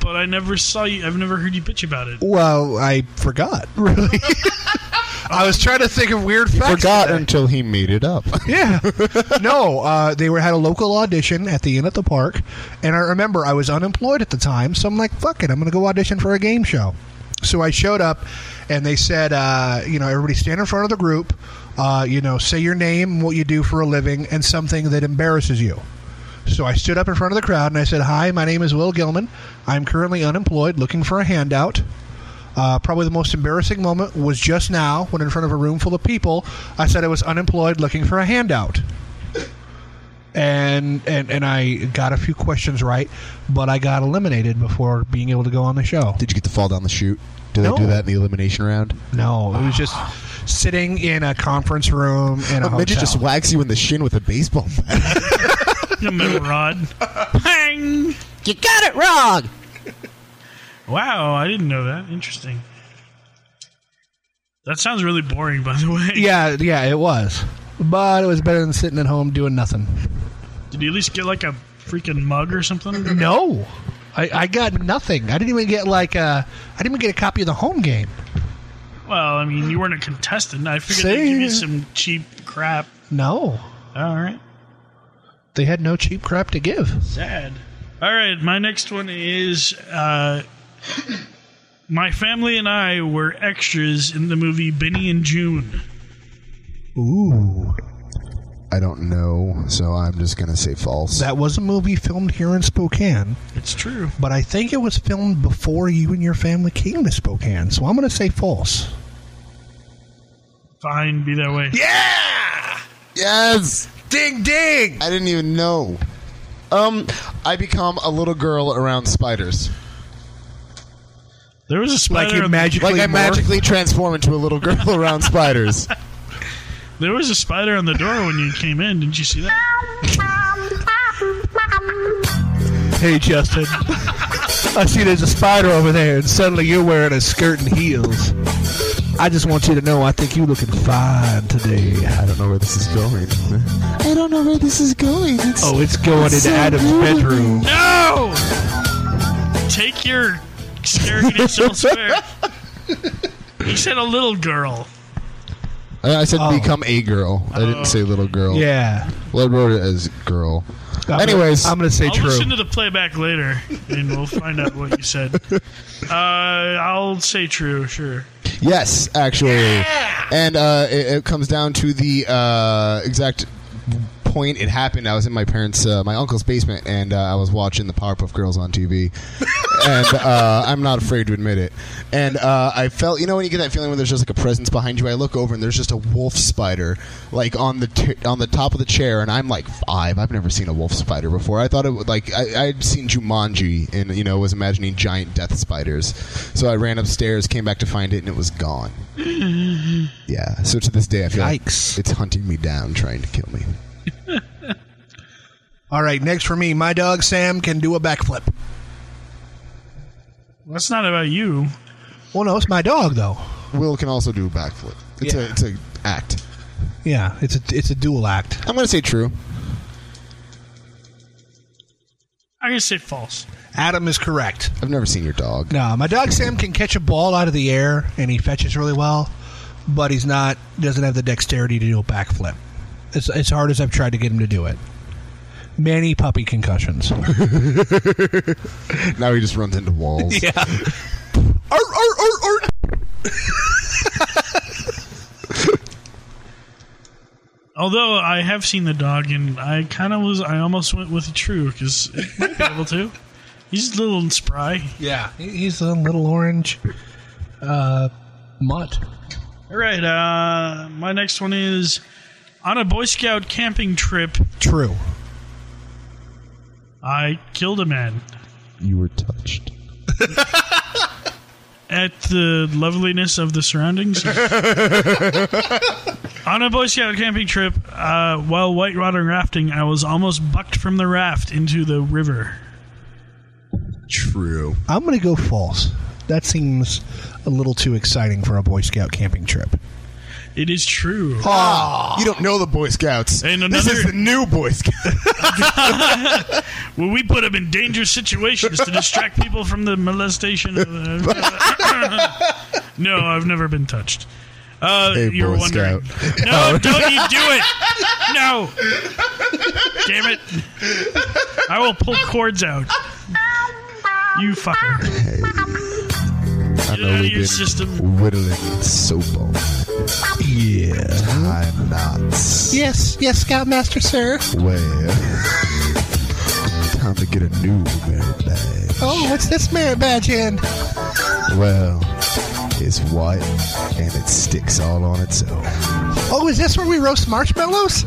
But I never saw you. I've never heard you bitch about it.
Well, I forgot. Really, I was trying to think of weird facts.
Forgot
today.
until he made it up.
Yeah. no, uh, they were had a local audition at the inn at the park, and I remember I was unemployed at the time, so I'm like, "Fuck it, I'm going to go audition for a game show." So I showed up, and they said, uh, "You know, everybody stand in front of the group. Uh, you know, say your name, what you do for a living, and something that embarrasses you." So I stood up in front of the crowd and I said, "Hi, my name is Will Gilman. I'm currently unemployed, looking for a handout." Uh, probably the most embarrassing moment was just now when, in front of a room full of people, I said I was unemployed, looking for a handout. And, and and I got a few questions right, but I got eliminated before being able to go on the show.
Did you get to fall down the chute? Do they
No.
do that in the elimination round?
No, it was just sitting in a conference room in a,
A midget
hotel.
just whacks you in the shin with a baseball bat.
The metal rod. Bang!
You got it wrong.
Wow, I didn't know that. Interesting. That sounds really boring, by the way.
yeah, yeah, it was, but it was better than sitting at home doing nothing.
Did you at least get like a freaking mug or something?
No, I, I got nothing. I didn't even get like a, I didn't even get a copy of the home game.
Well, I mean, you weren't a contestant. I figured they'd give you some cheap crap.
No.
All right.
They had no cheap crap to give.
Sad. All right, my next one is uh, my family and I were extras in the movie Benny and June.
Ooh. I don't know, so I'm just going to say false.
That was a movie filmed here in Spokane.
It's true.
But I think it was filmed before you and your family came to Spokane, so I'm going to say false.
Fine, be that way.
Yeah!
Yes!
Ding ding!
I didn't even know.
Um, I become a little girl around spiders.
There was a
spider.
Like you on the- magically
like I
morph?
magically transform into a little girl around spiders.
There was a spider on the door when you came in. Didn't you see that?
Hey, Justin. I see there's a spider over there, and suddenly you're wearing a skirt and heels. I just want you to know I think you're looking fine today. I
don't know where this is going.
I don't know where this is going. It's,
Oh, it's going into
so
Adam's
good.
bedroom.
No! Take your scariness elsewhere. He said a little girl.
I, I said
Oh.
become a girl. I didn't say little girl.
Oh. Yeah.
Well, I wrote it as girl.
I'm gonna-
Anyways,
I'm gonna say
I'll listen to the playback later, and we'll find out what you said. Uh, I'll say true, sure.
Yes, actually.
And uh, it, it comes down to the uh, exact point it happened. I was in my parents, uh, my uncle's basement, and uh, I was watching the Powerpuff Girls on TV. and uh, I'm not afraid to admit it. And uh, I felt, you know, when you get that feeling when there's just like a presence behind you. I look over and there's just a wolf spider, like on the t- on the top of the chair, and I'm like five. I've never seen a wolf spider before. I thought it would like I, I'd seen Jumanji, and you know, was imagining giant death spiders. So I ran upstairs, came back to find it, and it was gone. Yeah. So to this day, I feel like it's hunting me down, trying to kill me.
All right, next for me, my dog Sam can do a backflip.
That's not about you.
Well, no, it's my dog though.
Will can also do a backflip. It's a it's a act.
Yeah, it's a it's a dual act.
I'm gonna say true.
I'm going to say false.
Adam is correct.
I've never seen your dog.
No, my dog Sam can catch a ball out of the air and he fetches really well, but he's not doesn't have the dexterity to do a backflip. As, as hard as I've tried to get him to do it. Many puppy concussions.
now he just runs into walls.
yeah.
Arr, arr, arr, arr.
Although I have seen the dog, and I kind of was, I almost went with true because it might be able to. He's a little and spry.
Yeah, he- he's a little orange uh, mutt.
All right, uh, my next one is on a Boy Scout camping trip.
True.
I killed a man
You were touched.
at the loveliness of the surroundings. on a Boy Scout camping trip, uh, while white water rafting, I was almost bucked from the raft into the river.
True.
I'm going to go false. That seems a little too exciting for a Boy Scout camping trip.
It is true.
Ah, you don't know the Boy Scouts.
And
This
another-
is the new Boy Scout.
well, we put him in dangerous situations to distract people from the molestation. Of uh, no, I've never been touched. Uh,
Hey,
you're
Boy
wondering.
Scout. Oh.
No, don't you do it! No, damn it! I will pull cords out. You fucker!
I
know we've been
whittling soap on. Yeah. Time knots.
Yes, yes, Scoutmaster, sir.
Well, time to get a new merit badge.
Oh, what's this merit badge in?
Well, it's white and it sticks all on its own.
Oh, is this where we roast marshmallows?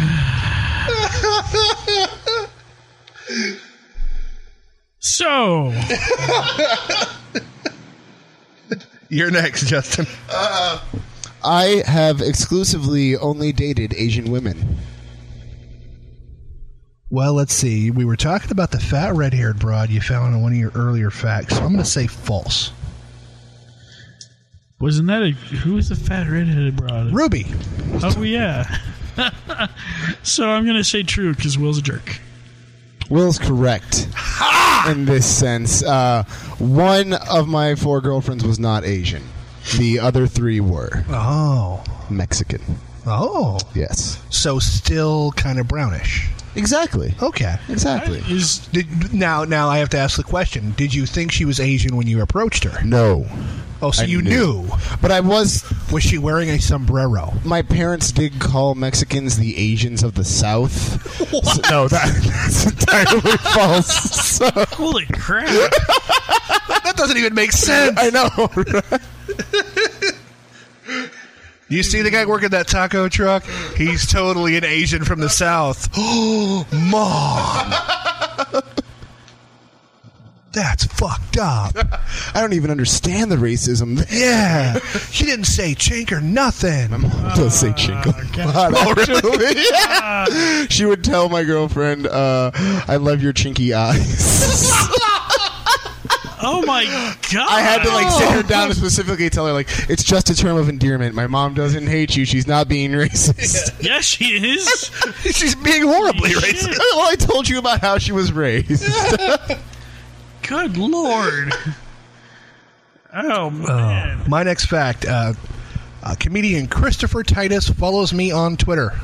So,
You're next, Justin.
Uh, I have exclusively only dated Asian women.
Well, let's see. We were talking about the fat red haired broad you found in one of your earlier facts. So I'm going to say false.
wasn't that a who was the fat redheaded broad?
Ruby.
Oh yeah. so I'm gonna say true because Will's a jerk.
Will's correct.
in this sense. Uh, one of my four girlfriends was not Asian. The other three were.
Oh.
Mexican.
Oh.
Yes.
So still kind of brownish.
Exactly.
Okay.
Exactly.
Is did, now now I have to ask the question. Did you think she was Asian when you approached her?
No.
Oh, so
I
you knew.
But I was
was she wearing a sombrero?
My parents did call Mexicans the Asians of the South. So- no, that, that's entirely false. So-
Holy crap! that
doesn't even make sense.
I know. right?
You see the guy working that taco truck? He's totally an Asian from the South. Oh, mom. That's fucked up.
I don't even understand the racism.
Yeah. She didn't say chink or nothing.
Don't
Ah,
say chink a lot,
Oh,
actually.
really?
Yeah. she would tell my girlfriend, uh, "I love your chinky eyes."
Oh my god! Oh.
I had to like sit her down and specifically tell her like it's just a term of endearment. My mom doesn't hate you. She's not being racist.
Yes, she is.
She's being horribly
racist. Well, I told you about how she was raised.
Good lord. Oh man.
My next fact uh, uh, comedian Christopher Titus follows me on Twitter.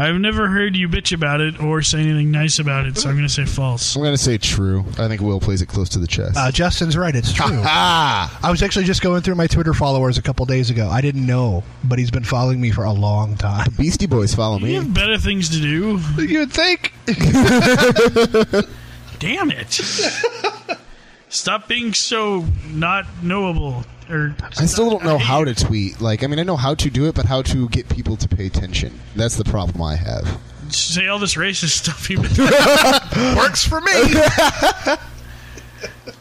I've never heard you bitch about it or say anything nice about it, so I'm gonna say false.
I'm gonna say true. I think Will plays it close to the chest.
Uh, Justin's right. It's true. I was actually just going through my Twitter followers a couple days ago. I didn't know, but he's been following me for a long time. The
Beastie Boys follow
You have better things to do.
You'd think.
Uh, Damn it! Stop being so not knowable. Or
I still don't know how to tweet. Like, I mean, I know how to do it, but how to get people to pay attention. That's the problem I have.
say all this racist stuff. You
works for me.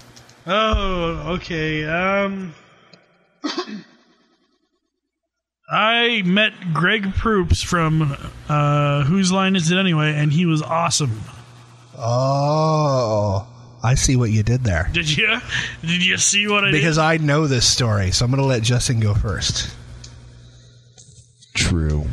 oh, okay. Um, I met Greg Proops from uh, Whose Line Is It Anyway, and he was awesome.
Oh, I see what you did there.
Did you? Did you see what I
Because
did?
I know this story, so I'm going to let Justin go first.
True.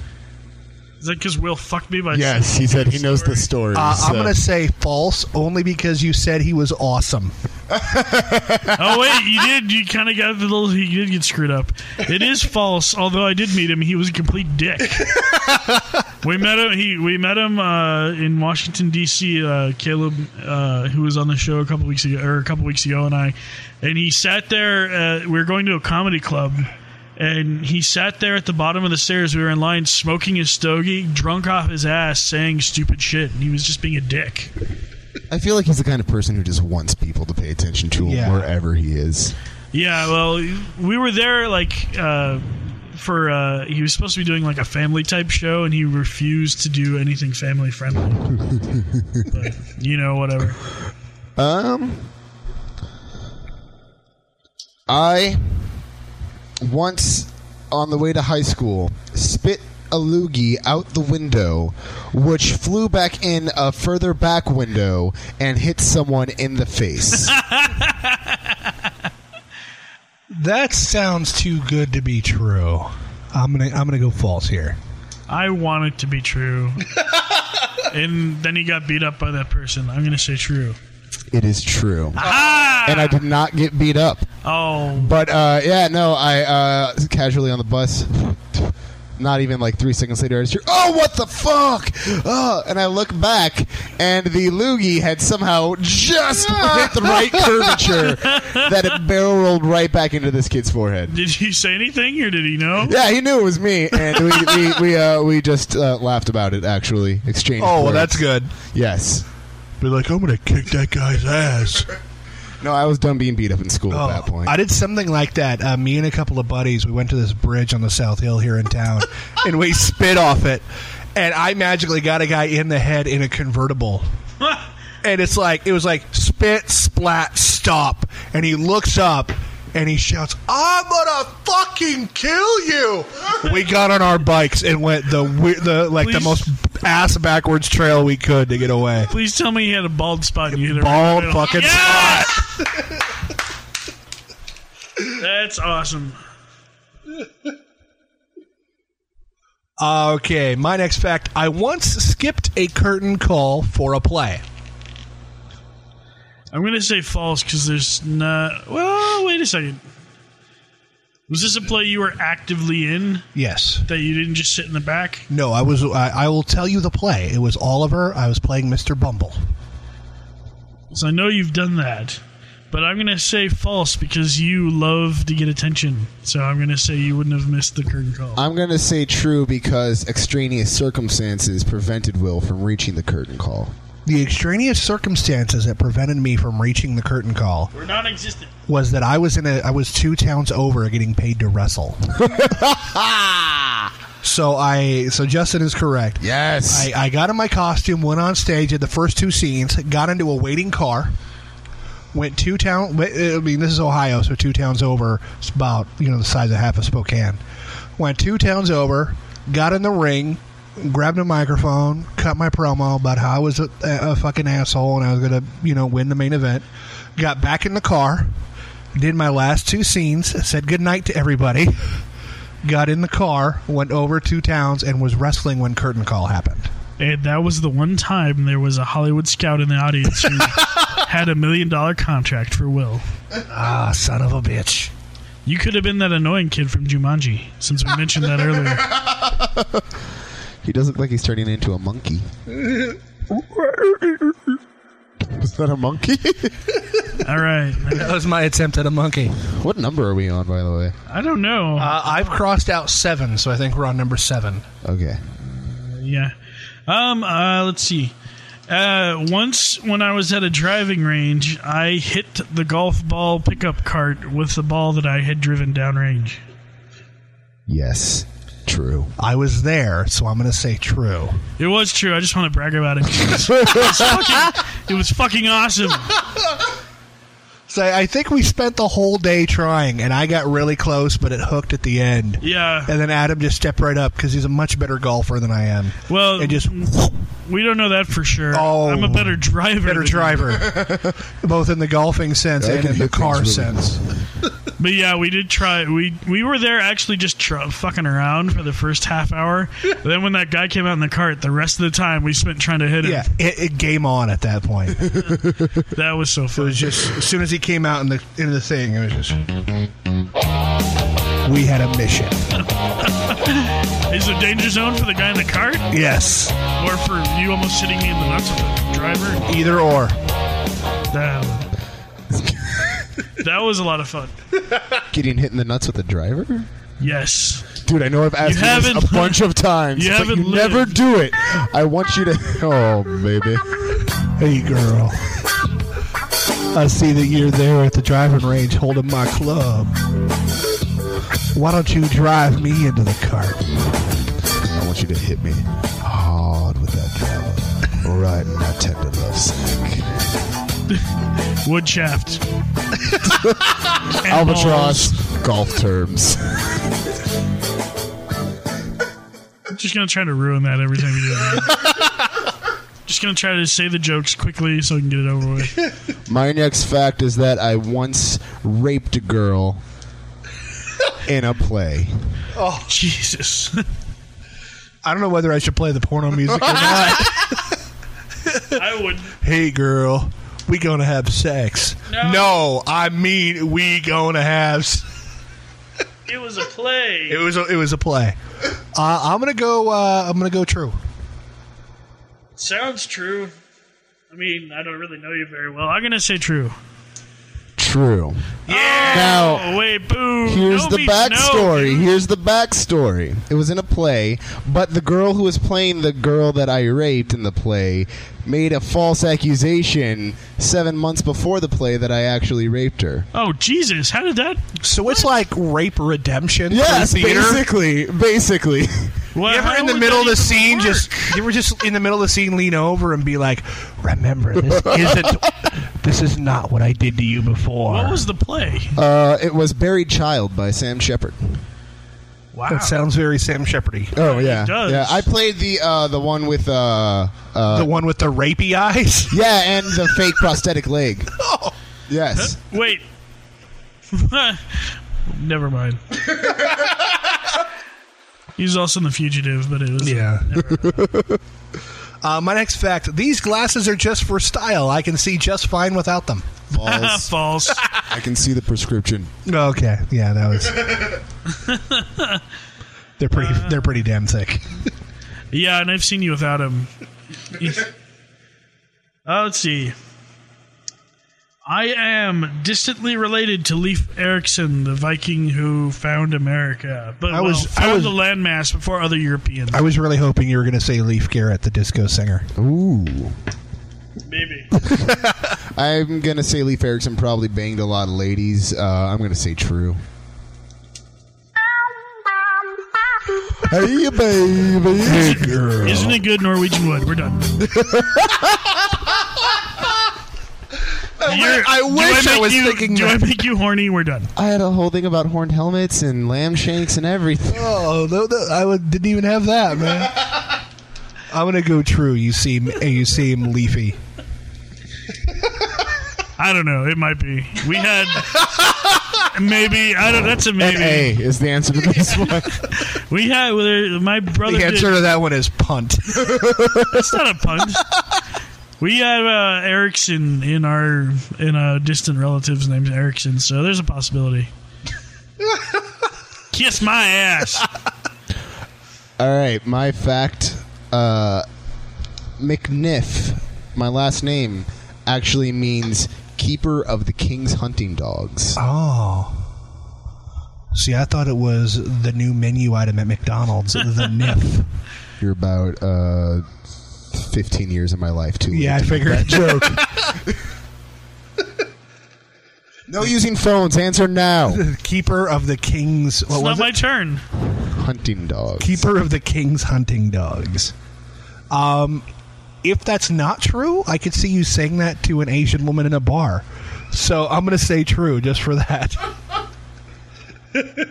Is that because Will fucked me by?
Yes, he said he knows the story.
Uh, I'm
so-
going to say false only because you said he was awesome.
oh wait, you did. You kind of got the little. You did get screwed up. It is false. Although I did meet him, he was a complete dick. we met him. He we met him uh, in Washington D.C. Uh, Caleb, uh, who was on the show a couple weeks ago, or a couple weeks ago, and I, and he sat there. Uh, we were going to a comedy club. And he sat there at the bottom of the stairs. We were in line smoking his stogie, drunk off his ass, saying stupid shit. And he was just being a dick.
I feel like he's the kind of person who just wants people to pay attention to him
Yeah.
wherever he is.
Yeah, well, we were there like uh, for uh, he was supposed to be doing like a family type show, and he refused to do anything family friendly. but, you know, whatever.
Um, I once on the way to high school spit a loogie out the window, which flew back in a further back window and hit someone in the face.
That sounds too good to be true. I'm gonna I'm gonna go false here.
I want it to be true. and then he got beat up by that person. I'm gonna say true.
it is true, and I did not get beat up.
Oh,
But uh, yeah, no, I uh, casually on the bus. Not even like three seconds later, I just hear, "Oh, what the fuck!" Uh, and I look back, and the loogie had somehow just hit the right curvature that it barrel rolled right back into this kid's forehead.
Did he say anything, or did he know?
Yeah, he knew it was me, and we we we, uh, we just uh, laughed about it. Actually, exchanged.
Oh, well,
words.
that's good.
Yes.
Be like, I'm gonna kick that guy's ass.
No, I was done being beat up in school at that point.
Oh, I did something like that. Uh, me and a couple of buddies, we went to this bridge on the South Hill here in town, and we spit off it. And I magically got a guy in the head in a convertible. and it's like it was like spit, splat, stop. And he looks up and he shouts, "I'm gonna fucking kill you!" We got on our bikes and went the we- the like the
Please.
most ass backwards trail we could to get away.
Please tell me he had a bald spot. And you hit it right in
Bald
the middle.
fucking
That's awesome.
Okay, my next fact. I once skipped a curtain call for a play?
I'm going to say false because there's not. Well, wait a second. Was this a play you were actively in?
Yes.
That you didn't just sit in the back?
No, I was. I, I will tell you the play. It was Oliver. I was playing Mr. Bumble.
So I know you've done that. But I'm going to say false because you love to get attention. So I'm going to say you wouldn't have missed the curtain call.
I'm going to say true because extraneous circumstances prevented Will from reaching the curtain call.
The extraneous circumstances that prevented me from reaching the curtain call
We're non existent.
was that I was in a I was two towns over getting paid to wrestle. so I so Justin is correct. Yes. I, I got in my costume, went on stage, did the first two scenes, got into a waiting car, went two town. wait, I mean, this is Ohio, so two towns over. It's about you know the size of half of Spokane. Went two towns over, got in the ring, grabbed a microphone, cut my promo about how I was a, a fucking asshole and I was gonna you know win the main event. Got back in the car, did my last two scenes, said goodnight to everybody. Got in the car, went over two towns, and was wrestling when curtain call happened.
And that was the one time there was a Hollywood scout in the audience who had a million dollar contract for Will.
Ah, son of a bitch.
You could have been that annoying kid from Jumanji, since we mentioned that earlier.
He does look like he's turning into a monkey. Was that a monkey?
All right.
That was my attempt at a monkey.
What number are we on, by the way?
I don't know.
Uh, I've crossed out seven, so I think we're on number seven.
Okay.
Yeah. Um. Uh. Let's see. Uh. Once when I was at a driving range, I hit the golf ball pickup cart with the ball that I had driven downrange.
Yes. True.
I was there, so I'm going to say true.
It was true. I just want to brag about it. It was, it was fucking, it was fucking awesome.
So I think we spent the whole day trying, and I got really close, but it hooked at the end.
Yeah.
And then Adam just stepped right up because he's a much better golfer than I am.
Well,
and just
we don't know that for sure. Oh, I'm a better driver.
better
than-
driver, both in the golfing sense
Yeah, I
and
can
in the
hit things
car
really
sense.
But yeah, we did try. We we were there actually just tr- fucking around for the first half hour. then when that guy came out in the cart, the rest of the time we spent trying to hit him.
Yeah, it, it game on at that point.
that was so fun.
It was just as soon as he came out in the in the thing, it was just we had a mission.
Is it danger zone for the guy in the cart?
Yes.
Or for you almost hitting me in the nuts with the driver?
Either or.
Damn. that was a lot of fun.
Getting hit in the nuts with a driver?
Yes.
Dude, I know I've asked you, this
haven't
a bunch of times,
you
but
haven't
you never do it. I want you to. Oh, baby.
Hey, girl. I see that you're there at the driving range holding my club. Why don't you drive me into the cart?
I want you to hit me hard with that driver, right in my tender love sack.
Wood shaft.
Albatross golf terms.
I'm just gonna try to ruin that every time you do it. just gonna try to say the jokes quickly so I can get it over with.
My next fact is that I once raped a girl in a play.
Oh,
Jesus.
I don't know whether I should play the porno music or not.
I would.
Hey, girl, we gonna have sex. No, I mean we gonna have. s-
It was a play.
It was a, it was a play. Uh, I'm gonna go. Uh, I'm gonna go true.
Sounds true. I mean, I don't really know you very well. I'm gonna say true.
True.
Yeah.
Now,
oh, wait, boo.
Here's
No
the
means no.
backstory. Here's the backstory. It was in a play, but the girl who was playing the girl that I raped in the play made a false accusation seven months before the play that I actually raped her.
Oh Jesus! How did that?
So it's like rape redemption.
Yes,
through theater.
basically, basically.
you ever in the middle of the scene just you ever just in the middle of the scene lean over and be like, "Remember, this isn't. this is not what I did to you before."
What was the play?
Uh, it was "Buried Child" by Sam Shepard.
Wow,
that sounds very Sam Shepardy.
Oh yeah,
does.
yeah. I played the uh, the one with uh, uh,
the one with the rapey eyes. Oh.
Yeah, and the fake prosthetic leg. Yes.
Wait. Never mind. He was also in The Fugitive, but it was.
Yeah. Uh, my next fact these glasses are just for style. I can see just fine without them.
False.
False.
I can see the prescription.
Okay. Yeah, that was. They're pretty. they're pretty damn thick.
Yeah, and I've seen you without him. Uh, let's see. I am distantly related to Leif Erikson, the Viking who found America, but
I
I
was-
was
I
found
was-
the landmass before other Europeans.
I was really hoping you were going to say Leaf Garrett, the disco singer.
Ooh.
Maybe.
I'm going to say Leif Erikson probably banged a lot of ladies. Uh, I'm going to say true. Hey, baby. girl.
Isn't it good Norwegian wood? We're done. You're-
I
do
wish I
make
was
you-
thinking
Do
that.
I make you horny? We're done.
I had a whole thing about horned helmets and lamb shanks and everything.
Oh, no, no, I would, didn't even have that, man. I'm gonna go true. You seem you seem leafy.
I don't know. It might be. We had maybe. I don't. That's a maybe.
A is the answer to this one.
We had well, there- my brother.
the answer
did,
to that one is punt.
That's not a pun. We have uh, Erickson in our in a distant relative's name's Erickson, so there's a possibility. Kiss my ass.
All right, my fact uh, McNiff, my last name, actually means keeper of the king's hunting dogs.
Oh. See, I thought it was the new menu item at McDonald's, the Niff.
You're about uh, 15 years of my life, too.
Yeah, I
late to
figured.
make that joke. no using phones. Answer now.
Keeper of the King's. What
It's
was
not
it?
my turn.
Hunting dogs.
Keeper of the King's hunting dogs. Um, if that's not true, I could see you saying that to an Asian woman in a bar. So I'm going to say true just for that.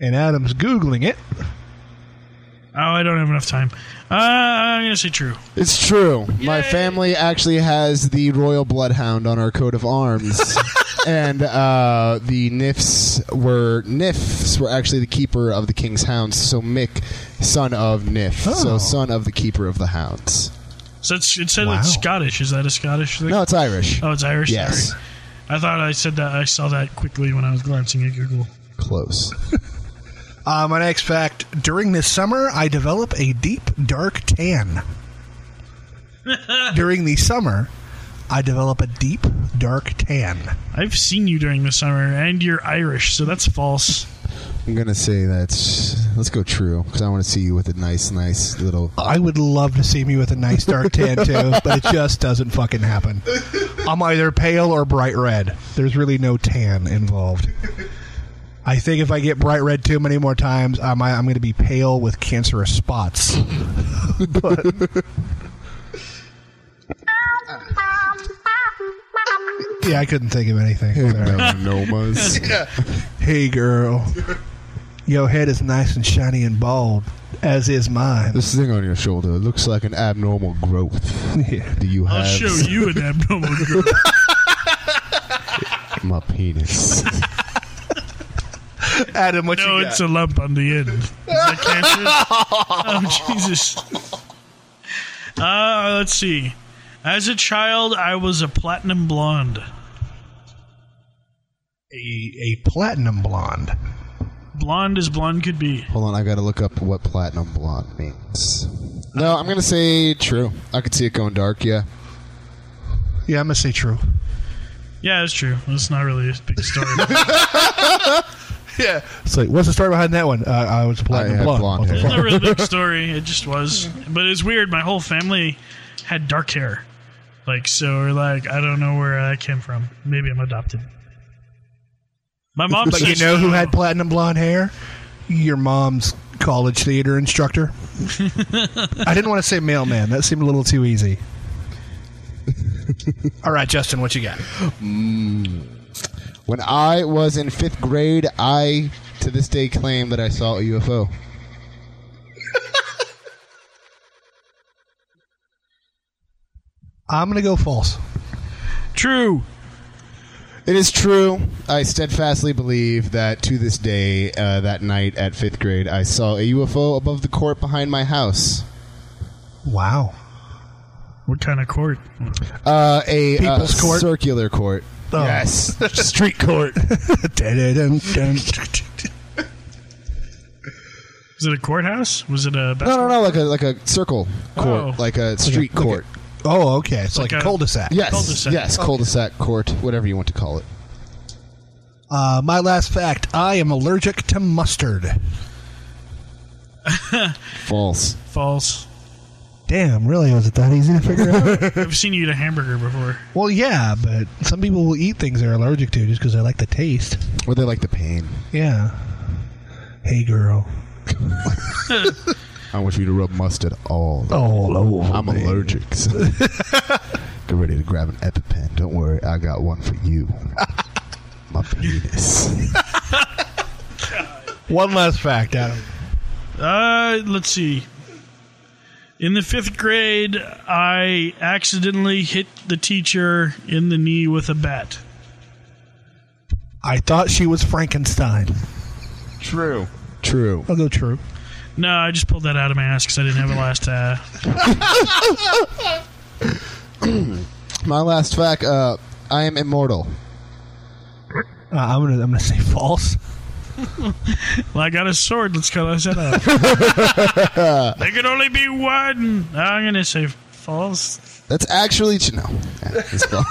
and Adam's Googling it.
Oh, I don't have enough time. Uh, I'm gonna say true.
It's true. My family actually has the royal bloodhound on our coat of arms, and uh, the Nifs were Nifs were actually the keeper of the king's hounds. So Mick, son of Nif,
Oh.
so son of the keeper of the hounds.
So it's, it said
Wow.
it's Scottish. Is that a Scottish thing?
No, it's Irish.
Oh, it's Irish.
Yes.
Sorry. I thought I said that. I saw that quickly when I was glancing at Google.
Close.
Uh, my next fact during this summer, I develop a deep, dark tan. during the summer, I develop a deep, dark tan.
I've seen you during the summer, and you're Irish, so that's false.
I'm gonna say that's let's go true because I want to see you with a nice, nice little.
I would love to see me with a nice dark tan too, but it just doesn't fucking happen. I'm either pale or bright red. There's really no tan involved. I think if I get bright red too many more times, I'm, I'm going to be pale with cancerous spots. but yeah, I couldn't think of anything.
Melanomas.
Hey, girl, your head is nice and shiny and bald, as is mine.
This thing on your shoulder looks like an abnormal growth. Do you have
I'll show you an abnormal girl.
my penis?
Adam, what
no,
you got?
it's a lump on the end. Is that cancer? oh, Jesus. Uh, let's see. As a child, I was a platinum blonde.
A, a platinum blonde.
Blonde as blonde could be.
Hold on, I gotta look up what platinum blonde means. No, I'm gonna say true. I could see it going dark, yeah.
Yeah, I'm gonna say true.
Yeah, it's true. It's not really a big story.
yeah. It's like, what's the story behind that one? Uh, I was a platinum
had
blonde.
blonde
What the
It's
fuck?
not really a big story. It just was. But it's weird. My whole family had dark hair. Like, so we're like, I don't know where I came from. Maybe I'm adopted. My mom
but you
says,
know who had platinum blonde hair? Your mom's college theater instructor. I didn't want to say mailman. That seemed a little too easy. All right, Justin, what you got?
Mm. When I was in fifth grade, I to this day claim that I saw a UFO.
I'm gonna go false.
True.
It is true. I steadfastly believe that to this day, uh, that night at fifth grade, I saw a UFO above the court behind my house.
Wow. What kind of court?
Uh, a uh,
People's court?
circular court.
Oh. Street court. Dun-dun-dun-dun. Was it a courthouse? Was it a
No, no, no, like a like a circle court,
Oh.
like a street court.
oh, okay. It's like, a
Like a-
cul-de-sac.
Yes, yes, cul-de-sac court, whatever you want to call it.
Uh, my last fact: I am allergic to mustard.
False.
False.
Damn, really? Was it that easy to figure out?
I've seen you eat a hamburger before.
well, yeah, but some people will eat things they're allergic to just because they like the taste.
Or they like the pain.
Yeah. Hey, girl.
I want you to rub mustard all.
All over.
I'm allergic. So. Get ready to grab an EpiPen. Don't worry, I got one for you. My penis.
One last fact, Adam.
Uh, let's see. In the fifth grade, I accidentally hit the teacher in the knee with a bat.
I thought she was Frankenstein.
True.
True.
I'll go true.
No, I just pulled that out of my ass because I didn't have a last. Uh,
My last fact. Uh, I am immortal.
Uh, I'm gonna I'm gonna say false.
well, I got a sword. Let's cut us that out. there could only be one. I'm gonna say false.
That's actually no. Yeah, it's false.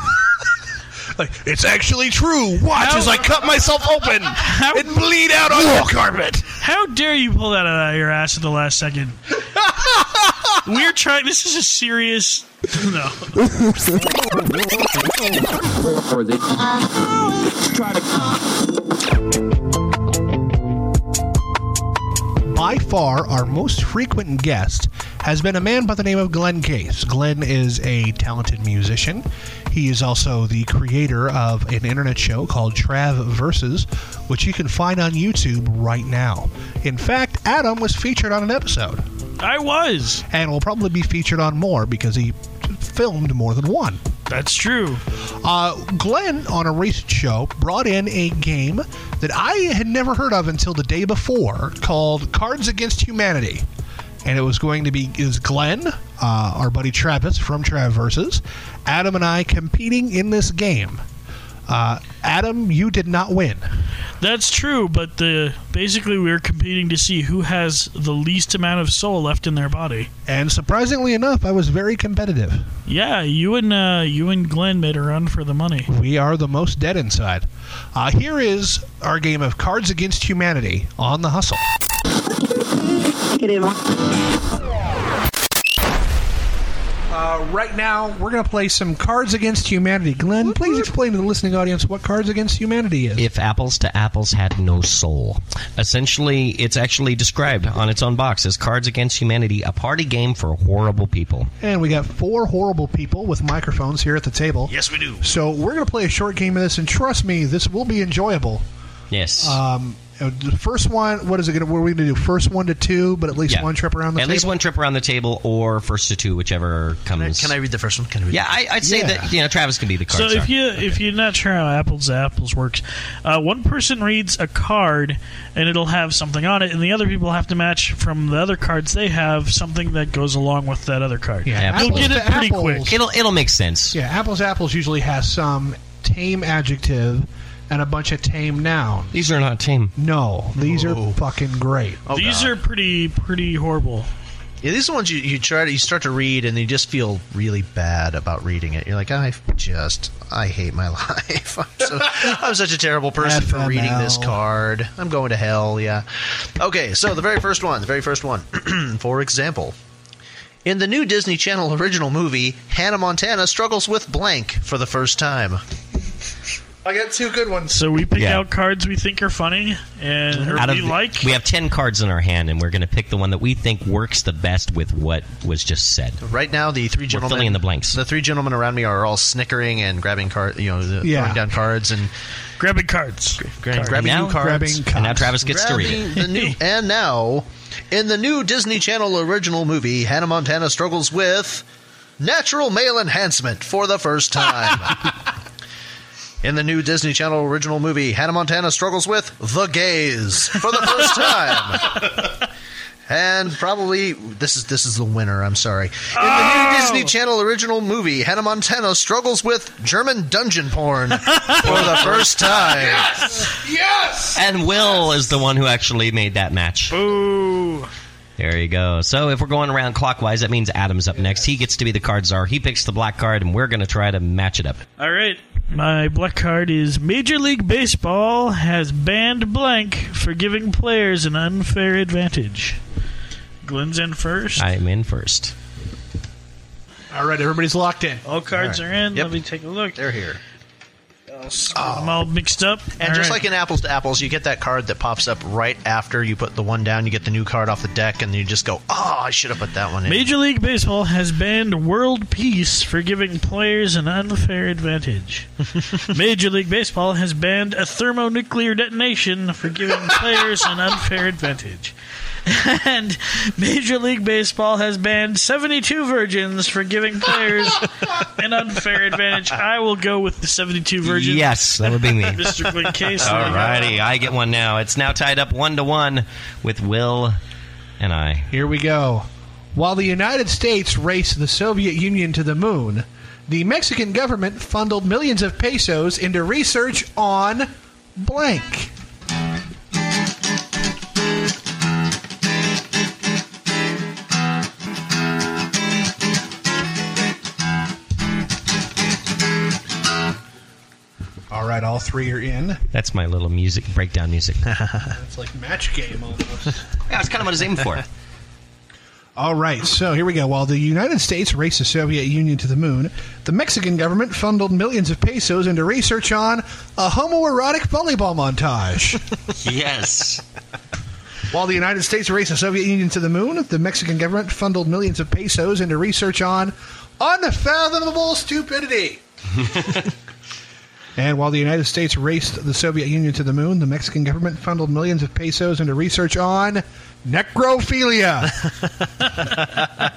Like it's actually true. Watch
How-
as I cut myself open and bleed out on the carpet.
How dare you pull that out of your ass at the last second? We're trying. This is a serious. No.
By far, our most frequent guest has been a man by the name of Glenn Case. Glenn is a talented musician. He is also the creator of an internet show called Trav Versus, which you can find on YouTube right now. In fact, Adam was featured on an episode.
I was.
And will probably be featured on more because he filmed more than one.
That's true.
Uh, Glenn, on a recent show, brought in a game that I had never heard of until the day before called Cards Against Humanity. And it was going to be is Glenn, uh, our buddy Travis from Traverses, Adam and I competing in this game. Uh, Adam, you did not win.
That's true, but the basically we were competing to see who has the least amount of soul left in their body.
And surprisingly enough, I was very competitive.
Yeah, you and uh, you and Glenn made a run for the money.
We are the most dead inside. Uh, here is our game of Cards Against Humanity on the Hustle. Uh, right now, we're going to play some Cards Against Humanity. Glenn, please explain to the listening audience what Cards Against Humanity is.
If apples to apples had no soul. Essentially, it's actually described on its own box as Cards Against Humanity, a party game for horrible people.
And we got four horrible people with microphones here at the table.
Yes, we do.
So we're going to play a short game of this, and trust me, this will be enjoyable.
Yes.
Um, uh, the first one, what is it going to? What are we going to do? First one to two, but at least
Yeah.
one trip around the
At
table.
least one trip around the table or first to two, whichever comes.
Can I read the first one? Can I read
yeah,
the
I, I'd say
Yeah.
that you know Travis can be the card.
so if you if you're not sure how apples to apples works, uh, one person reads a card and it'll have something on it, and the other people have to match from the other cards they have something that goes along with that other card. you'll get it pretty quick.
It'll it'll make sense.
Yeah, apples apples usually has some tame adjective and a bunch of tame noun.
These are not tame.
No, these
Oh.
are fucking great.
Oh,
These are pretty pretty horrible.
Yeah, these are ones you, you try to you start to read and you just feel really bad about reading it. You're like, I just I hate my life. I'm, so, I'm such a terrible person for reading this
FML.
card. I'm going to hell. Yeah. Okay, so the very first one, the very first one. for example, in the new Disney Channel original movie, Hannah Montana struggles with blank for the first time.
I got two good ones.
So we pick
Yeah.
out cards we think are funny and or
Out
we
of
like.
we have ten cards in our hand, and we're going to pick the one that we think works the best with what was just said.
Right now, the three gentlemen
filling in the blanks.
The three gentlemen around me are all snickering and grabbing card, you know, the-
Yeah.
throwing down cards and
grabbing cards,
grabbing, new cards.
And now Travis gets to read it.
Grabbing the new- and now, in the new Disney Channel original movie, Hannah Montana struggles with natural male enhancement for the first time. In the new Disney Channel original movie, Hannah Montana struggles with the gays for the first time. And probably this is this is the winner. I'm sorry. In the new Disney Channel original movie, Hannah Montana struggles with German dungeon porn for the first time.
Yes!
And Will is the one who actually made that match.
Ooh.
There you go. So if we're going around clockwise, that means Adam's up next. He gets to be the card czar. He picks the black card, and we're going to try to match it up.
All right. My black card is Major League Baseball has banned blank for giving players an unfair advantage. Glenn's in first.
I'm in first.
All right, everybody's locked in.
All cards are in. Let me take a look.
They're here.
I'm all mixed up.
And just like in apples to apples, you get that card that pops up right after you put the one down. You get the new card off the deck, and you just go, "Oh, I should have put that one in."
Major League Baseball has banned world peace for giving players an unfair advantage. Major League Baseball has banned a thermonuclear detonation for giving players an unfair advantage. And Major League Baseball has banned 72 virgins for giving players an unfair advantage. I will go with the 72 virgins.
Yes, that would be me.
Mr. Glenn Case.
All righty, I get one now. It's now tied up one to one with Will and I.
Here we go. While the United States raced the Soviet Union to the moon, the Mexican government funneled millions of pesos into research on blank. All right, all three are in.
That's my little music breakdown music.
It's like match game almost.
yeah, that's kind of what it's aimed for.
All right, so here we go. While the United States raced the Soviet Union to the moon, the Mexican government funneled millions of pesos into research on a homoerotic volleyball montage.
yes.
While the United States raced the Soviet Union to the moon, the Mexican government funneled millions of pesos into research on unfathomable stupidity. And while the United States raced the Soviet Union to the moon, the Mexican government funneled millions of pesos into research on necrophilia.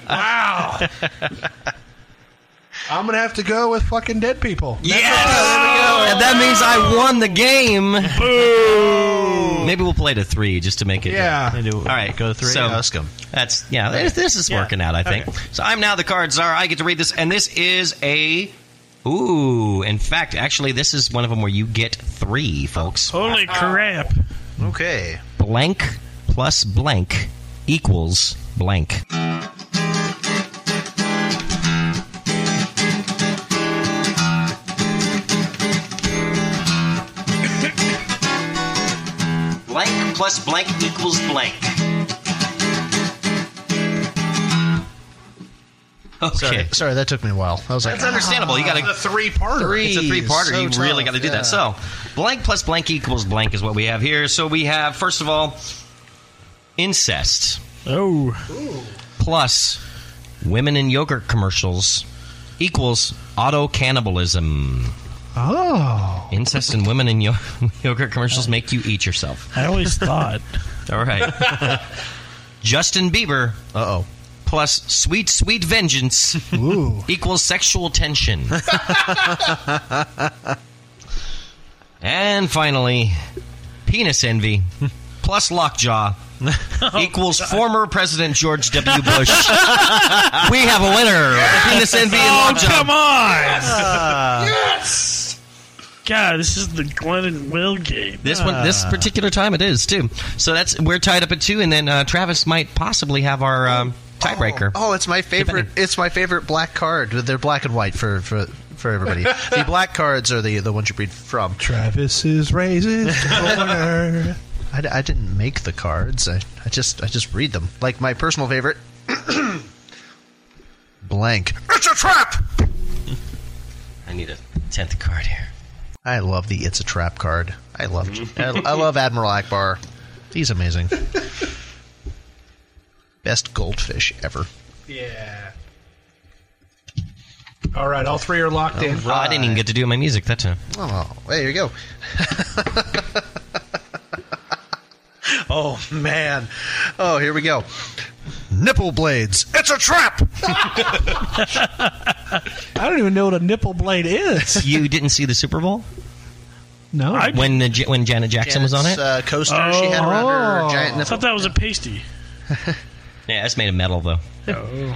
wow. I'm going to have to go with fucking dead people.
And that means I won the game. Boo! Maybe we'll play to three just to make it.
Yeah.
All right. Go
three,
So
ask 'em.
That's yeah. This, this is Yeah. working out. I think. Okay. So I'm now the card czar. I get to read this, and this is a. Ooh, in fact, actually, this is one of them where you get three, folks.
Holy crap.
Okay.
Blank plus blank equals blank. Blank plus blank equals blank. Okay.
Sorry, sorry, that took me a while. I was like,
That's understandable. You got
the three parter.
It's a three-parter. you really got to do that. So, blank plus blank equals blank is what we have here. So we have first of all, incest.
Oh.
Plus, women in yogurt commercials equals auto cannibalism.
Oh.
Incest and women in yo- yogurt commercials make you eat yourself.
I always thought.
All right. Justin Bieber. Uh oh. Plus sweet, sweet vengeance equals sexual tension. and finally, penis envy plus lockjaw equals former President George W. Bush. we have a winner. Penis envy and
Oh,
lockjaw.
come on!
Ah.
yes! God, this is the Glenn and Will game. Uh,
This one,
Ah.
this particular time, it is too. So that's we're tied up at two, and then uh, Travis might possibly have our um, tiebreaker.
Oh, it's my favorite. It's my favorite black card. They're black and white for for, for everybody. the black cards are the the ones you read from.
Travis's raises. I,
I didn't make the cards. I, I just I just read them. Like my personal favorite. Blank. It's a trap.
I need a tenth card here.
I love the "It's a Trap" card. I love I, I love Admiral Akbar. He's amazing. Best goldfish ever.
Yeah. All right, all three are locked in.
Oh, I didn't even get to do my music that time.
Oh, there you go. oh man. Oh, here we go. Nipple blades. It's a trap.
don't even know what a nipple blade is.
you didn't see the Super Bowl?
No.
when the, Ja- when Janet Jackson was on it.
Janet's, uh, coaster she had around her giant
I thought that was a pasty.
Yeah, that's made of metal, though.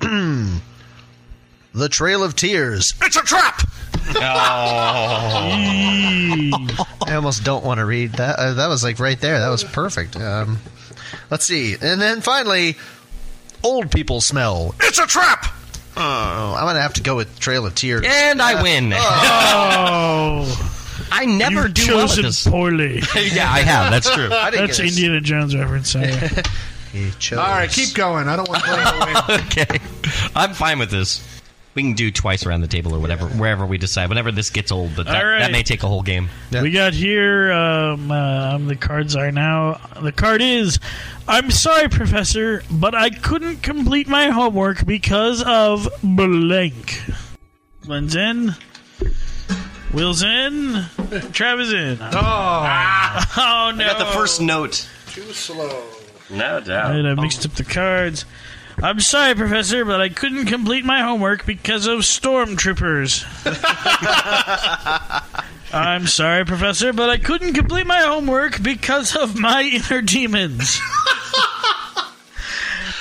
the Trail of Tears. It's a trap! I almost don't want to read that. Uh, that was like right there. That was perfect. Um, let's see. And then finally, Old People Smell. It's a trap! Oh, I'm going to have to go with Trail of Tears.
And I
Uh,
win.
Oh.
I never
You've
do well at
chosen
this.
poorly.
Yeah, I have. That's true. I didn't
That's
get this.
Indiana Jones reference. Sorry.
All
right,
keep going. I don't want
okay. I'm fine with this. We can do twice around the table or whatever, wherever we decide, whenever this gets old. But that,
All right.
that may take a whole game.
We got here. Um, um, the cards are now. The card is. I'm sorry, Professor, but I couldn't complete my homework because of blank. Glenn's in. Will's in. Travis in. Oh, oh no!
got the first
note.
Too slow.
No doubt.
Right, I mixed up the cards. I'm sorry, Professor, but I couldn't complete my homework because of stormtroopers. I'm sorry, Professor, but I couldn't complete my homework because of my inner demons.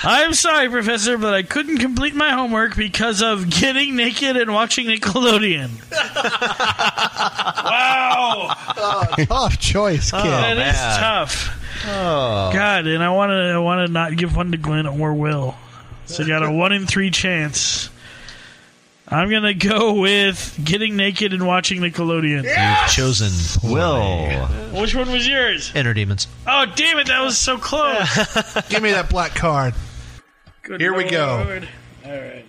I'm sorry, Professor, but I couldn't complete my homework because of getting naked and watching Nickelodeon.
Oh.
wow!
Oh, Tough choice, kid.
Oh, that is tough.
Oh.
God, and I want to I want to not give one to Glenn or Will. So I got a one in three chance. I'm gonna go with getting naked and watching Nickelodeon.
You've chosen Will.
Which one was yours?
Inner Demons.
Oh damn it! That was so close.
Give me that black card.
Good
Here we go.
lord. All right.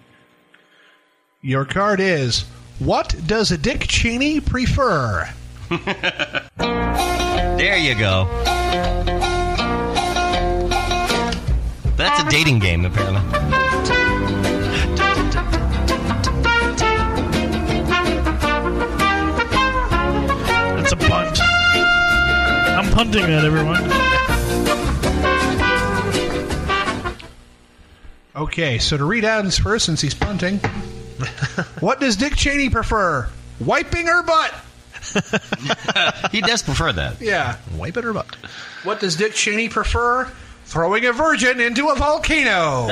Your card is What does a Dick Cheney prefer?
There you go. That's a dating game, apparently.
That's a punt. I'm punting that, everyone.
Okay, so to read Adam's first, since he's punting, what does Dick Cheney prefer? Wiping her butt.
he does prefer that.
Yeah.
Wipe it her butt.
What does Dick Cheney prefer? Throwing a virgin into a volcano.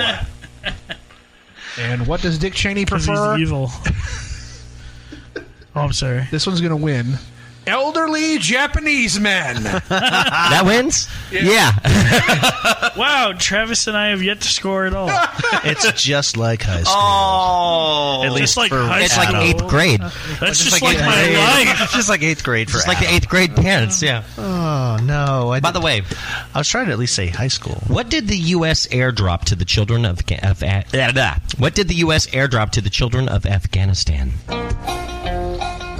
and what does Dick Cheney
'Cause he's
prefer?
evil. oh, I'm sorry.
This one's gonna win. Elderly Japanese men.
that wins. Yeah.
wow, Travis and I have yet to score at all.
It's just like high school.
Oh,
At
Just
least
like
for
high
it's like
school.
eighth grade.
That's just, like, my life.
It's just like eighth grade for
Just like the eighth grade parents. Yeah.
Oh no! I
By the way,
I was trying to at least say high school.
What did the U.S. airdrop to the children of, Ca- of A- blah, blah. What did the U.S. airdrop to the children of Afghanistan?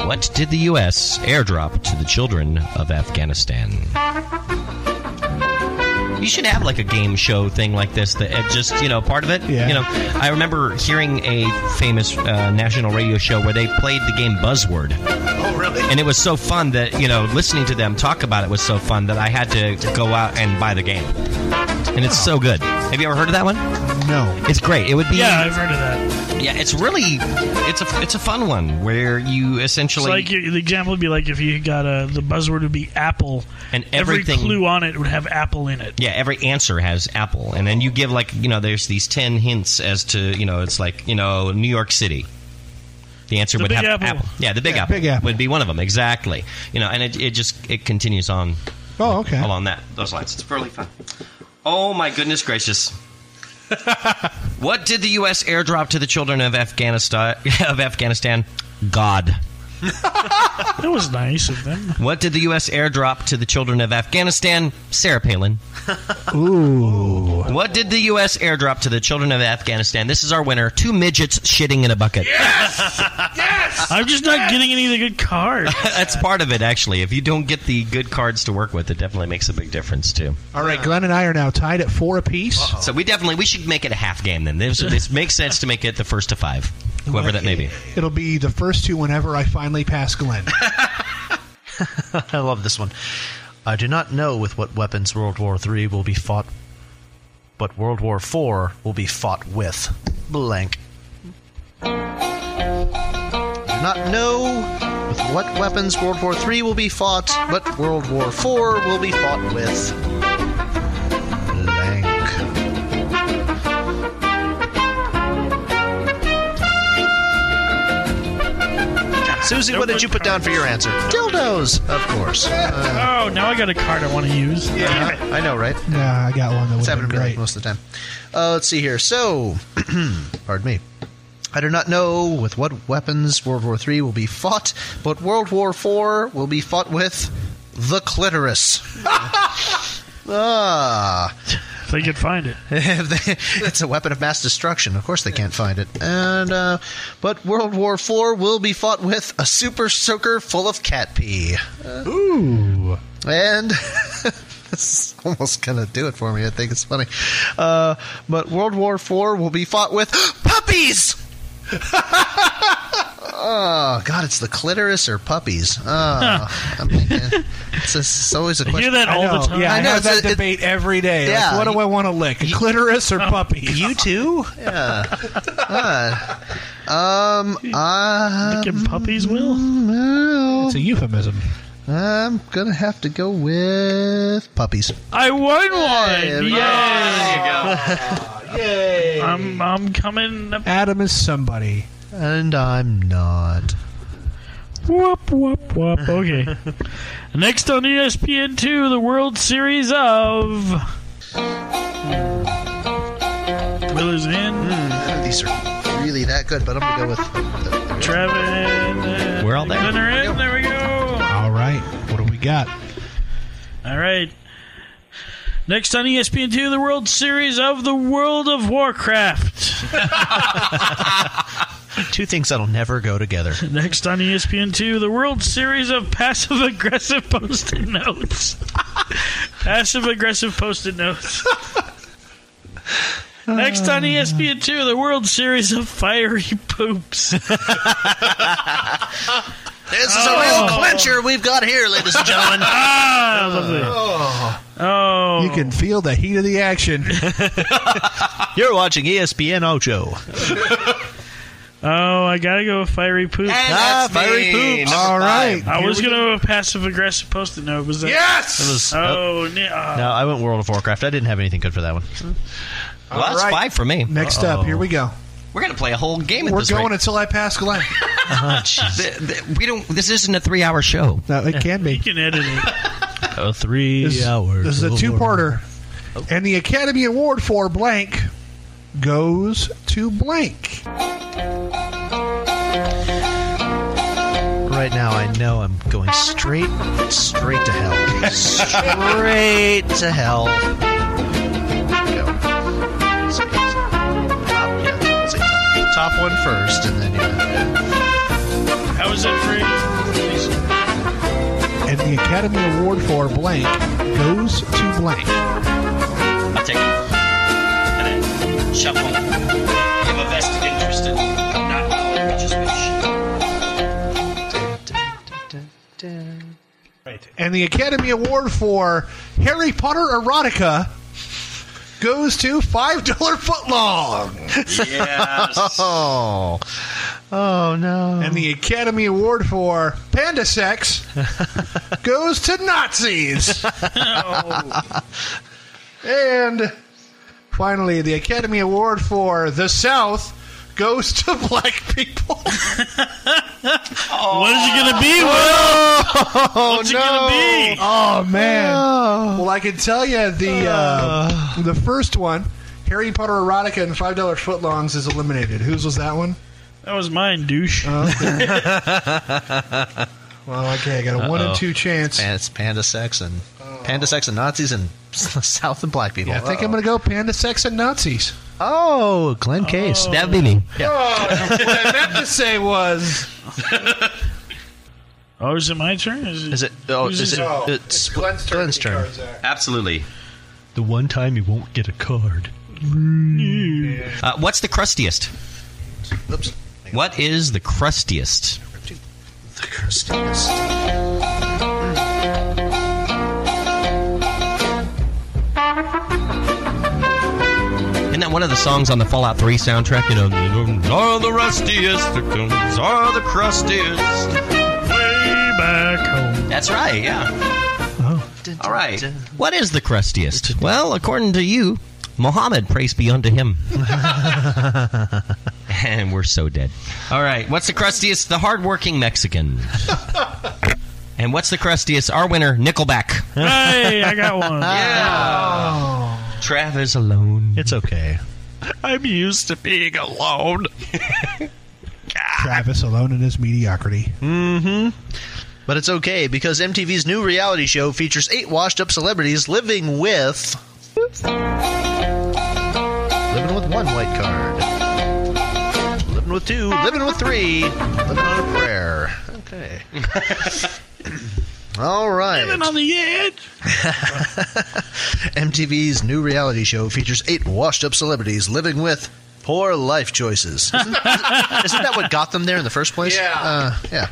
What did the U.S. airdrop to the children of Afghanistan? You should have like a game show thing like this that uh, just you know part of it.
Yeah.
You know, I remember hearing a famous uh, national radio show where they played the game Buzzword. Oh, really? And it was so fun that you know listening to them talk about it was so fun that I had to go out and buy the game. And it's so good. Have you ever heard of that one?
No.
It's great. It would be
Yeah, I've heard of that.
yeah, it's really it's a it's a fun one where you
It's
essentially
like you- the example would be like if you got a the buzzword would be apple,
And
every
everything-
clue on it would have apple in it.
Yeah, every answer has Apple, and then you give like you know, there's these ten hints as to you know, it's like you know, New York City. The answer
The
would
Big
have
Apple.
Yeah, the big, apple
Big Apple.
would be one of them exactly. You know, and it, it just it continues on
Oh, okay.
along that those lines. It's really fun. Oh my goodness gracious! what did the U.S. airdrop to the children of Afghanistan? Of Afghanistan, God.
That was nice of them.
What did the U.S. airdrop to the children of Afghanistan? Sarah Palin.
Ooh.
What did the U.S. airdrop to the children of Afghanistan? This is our winner: two midgets shitting in a bucket.
I'm just not getting any of the good cards.
That's part of it, actually. If you don't get the good cards to work with, it definitely makes a big difference too.
All right, Glenn and I are now tied at four apiece.
So we definitely we should make it a half game then. This, this makes sense to make it the first to five, whoever that may be.
It'll be the first two whenever I finally pass Glenn.
I love this one. I do not know with what weapons World War III will be fought, but World War IV will be fought with. Blank. I do not know with what weapons World War III will be fought, but World War IV will be fought with. Blank. Susie, what did you put down for your answer? Dildos, of course. Uh,
oh, now I got a card I want to use.
Yeah, I know, right?
Nah, I got one that would have
It's happened
been
to me like
great.
most of the time. Uh, let's see here. So, pardon me. I do not know with what weapons World War III will be fought, but World War IV will be fought with the clitoris. ah.
If they could find it.
it's a weapon of mass destruction. Of course they can't find it. And uh, But World War IV will be fought with a super soaker full of cat pee. Ooh. And that's almost going to do it for me. I think it's funny. Uh, but World War IV will be fought with puppies! oh, God, it's the clitoris or puppies. Oh, I'm thinking- it's, it's always a
I
question.
hear that all the time. Yeah, I have that debate
every day.
Like, what do I
want to lick? clitoris or puppy? You too? Yeah. Uh, um, Licking
puppies will?
It's a euphemism.
I'm going to have to go with puppies.
I won one! Yay!
Yay!
I'm, I'm coming up.
Adam is somebody.
And I'm not.
Whoop, whoop, whoop. Okay. Next on E ESPN 2, the World Series of. Willers in.
Hmm, these are really that good, but I'm going to go with
Trevin. uh,
We're all there.
Glenn are in. There we go. All
right. What do we got?
All right. Next on E ESPN 2, the World Series of the World of Warcraft.
two things that'll never go together.
Next on E ESPN 2, the World Series of Passive Aggressive Post it Notes. Passive Aggressive Post it Notes. Next on E ESPN 2, the World Series of Fiery Poops. this is
This is a real clincher we've got here, ladies and gentlemen.
Oh. Ah, lovely.
Uh-huh.
Oh.
You can feel the heat of the action.
You're watching E ESPN Ocho.
Oh, I gotta go with fiery poop.
Ah, that's fiery me, poops. number All five. right.
I
Here
was
we
gonna go with passive aggressive post-it note. Was that
Yes! It was-
oh, no.
No, I went World of Warcraft. I didn't have anything good for that one.
Well, that's five for me.
Next up, here we go.
We're gonna play a whole game at
We're
this
going
rate.
until I pass Glenn.
Th- th- we don't. This isn't a three-hour show.
No, it can be. You
can edit it.
Oh, three
This-
hours.
This is a
of
two-parter, and the Academy Award for blank goes to blank.
Right now, I know I'm going straight, straight to hell. straight to hell. Go. Say- say- Top, yeah, say top. top one first, and then
How was it free?
And the Academy Award for blank goes to blank.
I'll take it. And then shove one. You have a vested interest in not just
And the Academy Award for Harry Potter erotica goes to five dollar footlong.
Yes.
oh. oh no. And the Academy Award for panda sex goes to Nazis. And finally, the Academy Award for the South goes to black people.
What is it gonna be, Will? What's it gonna be?
Oh man! Well, I can tell you the Oh. uh, the first one, Harry Potter erotica and five dollar footlongs is eliminated. Whose was that one? Uh,
That was mine, douche.
well, okay, I got a one in two chance.
And it's panda sex and panda sex and Nazis and South and black people.
Yeah, I think I'm gonna go panda sex and Nazis.
Oh, Glenn Case.
That'd be me.
Yeah.
what I meant to say was
Oh, is it my turn? Is it?
Is it? Oh,
whose
is it?
it?
It's Glenn's turn.
Absolutely.
The one time you won't get a card.
Uh, what's the crustiest?
Oops.
What is the crustiest?
The crustiest.
Isn't that one of the songs on the Fallout 3 soundtrack? You know, "The- are the rustiest, the guns are the crustiest. Way back home. That's right, yeah.
Oh.
All right. What is the crustiest? Well, according to you, Muhammad, praise be unto him. and we're so dead. All right, what's the crustiest? The hardworking Mexican. and what's the crustiest? Our winner, Nickelback.
Hey, I got one.
Trav is alone.
It's okay.
I'm used to being alone.
Travis alone in his mediocrity.
Mm-hmm. But it's okay because MTV's new reality show features eight washed-up celebrities living with living with one white card, living with two, living with three, living on a prayer. Okay. All right.
Living on the edge.
MTV's new reality show features eight washed-up celebrities living with poor life choices. Isn't, isn't that what got them there in the first place? Yeah. Uh, yeah.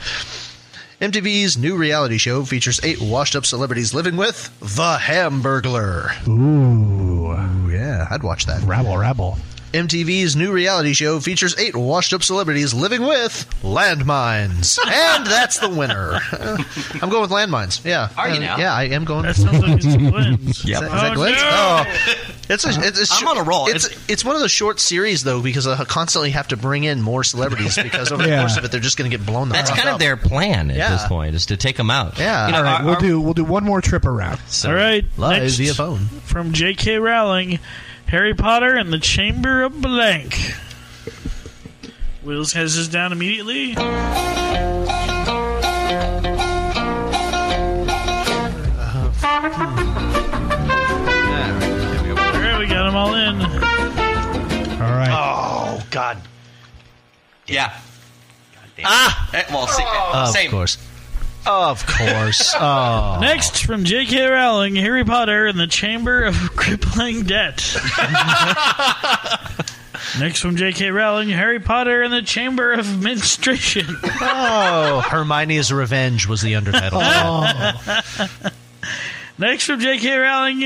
MTV's new reality show features eight washed-up celebrities living with the Hamburglar. Ooh, yeah, I'd watch that.
Rabble, rabble.
MTV's new reality show features eight washed-up celebrities living with landmines, and that's the winner. Uh, I'm going with landmines. Yeah,
Are you
Uh,
now?
Yeah, I am going.
That sounds like it's a
Glenn's.
Yep.
Is that, is that
Oh,
Glenn's?
no.
Oh. It's a, it's a
I'm on a roll.
It's, it's, one of those short series though because I constantly have to bring in more celebrities because over the
Yeah.
course of it they're just going to get blown. The
That's
fuck
kind of
up.
their plan at
Yeah.
this point is to take them out.
Yeah.
You know,
All right,
our-
we'll
our-
do we'll do one more trip around.
All right.
Live
next,
via phone.
From J.K. Rowling Harry Potter and the Chamber of Blank. Wills has this down immediately.
Uh-huh.
All right, we got them all in.
All right.
Oh God.
Yeah. Ah. Eh, Well, see, eh,
Oh.
Of
same.
course. Of course. oh.
Next, from J.K. Rowling, Harry Potter and the Chamber of Crippling Debt. Next, from J.K. Rowling, Harry Potter and the Chamber of Menstruation.
Oh, Hermione's Revenge was the undertitle.
Oh. Next, from J.K. Rowling,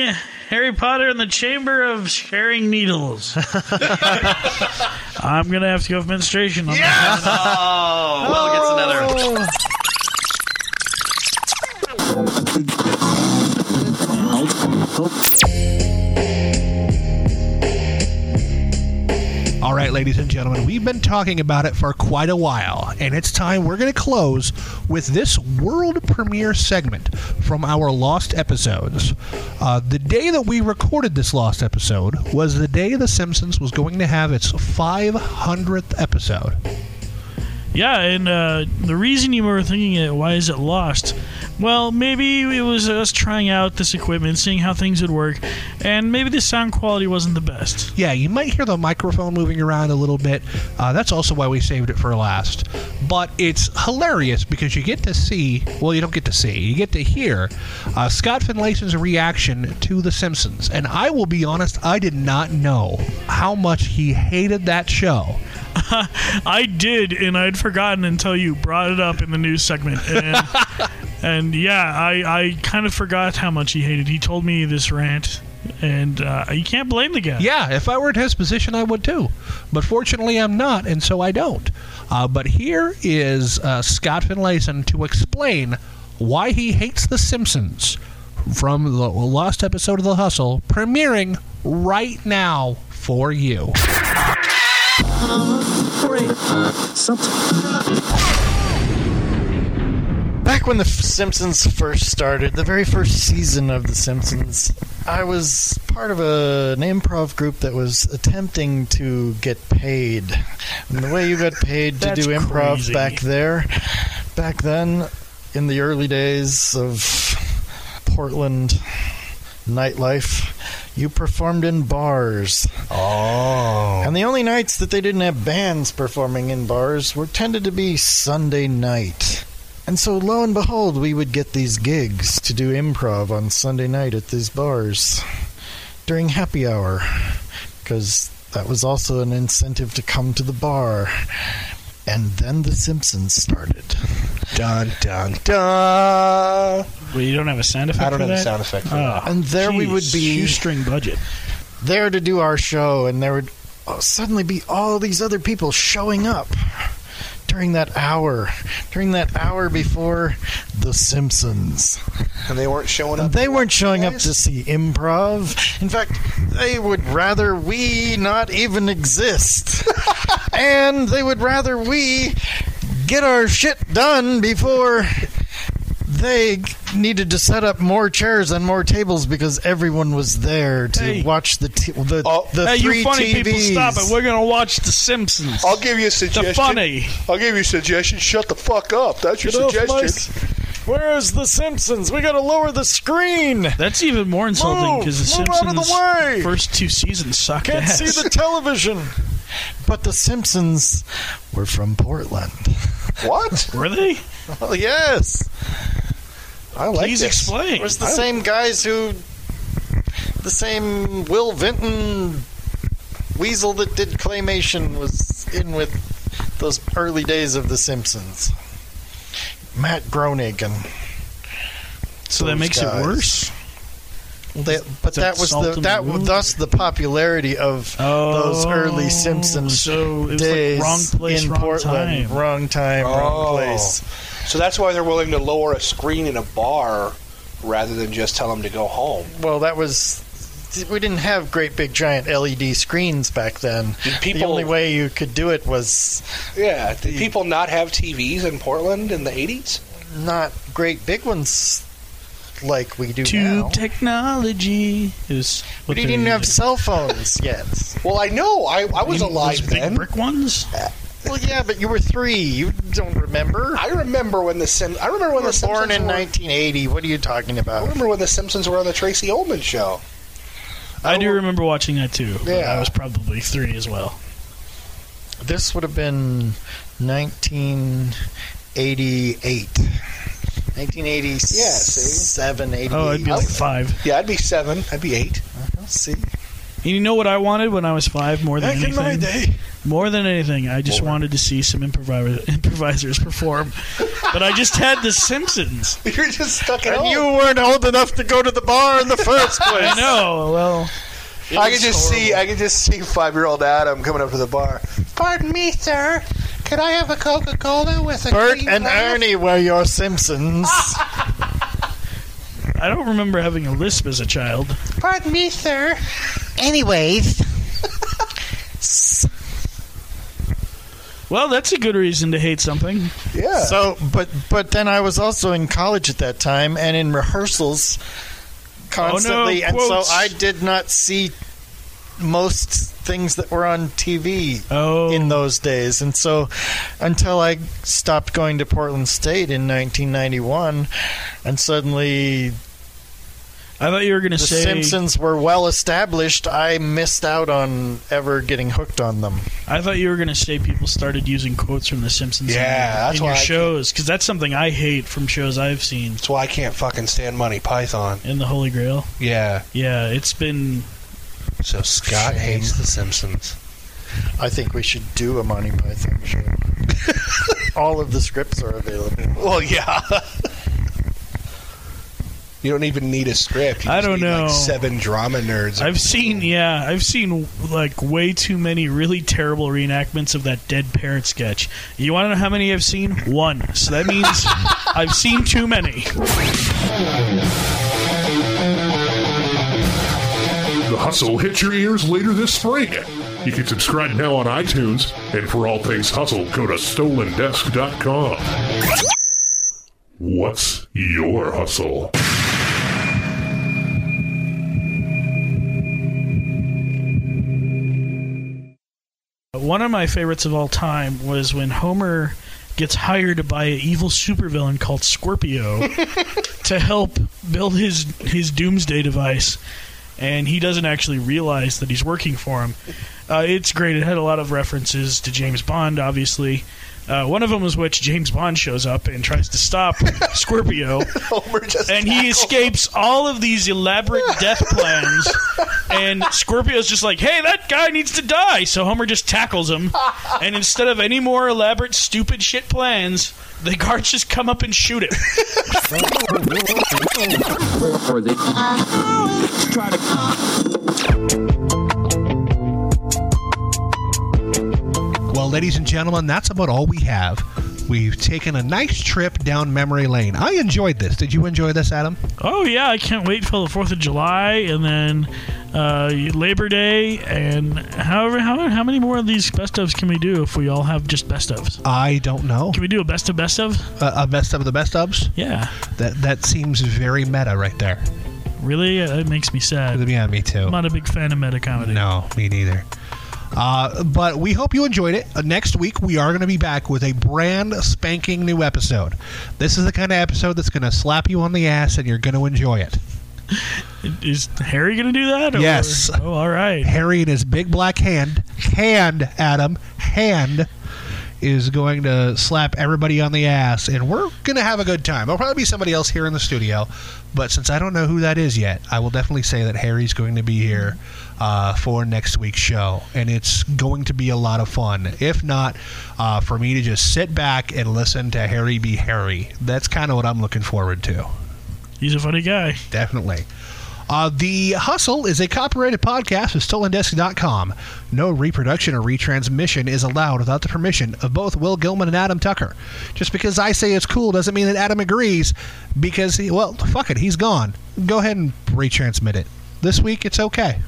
Harry Potter and the Chamber of Sharing Needles. I'm gonna have to go with menstruation. On yes!
Oh, Will gets
Oh.
another.
All right, ladies and gentlemen, we've been talking about it for quite a while, and it's time we're going to close with this world premiere segment from our lost episodes. Uh, the day that we recorded this lost episode was the day The Simpsons was going to have its 500th episode.
Yeah, and uh, the reason you were thinking it, why is it lost? Well, maybe it was us trying out this equipment, seeing how things would work, and maybe the sound quality wasn't the best.
Yeah, you might hear the microphone moving around a little bit. Uh, that's also why we saved it for last. But it's hilarious because you get to see well, you don't get to see, you get to hear uh, Scott Finlayson's reaction to The Simpsons. And I will be honest, I did not know how much he hated that show.
I did, and I'd forgotten until you brought it up in the news segment. And, and yeah, I, I kind of forgot how much he hated. He told me this rant, and uh, you can't blame the guy.
Yeah, if I were in his position, I would too. But fortunately, I'm not, and so I don't. Uh, but here is uh, Scott Finlayson to explain why he hates The Simpsons from the last episode of The Hustle, premiering right now for you.
Back when The F- Simpsons first started, the very first season of The Simpsons, I was part of a, an improv group that was attempting to get paid. And the way you got paid to
That's
do improv
crazy.
back there, back then, in the early days of Portland nightlife, you performed in bars. Oh. And the only nights that they didn't have bands performing in bars were tended to be Sunday night. And so lo and behold, we would get these gigs to do improv on Sunday night at these bars during happy hour because that was also an incentive to come to the bar. And then The Simpsons started. Dun dun dun.
Well, you don't have a sound effect.
I don't
for
have a
that?
sound effect for
Oh,
that. And there we
geez,
would be-
shoestring budget.
there to do our show, and there would suddenly be all these other people showing up during that hour, during that hour before The Simpsons. And they weren't showing up. They weren't showing up to see improv. In fact, they would rather we not even exist. and they would rather we get our shit done before they needed to set up more chairs and more tables because everyone was there to watch the t- the, the
hey,
three
you funny
TVs.
people, stop it! We're gonna watch The Simpsons.
I'll give you a suggestion.
The funny.
I'll give you a suggestion. Shut the fuck up. That's your
Get off my s-
suggestion.
Where's the Simpsons? We gotta lower the screen.
That's even more insulting
Move!
because The
Move
Simpsons
out of the way!
first two seasons sucked
Can't
ass.
see the television. But the Simpsons were from Portland.
What
were they?
Oh yes. I like.
Please
this.
explain.
It was the
I-
same guys who, the same Will Vinton weasel that did claymation was in with those early days of the Simpsons. Matt Groening and.
So that
those
makes it
guys.
worse?
Well, they- but that,
That
was
salt
the
in
that
the
was thus the popularity of those early Simpsons
Oh, was like
days
wrong place,
in
wrong
Portland,
time.
wrong time,
Oh.
wrong place.
So that's why they're willing to lower a screen in a bar rather than just tell them to go home.
Well, that was. We didn't have great big giant LED screens back then. the
people-
only way you could do it was
Yeah. Did people not have TVs in Portland in the 80s?
not great big ones like we do
Tube
now.
technology is.
We
what
didn't
they're
even have
using.
cell phones yet.
Well, I know. I, I was
Those
alive
big
then.
brick ones.
Well, yeah, but you were three. You don't remember?
I remember when the Sim. I remember when
You
the
were born
Simpsons
in
were-
1980. What are you talking
I
about?
remember when the Simpsons were on the Tracy Ullman show.
I do remember watching that too. but
Yeah.
I was probably three as well.
This would have been 1988. 1987,
Yeah, see?
88.
Oh, I'd be like five.
Yeah, I'd be seven. I'd be eight.
See?
And you know what I wanted when I was five more than
Back in
anything?
my day.
More than anything, I just wanted to see some improvisers, improvisers perform. but I just had The Simpsons.
You're just stuck at
And
home.
you weren't old enough to go to the bar in the first place.
I know. Well,
I could just see. I could just see five-year-old Adam coming up to the bar.
Pardon me, sir. Could I have a Coca Cola with a
Bert
cream
and
glass?
Ernie were your Simpsons.
I don't remember having a lisp as a child.
Pardon me, sir. Anyways.
Well, that's a good reason to hate something.
Yeah.
So, but but then I was also in college at that time and in rehearsals constantly,
Oh, no,
and
quotes.
so I did not see most things that were on TV
Oh.
in those days. And so, until I stopped going to Portland State in 1991, and suddenly
I thought you were going to
the
say
Simpsons were well established, I missed out on ever getting hooked on them.
I thought you were going to say people started using quotes from The Simpsons. in-
Yeah, that's
in your
why I
shows because that's something I hate from shows I've seen.
That's why I can't fucking stand Money Python.
In the Holy Grail.
Yeah.
Yeah, it's been
So Scott
Shame.
hates The Simpsons.
I think we should do a Monty Python show. All of the scripts are available.
Well, yeah. you don't even need a script. You
I
just
don't
need, like,
know.
seven drama nerds.
I've seen, yeah, I've seen like way too many really terrible reenactments of that dead parrot sketch. You want to know how many I've seen? One. So that means I've seen too many.
The Hustle hits your ears later this spring. You can subscribe now on iTunes, and for all things Hustle, go to stolendesk.com. What's your hustle?
One of my favorites of all time was when Homer gets hired by an evil supervillain called Scorpio to help build his his doomsday device, and he doesn't actually realize that he's working for him. Uh, it's great. It had a lot of references to James Bond, obviously. Uh, one of them was which James Bond shows up and tries to stop Scorpio, and he escapes all of these elaborate death plans. And Scorpio's just like, "Hey, that guy needs to die." So Homer just tackles him, and instead of any more elaborate, stupid shit plans, the guards just come up and shoot him.
Well, ladies and gentlemen, that's about all we have. We've taken a nice trip down memory lane. I enjoyed this. Did you enjoy this, Adam?
Oh yeah, I can't wait for the Fourth of July, and then uh, Labor Day, and however, how, how many more of these best ofs can we do if we all have just best ofs?
I don't know. Can
we do a best of best of?
Uh, a best of the best ofs?
Yeah.
That that seems very meta right there.
Really, Uh, it makes me sad.
Yeah, me too.
I'm not a big fan of meta comedy.
No, me neither. Uh, but we hope you enjoyed it. Uh, Next week, we are going to be back with a brand spanking new episode. This is the kind of episode that's going to slap you on the ass and you're going to enjoy it.
Is Harry going to do that? or-
Yes.
Oh, all right.
Harry and his big black hand, hand, Adam, hand, is going to slap everybody on the ass, and we're going to have a good time. There'll probably be somebody else here in the studio, but since I don't know who that is yet, I will definitely say that Harry's going to be here uh, for next week's show, and it's going to be a lot of fun. If not, uh, for me to just sit back and listen to Harry be Harry, that's kind of what I'm looking forward to.
He's a funny guy.
Definitely. Uh, the Hustle is a copyrighted podcast of StolenDisc.com. No reproduction or retransmission is allowed without the permission of both Will Gilman and Adam Tucker. Just because I say it's cool doesn't mean that Adam agrees, because, he, well, fuck it, he's gone. Go ahead and retransmit it. This week, it's okay.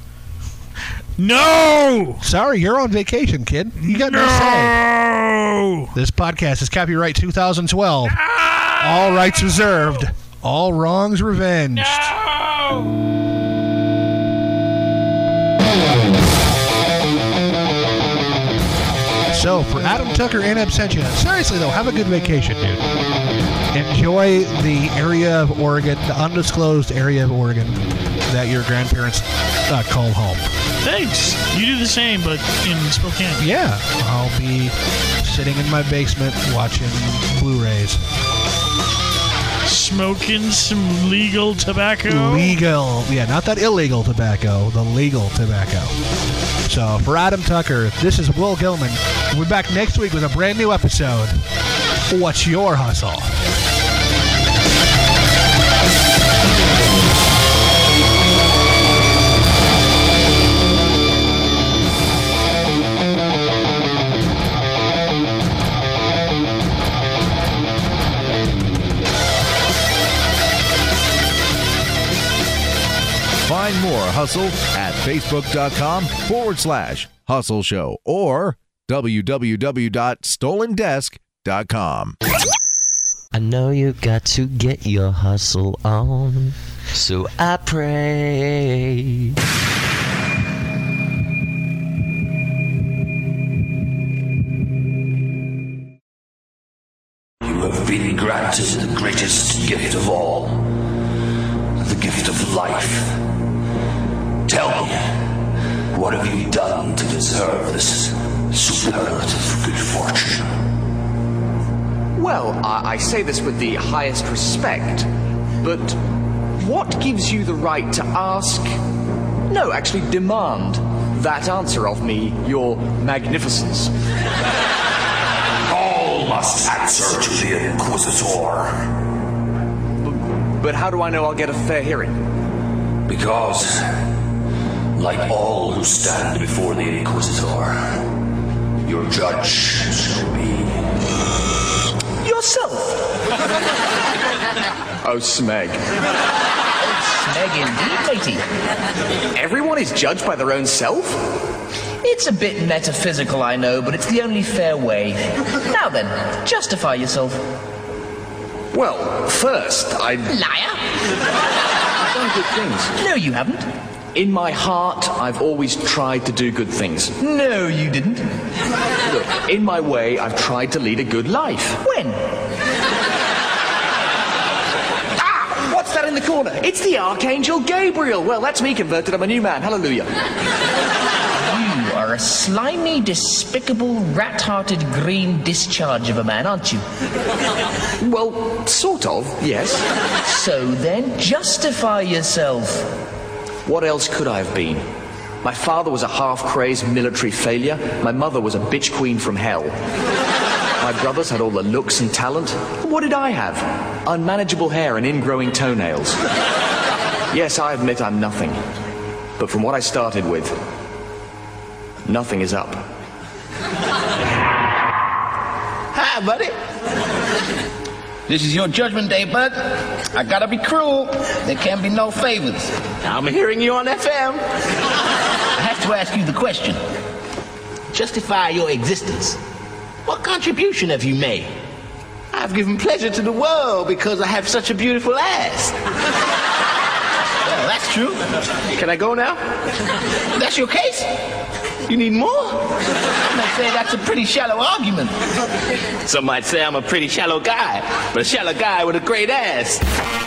No!
Sorry, you're on vacation, kid. You got no, say. This podcast is copyright 2012. All rights reserved. All wrongs revenged. So for Adam Tucker and Absentia, seriously though, have a good vacation, dude. Enjoy the area of Oregon, the undisclosed area of Oregon that your grandparents uh, call home.
Thanks. You do the same, but in Spokane.
Yeah, I'll be sitting in my basement watching Blu-rays.
Smoking some legal tobacco.
Legal, yeah, not that illegal tobacco, the legal tobacco. So for Adam Tucker, this is Will Gilman. We'll be back next week with a brand new episode. What's your hustle?
Find more Hustle at facebook.com forward slash hustle show or www.stolendesk.com.
I know you got to get your hustle on, so I pray.
You have been granted the greatest gift of all the gift of life. Tell me, what have you done to deserve this superlative good fortune?
Well, I, I say this with the highest respect, but what gives you the right to ask, no, actually demand, that answer of me, your magnificence?
All must answer to the Inquisitor.
But how do I know I'll get a fair hearing?
Because, like all who stand before the Inquisitor, your judge shall be.
Yourself! Oh, Smeg.
Smeg indeed, matey.
Everyone is judged by their own self?
It's a bit metaphysical, I know, but it's the only fair way. Now then, justify yourself.
Well, first, I.
Liar!
I've done good things.
No, you haven't.
In my heart, I've always tried to do good things.
No, you didn't.
Look, in my way, I've tried to lead a good life.
When?
Ah! What's that in the corner? It's the Archangel Gabriel. Well, that's me converted. I'm a new man. Hallelujah.
You are a slimy, despicable, rat hearted green discharge of a man, aren't you?
Well, sort of, yes.
So then, justify yourself.
What else could I have been? My father was a half crazed military failure. My mother was a bitch queen from hell. My brothers had all the looks and talent. What did I have? Unmanageable hair and ingrowing toenails. yes, I admit I'm nothing. But from what I started with, nothing is up.
Hi, buddy.
This is your judgment day, bud. I gotta be cruel. There can be no favors. I'm hearing you on FM. I have to ask you the question. Justify your existence. What contribution have you made? I've given pleasure to the world because I have such a beautiful ass. well, that's true. Can I go now? That's your case? You need more? I'm not saying that's a pretty shallow argument.
Some might say I'm a pretty shallow guy, but a shallow guy with a great ass.